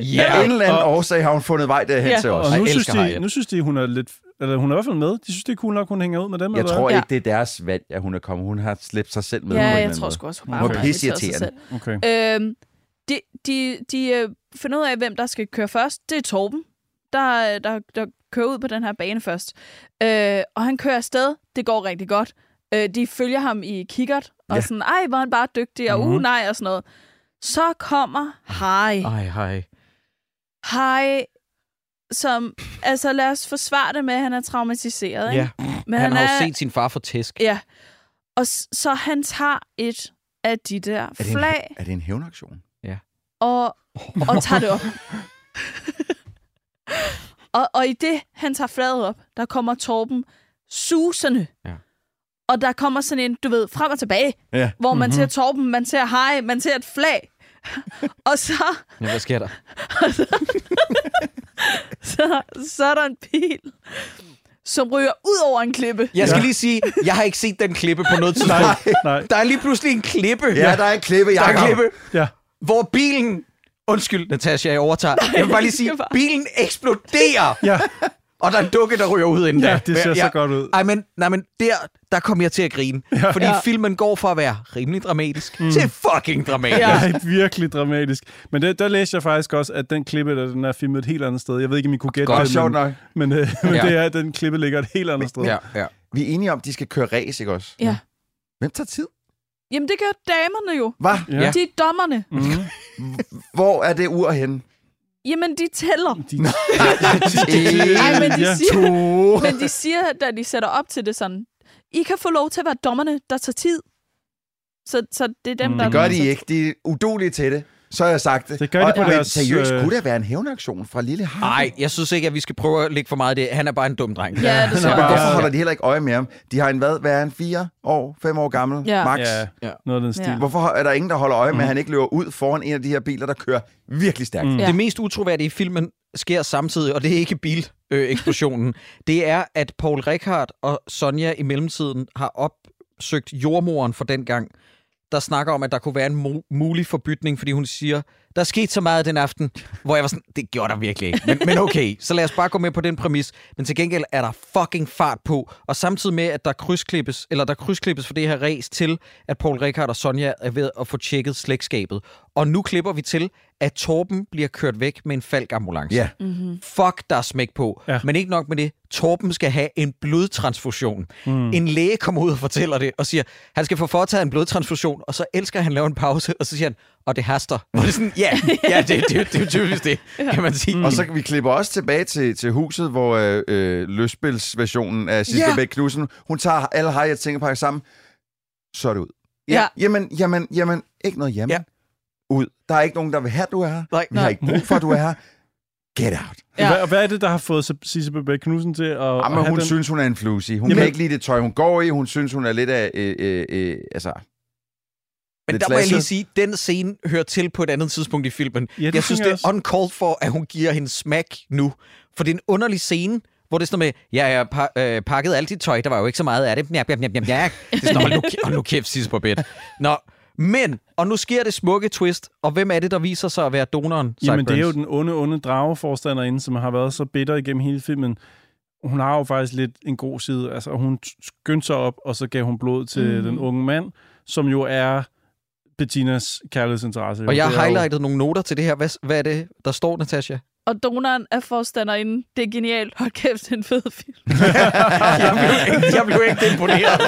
Ja. Af en eller anden årsag har hun fundet vej derhen til os. Og nu Jeg synes, elsker de, Harriet. nu synes de, hun er lidt... Eller hun er i hvert fald med. De synes, det er cool nok, hun hænger ud med dem. Jeg eller tror hvad? ikke, det er deres valg, at hun er kommet. Hun har slæbt sig selv med. på Ja, en jeg eller anden tror måde. sgu også, hun hun bare var har inviteret sig pisseirriterende. Okay. Øhm, de, de, de øh, finder ud af, hvem der skal køre først. Det er Torben, der, øh, der, der kører ud på den her bane først. Øh, og han kører afsted. Det går rigtig godt. Øh, de følger ham i kikkert, og Ja. ja. sådan, ej, hvor er han bare dygtig, og Mhm. uh, nej, og sådan noget. Så kommer Harry. Ej, hej. Harry, som, altså lad os forsvare det med, at han er traumatiseret, Ja. ikke? Men han, han har jo set sin far få tæsk. Ja. Og s- så han tager et af de der Er det, flag en, er det en hævnaktion? Ja. og, og tager det op. og, og i det, han tager flaget op, der kommer Torben susende. Ja. Og der kommer sådan en, du ved, frem og tilbage, Ja. hvor man Mhm. ser Torben, man ser Harry, man ser et flag. og så, Men hvad sker der? så, så er der en pil, som ryger ud over en klippe. Jeg skal lige sige, jeg har ikke set den klippe på noget tidspunkt. nej. Der er lige pludselig en klippe. Ja, der er en klippe, Der er en Jacob. klippe, ja. hvor bilen... Undskyld, Natasha, jeg overtager. Jeg vil bare lige sige, bilen eksploderer. Ja. Og der er en dukke, der ryger ud inden Ja, da. det ser Men så jeg- godt ud. Ej, men, nej, men der, der kom jeg til at grine. Ja. Fordi Ja. filmen går fra at være rimelig dramatisk mm. til fucking dramatisk. Ja. virkelig dramatisk. Men det, der læste jeg faktisk også, at den klippe, der den er filmet et helt andet sted. Jeg ved ikke, om I kunne gætte Godt, det, sjovt men, nok. men, øh, men Ja. det er, at den klippe ligger et helt andet sted. Ja, ja. Vi er enige om, at de skal køre ræs, ikke også? Ja. Hvem tager tid? Jamen, det gør damerne jo. Hvad? Ja. De er dommerne. Hvor er det ur henne? Jamen, de tæller. De... Nej, men de, Ja. siger, To. men de siger, da de sætter op til det sådan, I kan få lov til at være dommerne, der tager tid. Så, så det er dem, der... altså- Det gør de ikke. De er udolige til det. Så har jeg sagt det. Det gør de på men deres, seriøst, øh, kunne det være en hævnaktion fra Lille Harry? Nej, jeg synes ikke, at vi skal prøve at lægge for meget af det. Han er bare en dum dreng. Ja, det så hvorfor holder de heller ikke øje med ham? De har en hvad? Hvad er han? Fire år? Fem år gammel? Ja. Max? Ja, noget af den stil. Ja. Hvorfor er der ingen, der holder øje med, at han ikke løber ud foran en af de her biler, der kører virkelig stærkt? Mm. Ja. Det mest utroværdige i filmen sker samtidig, og det er ikke bileksplosionen. det er, at Paul Rickard og Sonja i mellemtiden har opsøgt jordmoren for dengang, der snakker om, at der kunne være en mu- mulig forbytning, fordi hun siger, der skete så meget den aften, hvor jeg var sådan, det gjorde der virkelig ikke. Men, men okay, så lad os bare gå med på den præmis. Men til gengæld er der fucking fart på, og samtidig med, at der krydsklippes, eller der krydsklippes for det her ræs til, at Paul Rickard og Sonja er ved at få tjekket slægtskabet. Og nu klipper vi til, at Torben bliver kørt væk med en falkambulance. Ja. Mm-hmm. Fuck, der er smæk på. Ja. Men ikke nok med det. Torben skal have en blodtransfusion. Mm. Mm. En læge kommer ud og fortæller det, og siger, han skal få foretaget en blodtransfusion, og så elsker han at lave en pause, og så siger han, og det haster. Og det er sådan, ja, ja det, det, det, det er jo typisk det, kan man sige. Og så kan vi klippe også tilbage til, til huset, hvor øh, øh, løsspilsversionen af Sisle Ja. yeah. Bæk Knudsen, hun tager alle Harriet Tinkerpakke sammen, så er det ud. Ja. Jamen, jamen, jamen, ikke noget hjemme. Ja. Ud. Der er ikke nogen, der vil have, at du er her. Nej. Vi har ikke brug for, at du er her. Get out. Ja. Hvad, og hvad er det, der har fået Sisse Bebæk Knudsen til at, at Jamen, have hun den? synes, hun er en flusi. Hun Jamen. Jamen- kan ikke lide det tøj, hun går i. Hun synes, hun er lidt af... Øh, øh, øh, altså, Men lidt der må jeg lige slasket. sige, den scene hører til på et andet tidspunkt i filmen. Ja, Ja, det jeg synes, tænker det jeg er uncalled for, at hun giver hende smack nu. For det er en underlig scene, hvor det står med, ja, jeg har pa- øh, pakket alt dit tøj, der var jo ikke så meget af det. Njap, njap, njap, njap, njap. Det er sådan, hold nu, kæ- hold nu kæft, sidst på bed. Nå, men, og nu sker det smukke twist, og hvem er det, der viser sig at være donoren? Jamen, det er jo Sideburns? den onde, onde drageforstanderinde, som har været så bitter igennem hele filmen. Hun har jo faktisk lidt en god side. Altså, hun t- skyndte sig op, og så gav hun blod til Mm. mm. den unge mand, som jo er Bettinas kærlighedsinteresse. Og jeg Det er har jo- highlightet nogle noter til det her. Hvad, hvad er det, der står, Natasha? Og donoren er forstanderinde. Det er genialt. Hold kæft, det er en fed film. jeg, blev ikke, jeg blev ikke imponeret.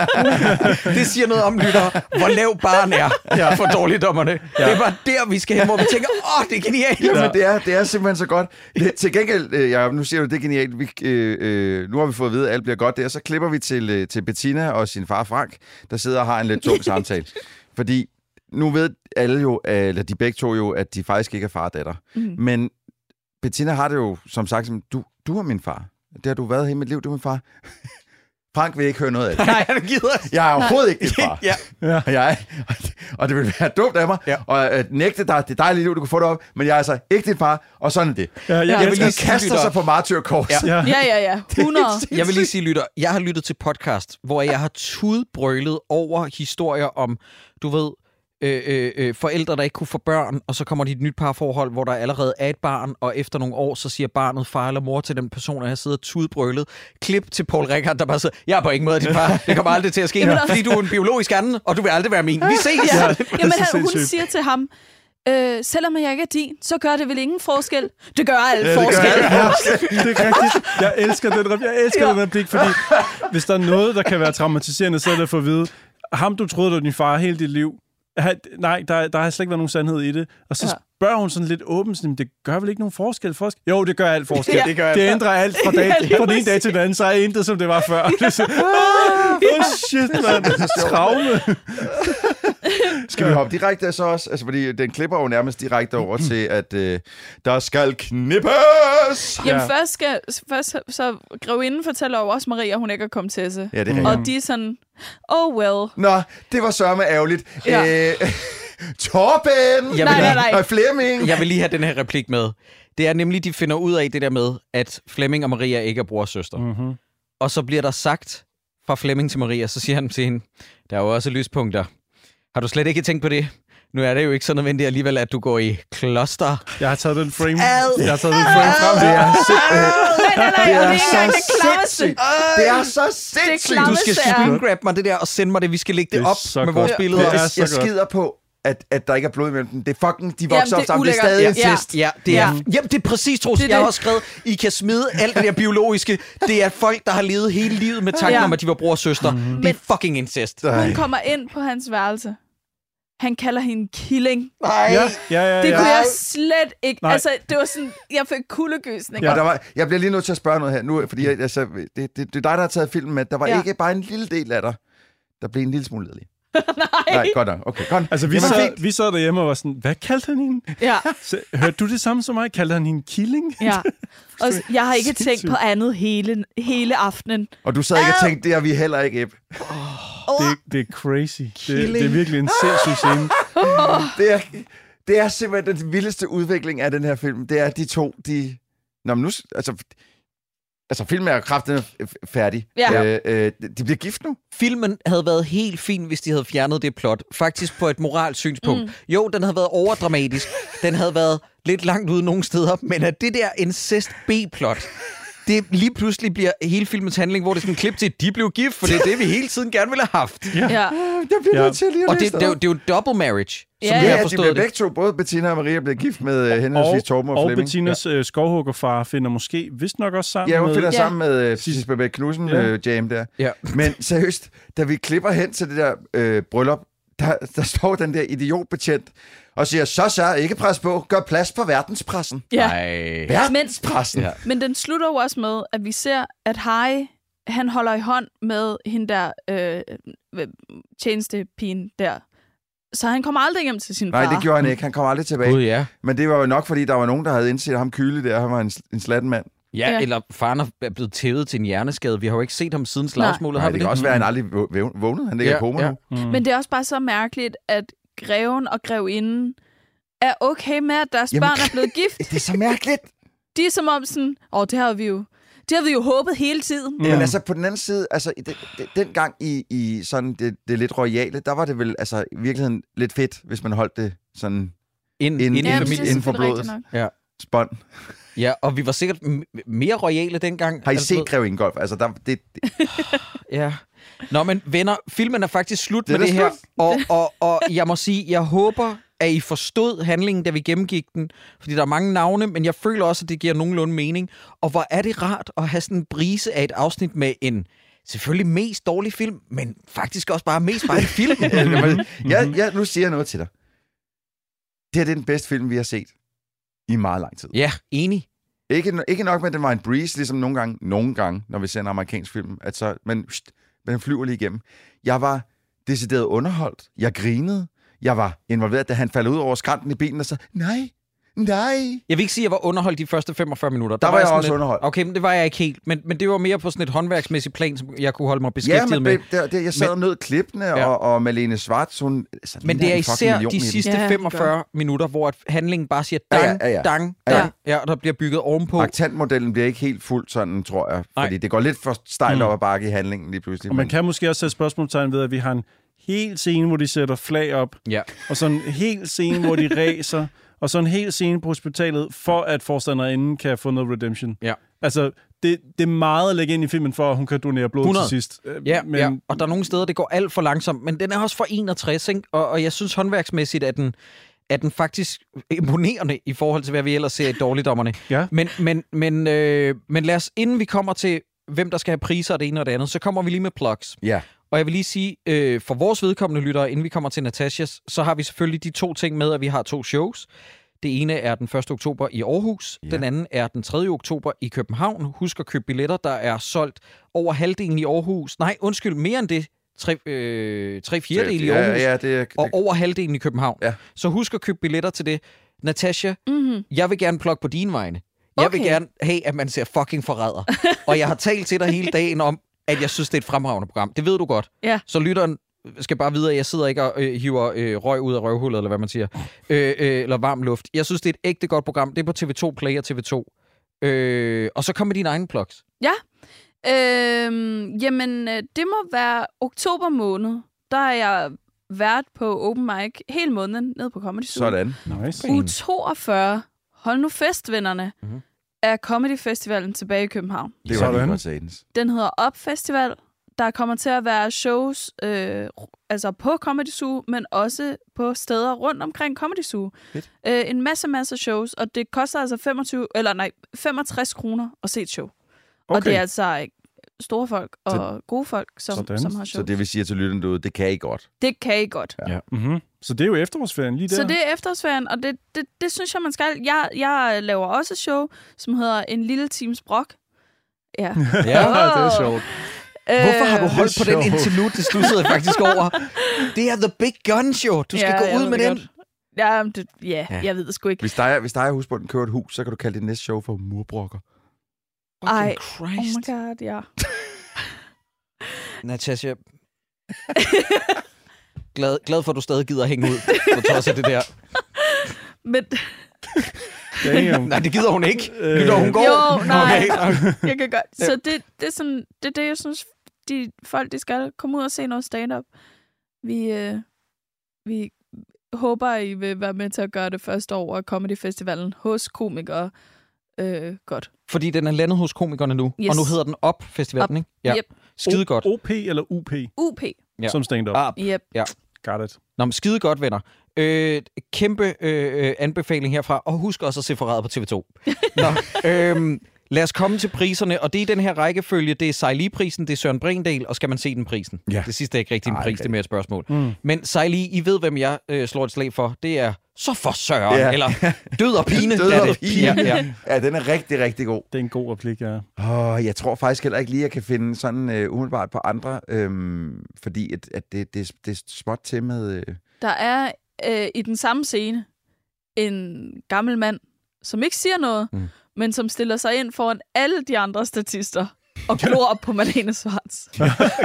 Det siger noget om, lytter, hvor lav barn er ja. for dårligdommerne. Ja. Det er bare der, vi skal hen, hvor vi tænker, åh, oh, det er genialt. Jamen, det er, det er simpelthen så godt. Det, til gengæld, øh, Jacob, nu siger du, det er genialt. Vi, øh, øh, nu har vi fået at vide, at alt bliver godt der. Så klipper vi til, øh, til Bettina og sin far Frank, der sidder og har en lidt tung samtale. Fordi nu ved alle jo, øh, eller de begge to jo, at de faktisk ikke er far og datter. Mhm. Mm. Men Bettina har det jo som sagt, som, du, du er min far. Det har du været hele mit liv, du er min far. Frank vil ikke høre noget af det. Nej, han gider Jeg er overhovedet ikke dit far. ja. ja. Og, jeg, og det- og det ville være dumt af mig, ja. og at øh, nægte dig det dejlige liv, du kunne få deroppe, men jeg er altså ikke din far, og sådan er det. Ja, jeg jeg vil elsker lige at sige kaste det sig op. på martyrkorset. Ja. Ja, ja, ja. 100. Jeg vil lige sige, lytter, jeg har lyttet til podcast, hvor jeg har tudbrølet over historier om, du ved, øh, øh, øh, forældre, der ikke kunne få børn, og så kommer de i et nyt parforhold, hvor der allerede er et barn, og efter nogle år, så siger barnet far eller mor til den person, og jeg sidder tudbrølet. Klip til Paul Rickard, der bare siger, jeg er på ingen måde din far, det kommer aldrig til at ske, Jamen, fordi du er en biologisk anden, og du vil aldrig være min. Vi ses! Ja. Jamen, Det er så han, hun sindssygt. siger til ham, øh, selvom jeg ikke er din, så gør det vel ingen forskel. Det gør alt Ja, det gør forskel. jeg også. Det er rigtigt. Jeg elsker den replik, jeg elsker Ja. ja. den replik, fordi hvis der er noget, der kan være traumatiserende, så er det at få at vide, ham du troede, du var din far hele dit liv, han- nej, der, der har slet ikke været nogen sandhed i det. Og så Ja. spørger hun sådan lidt åbent, sådan, "Men det gør vel ikke nogen forskel for os? Jo, det gør alt forskel. Ja, det gør alt. det ændrer alt fra, dag, Ja, lige fra den ene dag til den anden, så er intet, som det var før. Det er så, oh, shit, man. Traume. Skal vi hoppe direkte så også? Altså, fordi den klipper jo nærmest direkte over til, at øh, der skal knippes! Jamen ja. først, skal, først så- så grevinden fortæller jo også Maria, at hun ikke er komtesse. Ja, det er rigtigt. Og de er sådan, oh well. Nå, det var sørme ærgerligt. Ja. Ja. Øh, Torben! Jeg vil- Nej, nej, nej. Flemming! Jeg vil lige have den her replik med. Det er nemlig, de finder ud af det der med, at Flemming og Maria ikke er bror og søster. Mm-hmm. Og så bliver der sagt fra Flemming til Maria, så siger han til hende, der er jo også lyspunkter. Har du slet ikke tænkt på det? Nu er det jo ikke så nødvendigt alligevel, at du går i kloster. Ah, Jeg har taget den frame. Ad. Jeg har taget den frame frem. Det er Nej, nej, nej, det er det ikke er engang det så klammeste. sindssygt. Det er så sindssygt. Du skal screengrab mig det der og sende mig det. Vi skal lægge det, Det er så op med godt. vores Ja. billeder. Det er Jeg, så jeg godt. skider på, at, at der ikke er blod imellem dem. Det er fucking, de Jamen, vokser det op er sammen. Det er ulækkert. stadig Ja. incest. Ja, det er, jamen, det er præcis, Troels. Det er Jeg har det. også skrevet, I kan smide alt det der biologiske. Det er folk, der har levet hele livet med tanken Ja. om, at de var bror og søster. Det er fucking incest. Hun kommer ind på hans værelse. Han kalder hende killing. Nej. Ja, ja, ja, ja. Det kunne jeg slet ikke. Nej. Altså, det var sådan, jeg fik kuldegysninger. Og der var, jeg bliver lige nødt til at spørge noget her nu, fordi jeg, altså, det, det, det er dig, der har taget filmen med. Der var Ja. ja. ikke bare en lille del af dig, der blev en lille smule ledelig. Nej. Nej, godt nok. Okay, godt. Altså, vi, Jamen, sad, fint. vi sad derhjemme og var sådan, hvad kaldte han hende? Ja, Så, hørte du det samme som mig? Kaldte han hende killing? ja. Og s- jeg har ikke Sindssygt. tænkt på andet hele, hele aftenen. Og du sad ikke og tænkte, det er vi heller ikke, Eb. Det, det er crazy. Det, det er virkelig en sindssyg scene. Det er, det er simpelthen den vildeste udvikling af den her film. Det er de to, de... Nå, men nu... s- Altså, altså filmen er jo kraften færdig. Ja. Øh, øh, de bliver gift nu. filmen havde været helt fin, hvis de havde fjernet det plot. Faktisk på et moralsk synspunkt. Mm. Jo, den havde været overdramatisk. Den havde været lidt langt ude nogle steder. Men at det der incest B-plot, det lige pludselig bliver hele filmens handling, hvor det er sådan en klip til, at de blev gift, for det er det, vi hele tiden gerne ville have haft. Ja. Jeg bliver Ja. nødt til lige at Og det, læse det, er jo, det er jo double marriage, som Ja, vi Ja, har ja, de blev forstået begge det. to, både Bettina og Maria, blev gift med øh, henholdsvis Og, Torben og, og Flemming. Bettinas øh, skovhuggerfar finder måske vist nok også sammen Ja, hun med... finder Ja. sammen med øh, Sissi Bebek Knudsen Ja. øh, jam der. Ja. Men seriøst, da vi klipper hen til det der øh, bryllup, der, der står den der idiotbetjent og siger, så så, ikke pres på, gør plads på verdenspræssen. ja. Ej. Verdenspressen! Ja. Ja. Men den slutter jo også med, at vi ser, at Harry, han holder i hånd med hende der øh, øh, tjenestepigen der. Så han kommer aldrig hjem til sin Nej, far. det gjorde han ikke. Han kom aldrig tilbage. Gud, ja. Men det var jo nok, fordi der var nogen, der havde indset at ham kyle der. Han var en, en slatten mand. ja. Ja. eller faren er blevet tævet til en hjerneskade. Vi har jo ikke set ham siden Nej. slagsmålet, har Nej, vi det kan også være, at han aldrig vå- væv- vågnede. Han ligger i Ja, koma ja. nu. Mm. Men det er også bare så mærkeligt, at greven og grevinden er okay med, at deres Jamen, Jamen. børn er blevet gift. Det er så mærkeligt. De er som om sådan, åh, oh, det har vi jo, det har vi jo håbet hele tiden. Mm. Men altså, på den anden side, altså, i den, den, dengang i, i sådan det, det lidt royale, der var det vel altså, i virkeligheden lidt fedt, hvis man holdt det sådan Ind, Inden- ind, ind i Jamen, familie- men familien. det er inden for selvfølgelig blodet. rigtigt nok. spånd. Ja, og vi var sikkert m- mere royale dengang. Har I Altså, set Grev Ingolf? Altså, der, det, det, Ja. Nå, men venner, filmen er faktisk slut Den med er det her. Og, og, og jeg må sige, jeg håber, at I forstod handlingen, da vi gennemgik den. Fordi der er mange navne, men jeg føler også, at det giver nogenlunde mening. Og hvor er det rart at have sådan en brise af et afsnit med en selvfølgelig mest dårlig film, men faktisk også bare mest bare en film. jeg, jeg, nu siger jeg noget til dig. Det her det er den bedste film, vi har set i meget lang tid. ja, enig. Ikke, ikke nok med, at den var en breeze, ligesom nogle gange, nogle gange, når vi ser en amerikansk film, at så, men, pst, men den flyver lige igennem. Jeg var decideret underholdt. Jeg grinede. Jeg var involveret, da han faldt ud over skrænten i bilen og så, nej, Nej. Jeg vil ikke sige, at jeg var underholdt de første 45 minutter. Der var jeg sådan også lidt- underholdt. Okay, men det var jeg ikke helt. Men, men det var mere på sådan et håndværksmæssigt plan, som jeg kunne holde mig Ja, beskæftiget men med. det, det, det, jeg sad og nød klippene, Ja. ja. og, og Malene Svarts, hun... Altså, Men ligner det er en fucking især million i de det. sidste Ja, ja, det 45 minutter, hvor at handlingen bare siger dang, ja, ja, ja. dang, Ja, ja. dang, ja. og der bliver bygget ovenpå. Aktantmodellen bliver ikke helt fuldt sådan, tror jeg. Nej. Mm. Fordi det går lidt for stejlt op ad bakke i handlingen lige pludselig. Og man kan måske også sætte spørgsmålstegn ved, at vi har en hel scene, hvor de sætter flag op, ja. og så en hel scene, hvor de ræser, og så en hel scene på hospitalet, for at forstanderinden kan få noget redemption. Ja. Altså, det, det er meget at lægge ind i filmen, for at hun kan donere blod 100. til sidst. Øh, Ja, men... ja, og der er nogle steder, det går alt for langsomt, men den er også fra 61, ikke? Og, og jeg synes håndværksmæssigt, at den, at den faktisk imponerende i forhold til, hvad vi ellers ser i dårligdommerne. Ja. Men, men, men, øh, men lad os, inden vi kommer til, hvem der skal have priser og det ene og det andet, så kommer vi lige med plugs. Ja. Og jeg vil lige sige, øh, for vores vedkommende lyttere, inden vi kommer til Natasjas, så har vi selvfølgelig de to ting med, at vi har to shows. Det ene er den 1. oktober i Aarhus, ja. den anden er den 3. oktober i København. Husk at købe billetter, der er solgt over halvdelen i Aarhus. Nej, undskyld, mere end det. Tre, øh, tre fjerdedele i Ja, Aarhus, ja, det er- og over halvdelen i København. Ja. Så husk at købe billetter til det. Natasha, Mm-hmm. jeg vil gerne plukke på dine vegne. Jeg okay. vil Okay. gerne have, at man ser fucking forræder. og jeg har talt til dig hele dagen om, at jeg synes, det er et fremragende program. Det ved du godt. Ja. Så lytteren skal bare vide, at jeg sidder ikke og øh, hiver øh, røg ud af røvhullet, eller hvad man siger. Øh, øh, eller varm luft. Jeg synes, det er et ægte godt program. Det er på TV2 Play og TV2. Øh, og så kom med dine egne plugs. Ja. Øhm, jamen, øh, det må være oktober måned. Der er jeg vært på open mic hele måneden nede på Comedy Zoo. Sådan. Nice. U 42. Hold nu fest, vennerne. Mm-hmm. Er Comedy Festivalen tilbage i København. Det var lige godt sagtens. Den hedder Op Festival. Der kommer til at være shows øh, altså på Comedy Zoo, men også på steder rundt omkring Comedy Zoo. Øh, en masse, masse shows, og det koster altså 25, eller nej, 65 kroner at se et show. Okay. Og Okay. det er altså øh, store folk og så, gode folk, som, som har Så shows. det vil sige til lytterne derude, det kan I godt. det kan I godt. Ja. Mm-hmm. Så det er jo efterårsferien lige der. Så det er efterårsferien, og det, det, det synes jeg, man skal. Jeg, jeg øh, laver også et show, som hedder En Lille Times Brok. Ja. det er sjovt. Hvorfor Øh, har du holdt på den sjovt. indtil nu? Det sluttede jeg faktisk over. Det er The Big Gun Show. Du skal Ja, jeg gå ud ved med det den. godt. Ja, men det, ja, Ja. ja, jeg ved det sgu ikke. Hvis dig, hvis dig og husbunden kører et hus, så kan du kalde det næste show for murbrokker. Ej, Christ. oh my god, ja. Natasha. glad, glad for, at du stadig gider hænge ud, på trods af det der. Men... Damn. Nej, det gider hun ikke. Lytter hun går. Jo, nej. Okay. jeg kan godt. Så det, det, er sådan, det er det, jeg synes, de folk, de skal komme ud og se noget stand-up. Vi, øh, vi håber, I vil være med til at gøre det første år af Comedy Festivalen hos komikere. Øh, godt. Fordi den er landet hos komikerne nu, yes. og Yes. nu hedder den Op Festivalen, Op. ikke? Yep. Skide godt. OP eller UP? UP. Ja. Ah. Som stand-up. Op. Yep. Ja. Got it. Nå, men skide godt, venner. Øh, kæmpe øh, øh, anbefaling herfra, og husk også at se forræder på TV2. Nå, øhm, lad os komme til priserne, og det er i den her rækkefølge. Det er Sejli-prisen, det er Søren Brindel, og skal man se den prisen? Ja. Det sidste er ikke rigtig en Ej, pris, okay. det er mere et spørgsmål. Mm. Men Sejli, I ved, hvem jeg øh, slår et slag for. Det er så for søren, Ja. eller død og pine. Død er og det. pine. Ja, ja. ja, den er rigtig, rigtig god. Det er en god replik, ja. Åh, jeg tror faktisk heller ikke lige, at jeg kan finde sådan øh, umiddelbart på andre, øhm, fordi at, at det, det, det er småt til med... Øh, Der er øh, i den samme scene en gammel mand, som ikke siger noget, Mm. mm. men som stiller sig ind foran alle de andre statister og glor op på Malene Svarts.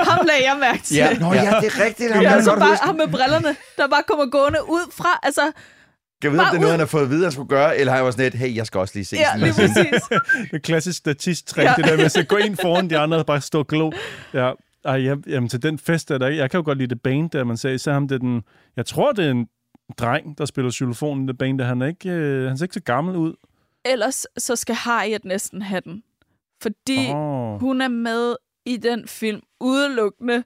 ham lagde jeg mærke til. Ja. Nå ja, det er rigtigt. Ham Ham, kan jeg altså godt bare huske. ham med brillerne, der bare kommer gående ud fra. Altså, kan jeg vide, om Bare det er noget, ud. han har fået at vide, han skulle gøre, eller har jeg også sådan et, hey, jeg skal også lige se ja, sådan lige noget scene. præcis. Det er klassisk statisttræk, Ja. ja. det der med at gå ind foran de andre og bare stå og glo. Ja. Ej, jeg, jamen til den fest er der ikke. Jeg kan jo godt lide det band, der man sagde. Især ham, det er den... Jeg tror, det er en dreng, der spiller xylofonen i det band, der han er ikke, øh, han ser ikke så gammel ud. Ellers så skal Harriet næsten have den. Fordi Åh. oh. hun er med i den film udelukkende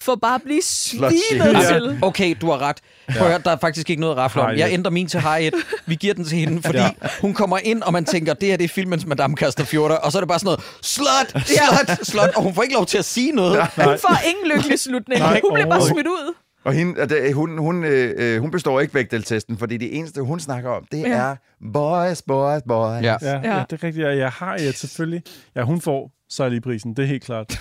for bare at blive Flot svinet shit. til. Ja. Okay, du har ret. Prøv at høre, der er faktisk ikke noget at rafle om. Harriet. Jeg ændrer min til Harriet. Vi giver den til hende, fordi ja. hun kommer ind, og man tænker, det her det er filmens Madame Kaster 14, og så er det bare sådan noget, slut, slut, slut, og hun får ikke lov til at sige noget. Hun får ingen lykkelig slutning. Nej, Hun bliver bare overhovedet. smidt ud. Og hende, og det, hun, hun, øh, øh, hun består ikke Bechdel-testen, fordi det eneste, hun snakker om, det Ja. er boys, boys, boys. Ja. Ja, ja. ja det er rigtigt. Ja, jeg har ja, selvfølgelig. Ja, hun får sejlige-prisen, det er helt klart.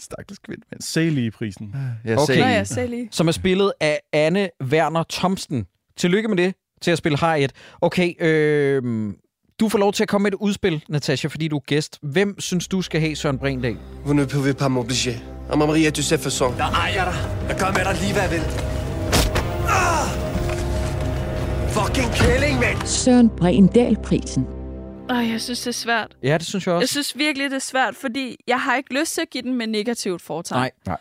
Stakkels kvinde, mand. Sejlige-prisen. Jeg Okay. okay. Nå sagde, ja, se lige. Som er spillet af Anne Werner Thomsen. Tillykke med det. til at spille Harriet. Okay, øh, du får lov til at komme med et udspil, Natasha, fordi du er gæst. Hvem synes du skal have Søren Brindal? Vous ne pouvez pas m'obliger. Og Maria, du ser for sådan. Jeg ejer dig. Jeg gør med dig lige, hvad jeg vil. Ah! Fucking kælling, mand! Søren Brindal-prisen. Og jeg synes, det er svært. Ja, det synes jeg også. Jeg synes virkelig, det er svært, fordi jeg har ikke lyst til at give den med negativt foretegn. Nej.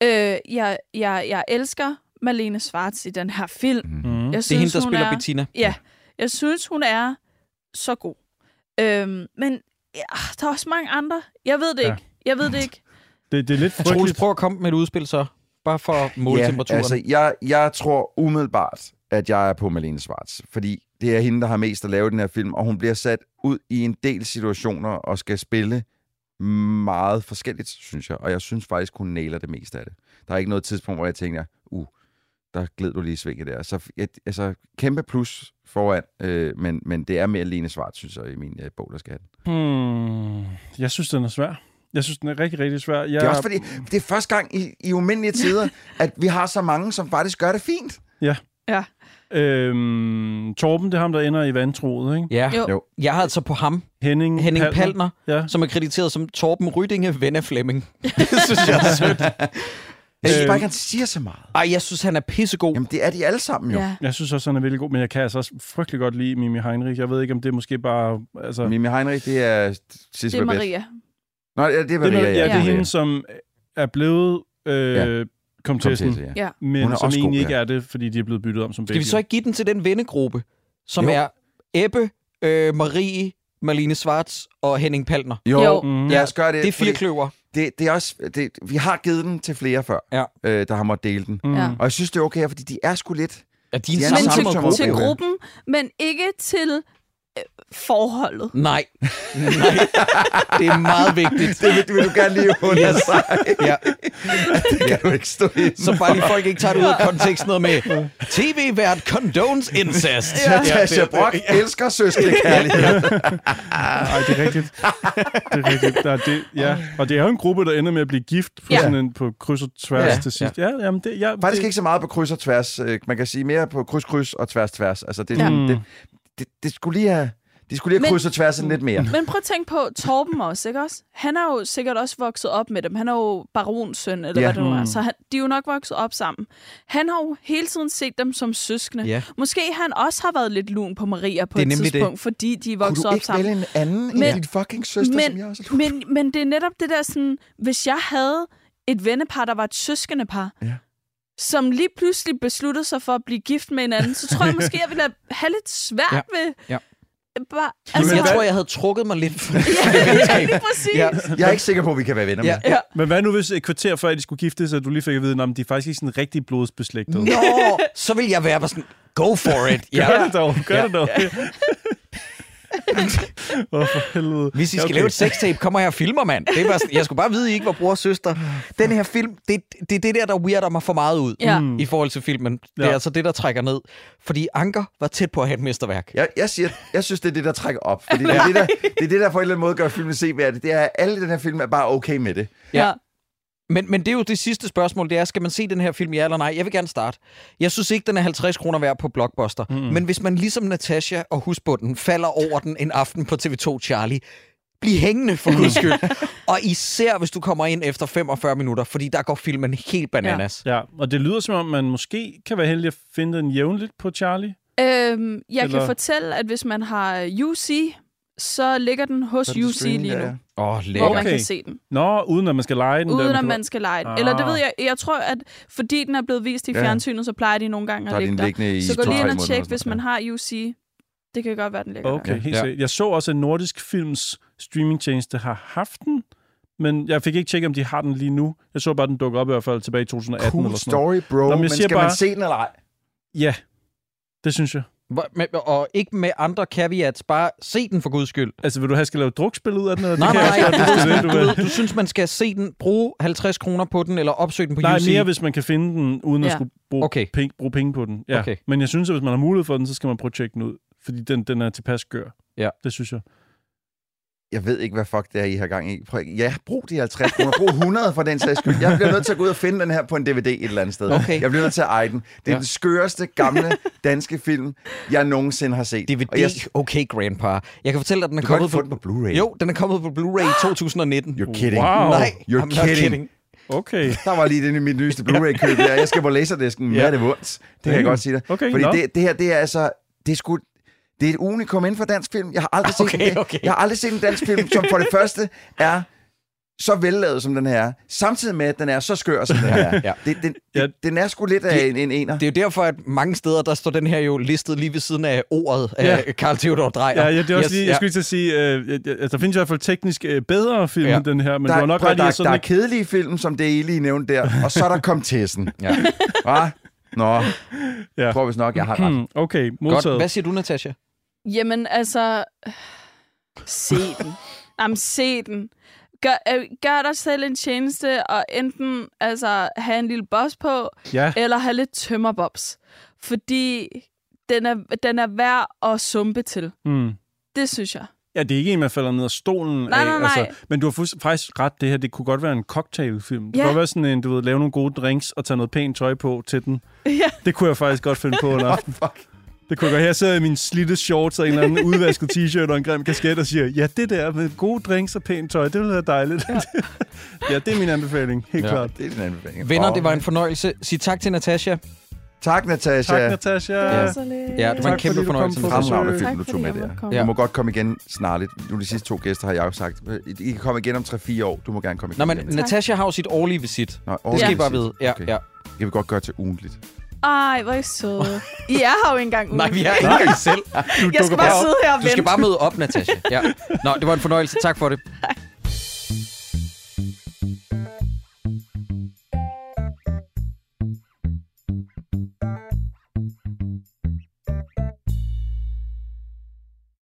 Nej. Øh, jeg, jeg, jeg elsker Malene Svarts i den her film. Mm. Mhm. Det er Jeg hende, der hun spiller Bettina. Ja, jeg synes, hun er så god. Øhm, men ja, der er også mange andre. Jeg ved det Ja. ikke. Jeg ved det ikke. Det, det er lidt Troels, prøv at komme med et udspil så. Bare for at måle temperaturen. altså, jeg, jeg tror umiddelbart, at jeg er på Malene Schwartz, fordi det er hende, der har mest at lave i den her film, og hun bliver sat ud i en del situationer og skal spille meget forskelligt, synes jeg. Og jeg synes faktisk, hun nailer det meste af det. Der er ikke noget tidspunkt, hvor jeg tænker, uh, der gled du lige i svinget der. Så et, altså, kæmpe plus foran, øh, men, men det er mere Lene Svart, synes jeg, i min øh, bog, der skal have den. Hmm, jeg synes, den er svær. Jeg synes, den er rigtig, rigtig svær. Jeg, Det er også fordi, det er første gang i, i umindelige tider, at vi har så mange, som faktisk gør det fint. Ja. Ja. Øhm, Torben, det er ham, der ender i vandtroet, ikke? Ja, jo. jeg har altså på ham, Henning, Henning Mm, Palmer. Palner, ja. som er krediteret som Torben Rydinge, ven af Flemming. det synes jeg er sødt. Jeg synes Øhm. bare ikke, han siger så meget. Ej, jeg synes, han er pissegod. Jamen, det er de alle sammen jo. Ja. Jeg synes også, han er virkelig god, men jeg kan altså også frygtelig godt lide Mimi Heinrich. Jeg ved ikke, om det er måske bare... Altså... Mimi Heinrich, det er Det Sissel er Babette. Maria. Nå, ja, det er Maria, det er, ja. ja, det er Maria. hende, som er blevet øh, Ja. ja. komtessen, Komtesse, ja. Ja. men Hun er som også god, egentlig ja. ikke er det, fordi de er blevet byttet om som Skal vi baby. så ikke give den til den vennegruppe, som Jo. jo. er Ebbe, øh, Marie, Malene Svarts og Henning Palner? Jo, jo. Mm. lad os gøre det. Det er fire fordi kløver. Det, det er også, det, vi har givet den til flere før, ja. øh, der har måttet dele den. Mm. Ja. Og jeg synes, det er okay, fordi de er sgu lidt... Ja, de er en Men samme til, til gruppe. gruppen, men ikke til øh, forholdet. Nej. Nej. Det er meget vigtigt. Det vil, vil du gerne lige understrege. ja. Det kan du ikke stå i. Så bare lige folk ikke tager det ud af kontekst noget med tv-vært condones incest. Ja, Natasha Brock elsker søskendekærlighed. Ej, det er rigtigt. Det er rigtigt. Der er det, ja. Og det er jo en gruppe, der ender med at blive gift på, Ja. ja. sådan en, på kryds og tværs Ja. ja. til sidst. Ja, jamen det, ja, Faktisk det, ikke så meget på kryds og tværs. Øh, Man kan sige mere på kryds, kryds og tværs, tværs. Altså, det, er Ja. sådan, Mm. det, det, det skulle lige have... De skulle lige have krydset tværs lidt mere. Men prøv at tænke på Torben også, ikke også? Han er jo sikkert også vokset op med dem. Han er jo barons søn, eller Ja. ja. hvad det nu er. Mm. Så han, de er jo nok vokset op sammen. Han har jo hele tiden set dem som søskende. Ja. Måske han også har været lidt lun på Maria på Det er et nemlig det. tidspunkt, det. fordi de er Kunne vokset du op ikke sammen. vælge en anden end Men- din fucking søster, men, som jeg også men, men det er netop det der sådan, hvis jeg havde et vennepar, der var et søskendepar, Ja. som lige pludselig besluttede sig for at blive gift med hinanden, så tror jeg måske, jeg ville have- have lidt svært Ja. ved... Ja. Bare, Altså, jeg tror, jeg havde trukket mig lidt. ja, lige præcis. Ja. Jeg er ikke sikker på, at vi kan være venner med. Ja. Ja. Men hvad nu, hvis et kvarter før, de skulle gifte sig, du lige fik at vide, at de er faktisk ikke sådan rigtig blodsbeslægtede? Nå, så vil jeg være bare sådan, go for it. Gør det dog, gør det dog. Åh, for helvede. Hvis I skal Ja, okay. lave et sextape, kommer jeg og filmer, mand. Det er bare sådan, jeg skulle bare vide, at I ikke var bror og søster. Den her film, det, det er det der, der weirder mig for meget ud Ja. i forhold til filmen. Det er Ja. altså det, der trækker ned. Fordi Anker var tæt på at have et mesterværk. Jeg, jeg, siger, jeg synes, det er det, der trækker op. Fordi det, er det, der, det er det, der på en eller anden måde gør filmen se værd. Det er, at alle i den her film er bare okay med det. Ja. Men, men det er jo det sidste spørgsmål, det er, skal man se den her film, ja eller nej? Jeg vil gerne starte. Jeg synes ikke, den er 50 kroner værd på Blockbuster. Mm. Men hvis man ligesom Natasha og husbunden falder over den en aften på TV2 Charlie, bliv hængende for guds skyld. og især, hvis du kommer ind efter 45 minutter, fordi der går filmen helt bananas. Ja, og det lyder som om, man måske kan være heldig at finde den jævnligt på Charlie. Øhm, jeg Eller... Eller- kan fortælle, at hvis man har UC, så ligger den hos UC lige nu. Åh, oh, lækkert. man kan se den. Nå, uden at man skal lege den. der, Uden at kan- man skal lege den. Eller det ved jeg, jeg tror, at fordi den er blevet vist i Ja. fjernsynet, så plejer de nogle gange Så er at den ligge der. liggende i så gå to-tre lige ind og måneder tjek, eller hvis man har UC. Det kan godt være, den ligger Okay, der. helt sikkert. Jeg så også, at Nordisk Films streamingtjeneste har haft den, men jeg fik ikke tjekket, om de har den lige nu. Jeg så bare, den dukke op i hvert fald tilbage i 2018. Cool eller sådan story, noget. bro. Nå, men men jeg siger skal bare, man se den eller ej? Ja, det synes jeg. Hvor- Med, og ikke med andre caveats, bare se den for guds skyld. Altså, vil du have, skal lave drukspil ud af den? Eller Nej, det kan nej, jeg også nej. godt, hvis det er det, Du, du vil. ved, du synes, man skal se den, bruge 50 kroner på den, eller opsøge den på Nej, UC? mere hvis man kan finde den, uden at Ja. skulle bruge, okay. penge, bruge penge på den. Ja. Okay. Men jeg synes, at hvis man har mulighed for den, så skal man prøve at tjekke den ud. Fordi den, den er tilpas gør. Ja. Det synes jeg. jeg ved ikke, hvad fuck det er, I har gang i. Prøv, ja, brug de 50 kroner. Brug 100 for den sags skyld. Jeg bliver nødt til at gå ud og finde den her på en DVD et eller andet sted. Okay. Jeg bliver nødt til at eje den. Det er Ja. ja. den skøreste, gamle danske film, jeg nogensinde har set. DVD? Og jeg... Okay, grandpa. Jeg kan fortælle dig, at den Ah! er Du kan kommet ikke få den på Blu-ray. Jo, den er kommet på Blu-ray i 2019. You're kidding. Wow. Nej, You're I'm not kidding. kidding. Okay. Der var lige den i mit nyeste Blu-ray-køb. Der. Jeg skal på laserdisken. Ja. Ja. er det vundt. Det kan jeg Damn. godt sige dig. Okay, Fordi nå. det, det her, det er altså... Det er sgu, det er et unikum inden for dansk film. Jeg har aldrig set, Okay, en, okay. Jeg har aldrig set en dansk film, som for det første er så vellavet, som den her er, samtidig med, at den er så skør, som den her er. Ja. Det, den, ja. den er sgu lidt af en, en ener. Det er jo derfor, at mange steder, der står den her jo listet lige ved siden af ordet Ja. af Carl Theodor Dreyer. Ja, ja, det er også yes, lige, jeg skulle lige til at sige, øh, jeg- jeg- altså, der findes i hvert fald teknisk øh, bedre film Ja. ja. end den her, men der, der, du har nok prøv, ret i, der, at der sådan er ikke... kedelige film, som det I lige nævnte der, og så er der kom tessen. Ja. Hva? Nå, Ja. Hmm. tror vist nok, jeg har ret. Okay, Godt. modtaget. Hvad siger du, Natasha? Jamen, altså... Se den. Jamen, se den. Gør, øh, gør dig selv en tjeneste, og enten altså, have en lille boss på, Ja. eller have lidt tømmerbobs. Fordi den er, den er værd at sumpe til. Mm. Det synes jeg. Ja, det er ikke en, man falder ned af stolen Nej, af. altså. nej, nej. men du har fuldst- faktisk ret, det her, det kunne godt være en cocktailfilm. Det Ja. kunne godt være sådan en, du ved, lave nogle gode drinks og tage noget pænt tøj på til den. Ja. Det kunne jeg faktisk godt finde på en aften. fuck? Det kunne jeg godt. Her sidder jeg i mine slitte shorts og en eller anden udvasket t-shirt og en grim kasket og siger, ja, det der med gode drinks og pænt tøj, det ville være dejligt. Ja, ja det er min anbefaling, helt Ja. ja. klart. Det er den anbefaling. Venner, Åh. det var en fornøjelse. Sig tak til Natasha. Tak, Natasha. Tak, Natasha. Ja. Ja, det var en Tak, fordi kæmpe du kom fornøjelse. på Fremragende besøg. film, du tog med der. Ja. Du må godt komme igen snarligt. Nu er de sidste to gæster, har jeg jo sagt. I kan komme igen om 3-4 år. Du må gerne komme igen. Nå, men igen. Natasha har jo sit årlige visit. Nå, Det skal I årligt. bare vide. Ja, Okay. ja. Det kan vi godt gøre til ugentligt. Ej, hvor er I søde. I er her jo ikke engang ude. Nej, vi er ikke engang selv. Jeg skal bare sidde her og Du skal vente. bare møde op, Natasha. Ja. Nå, det var en fornøjelse. Tak for det.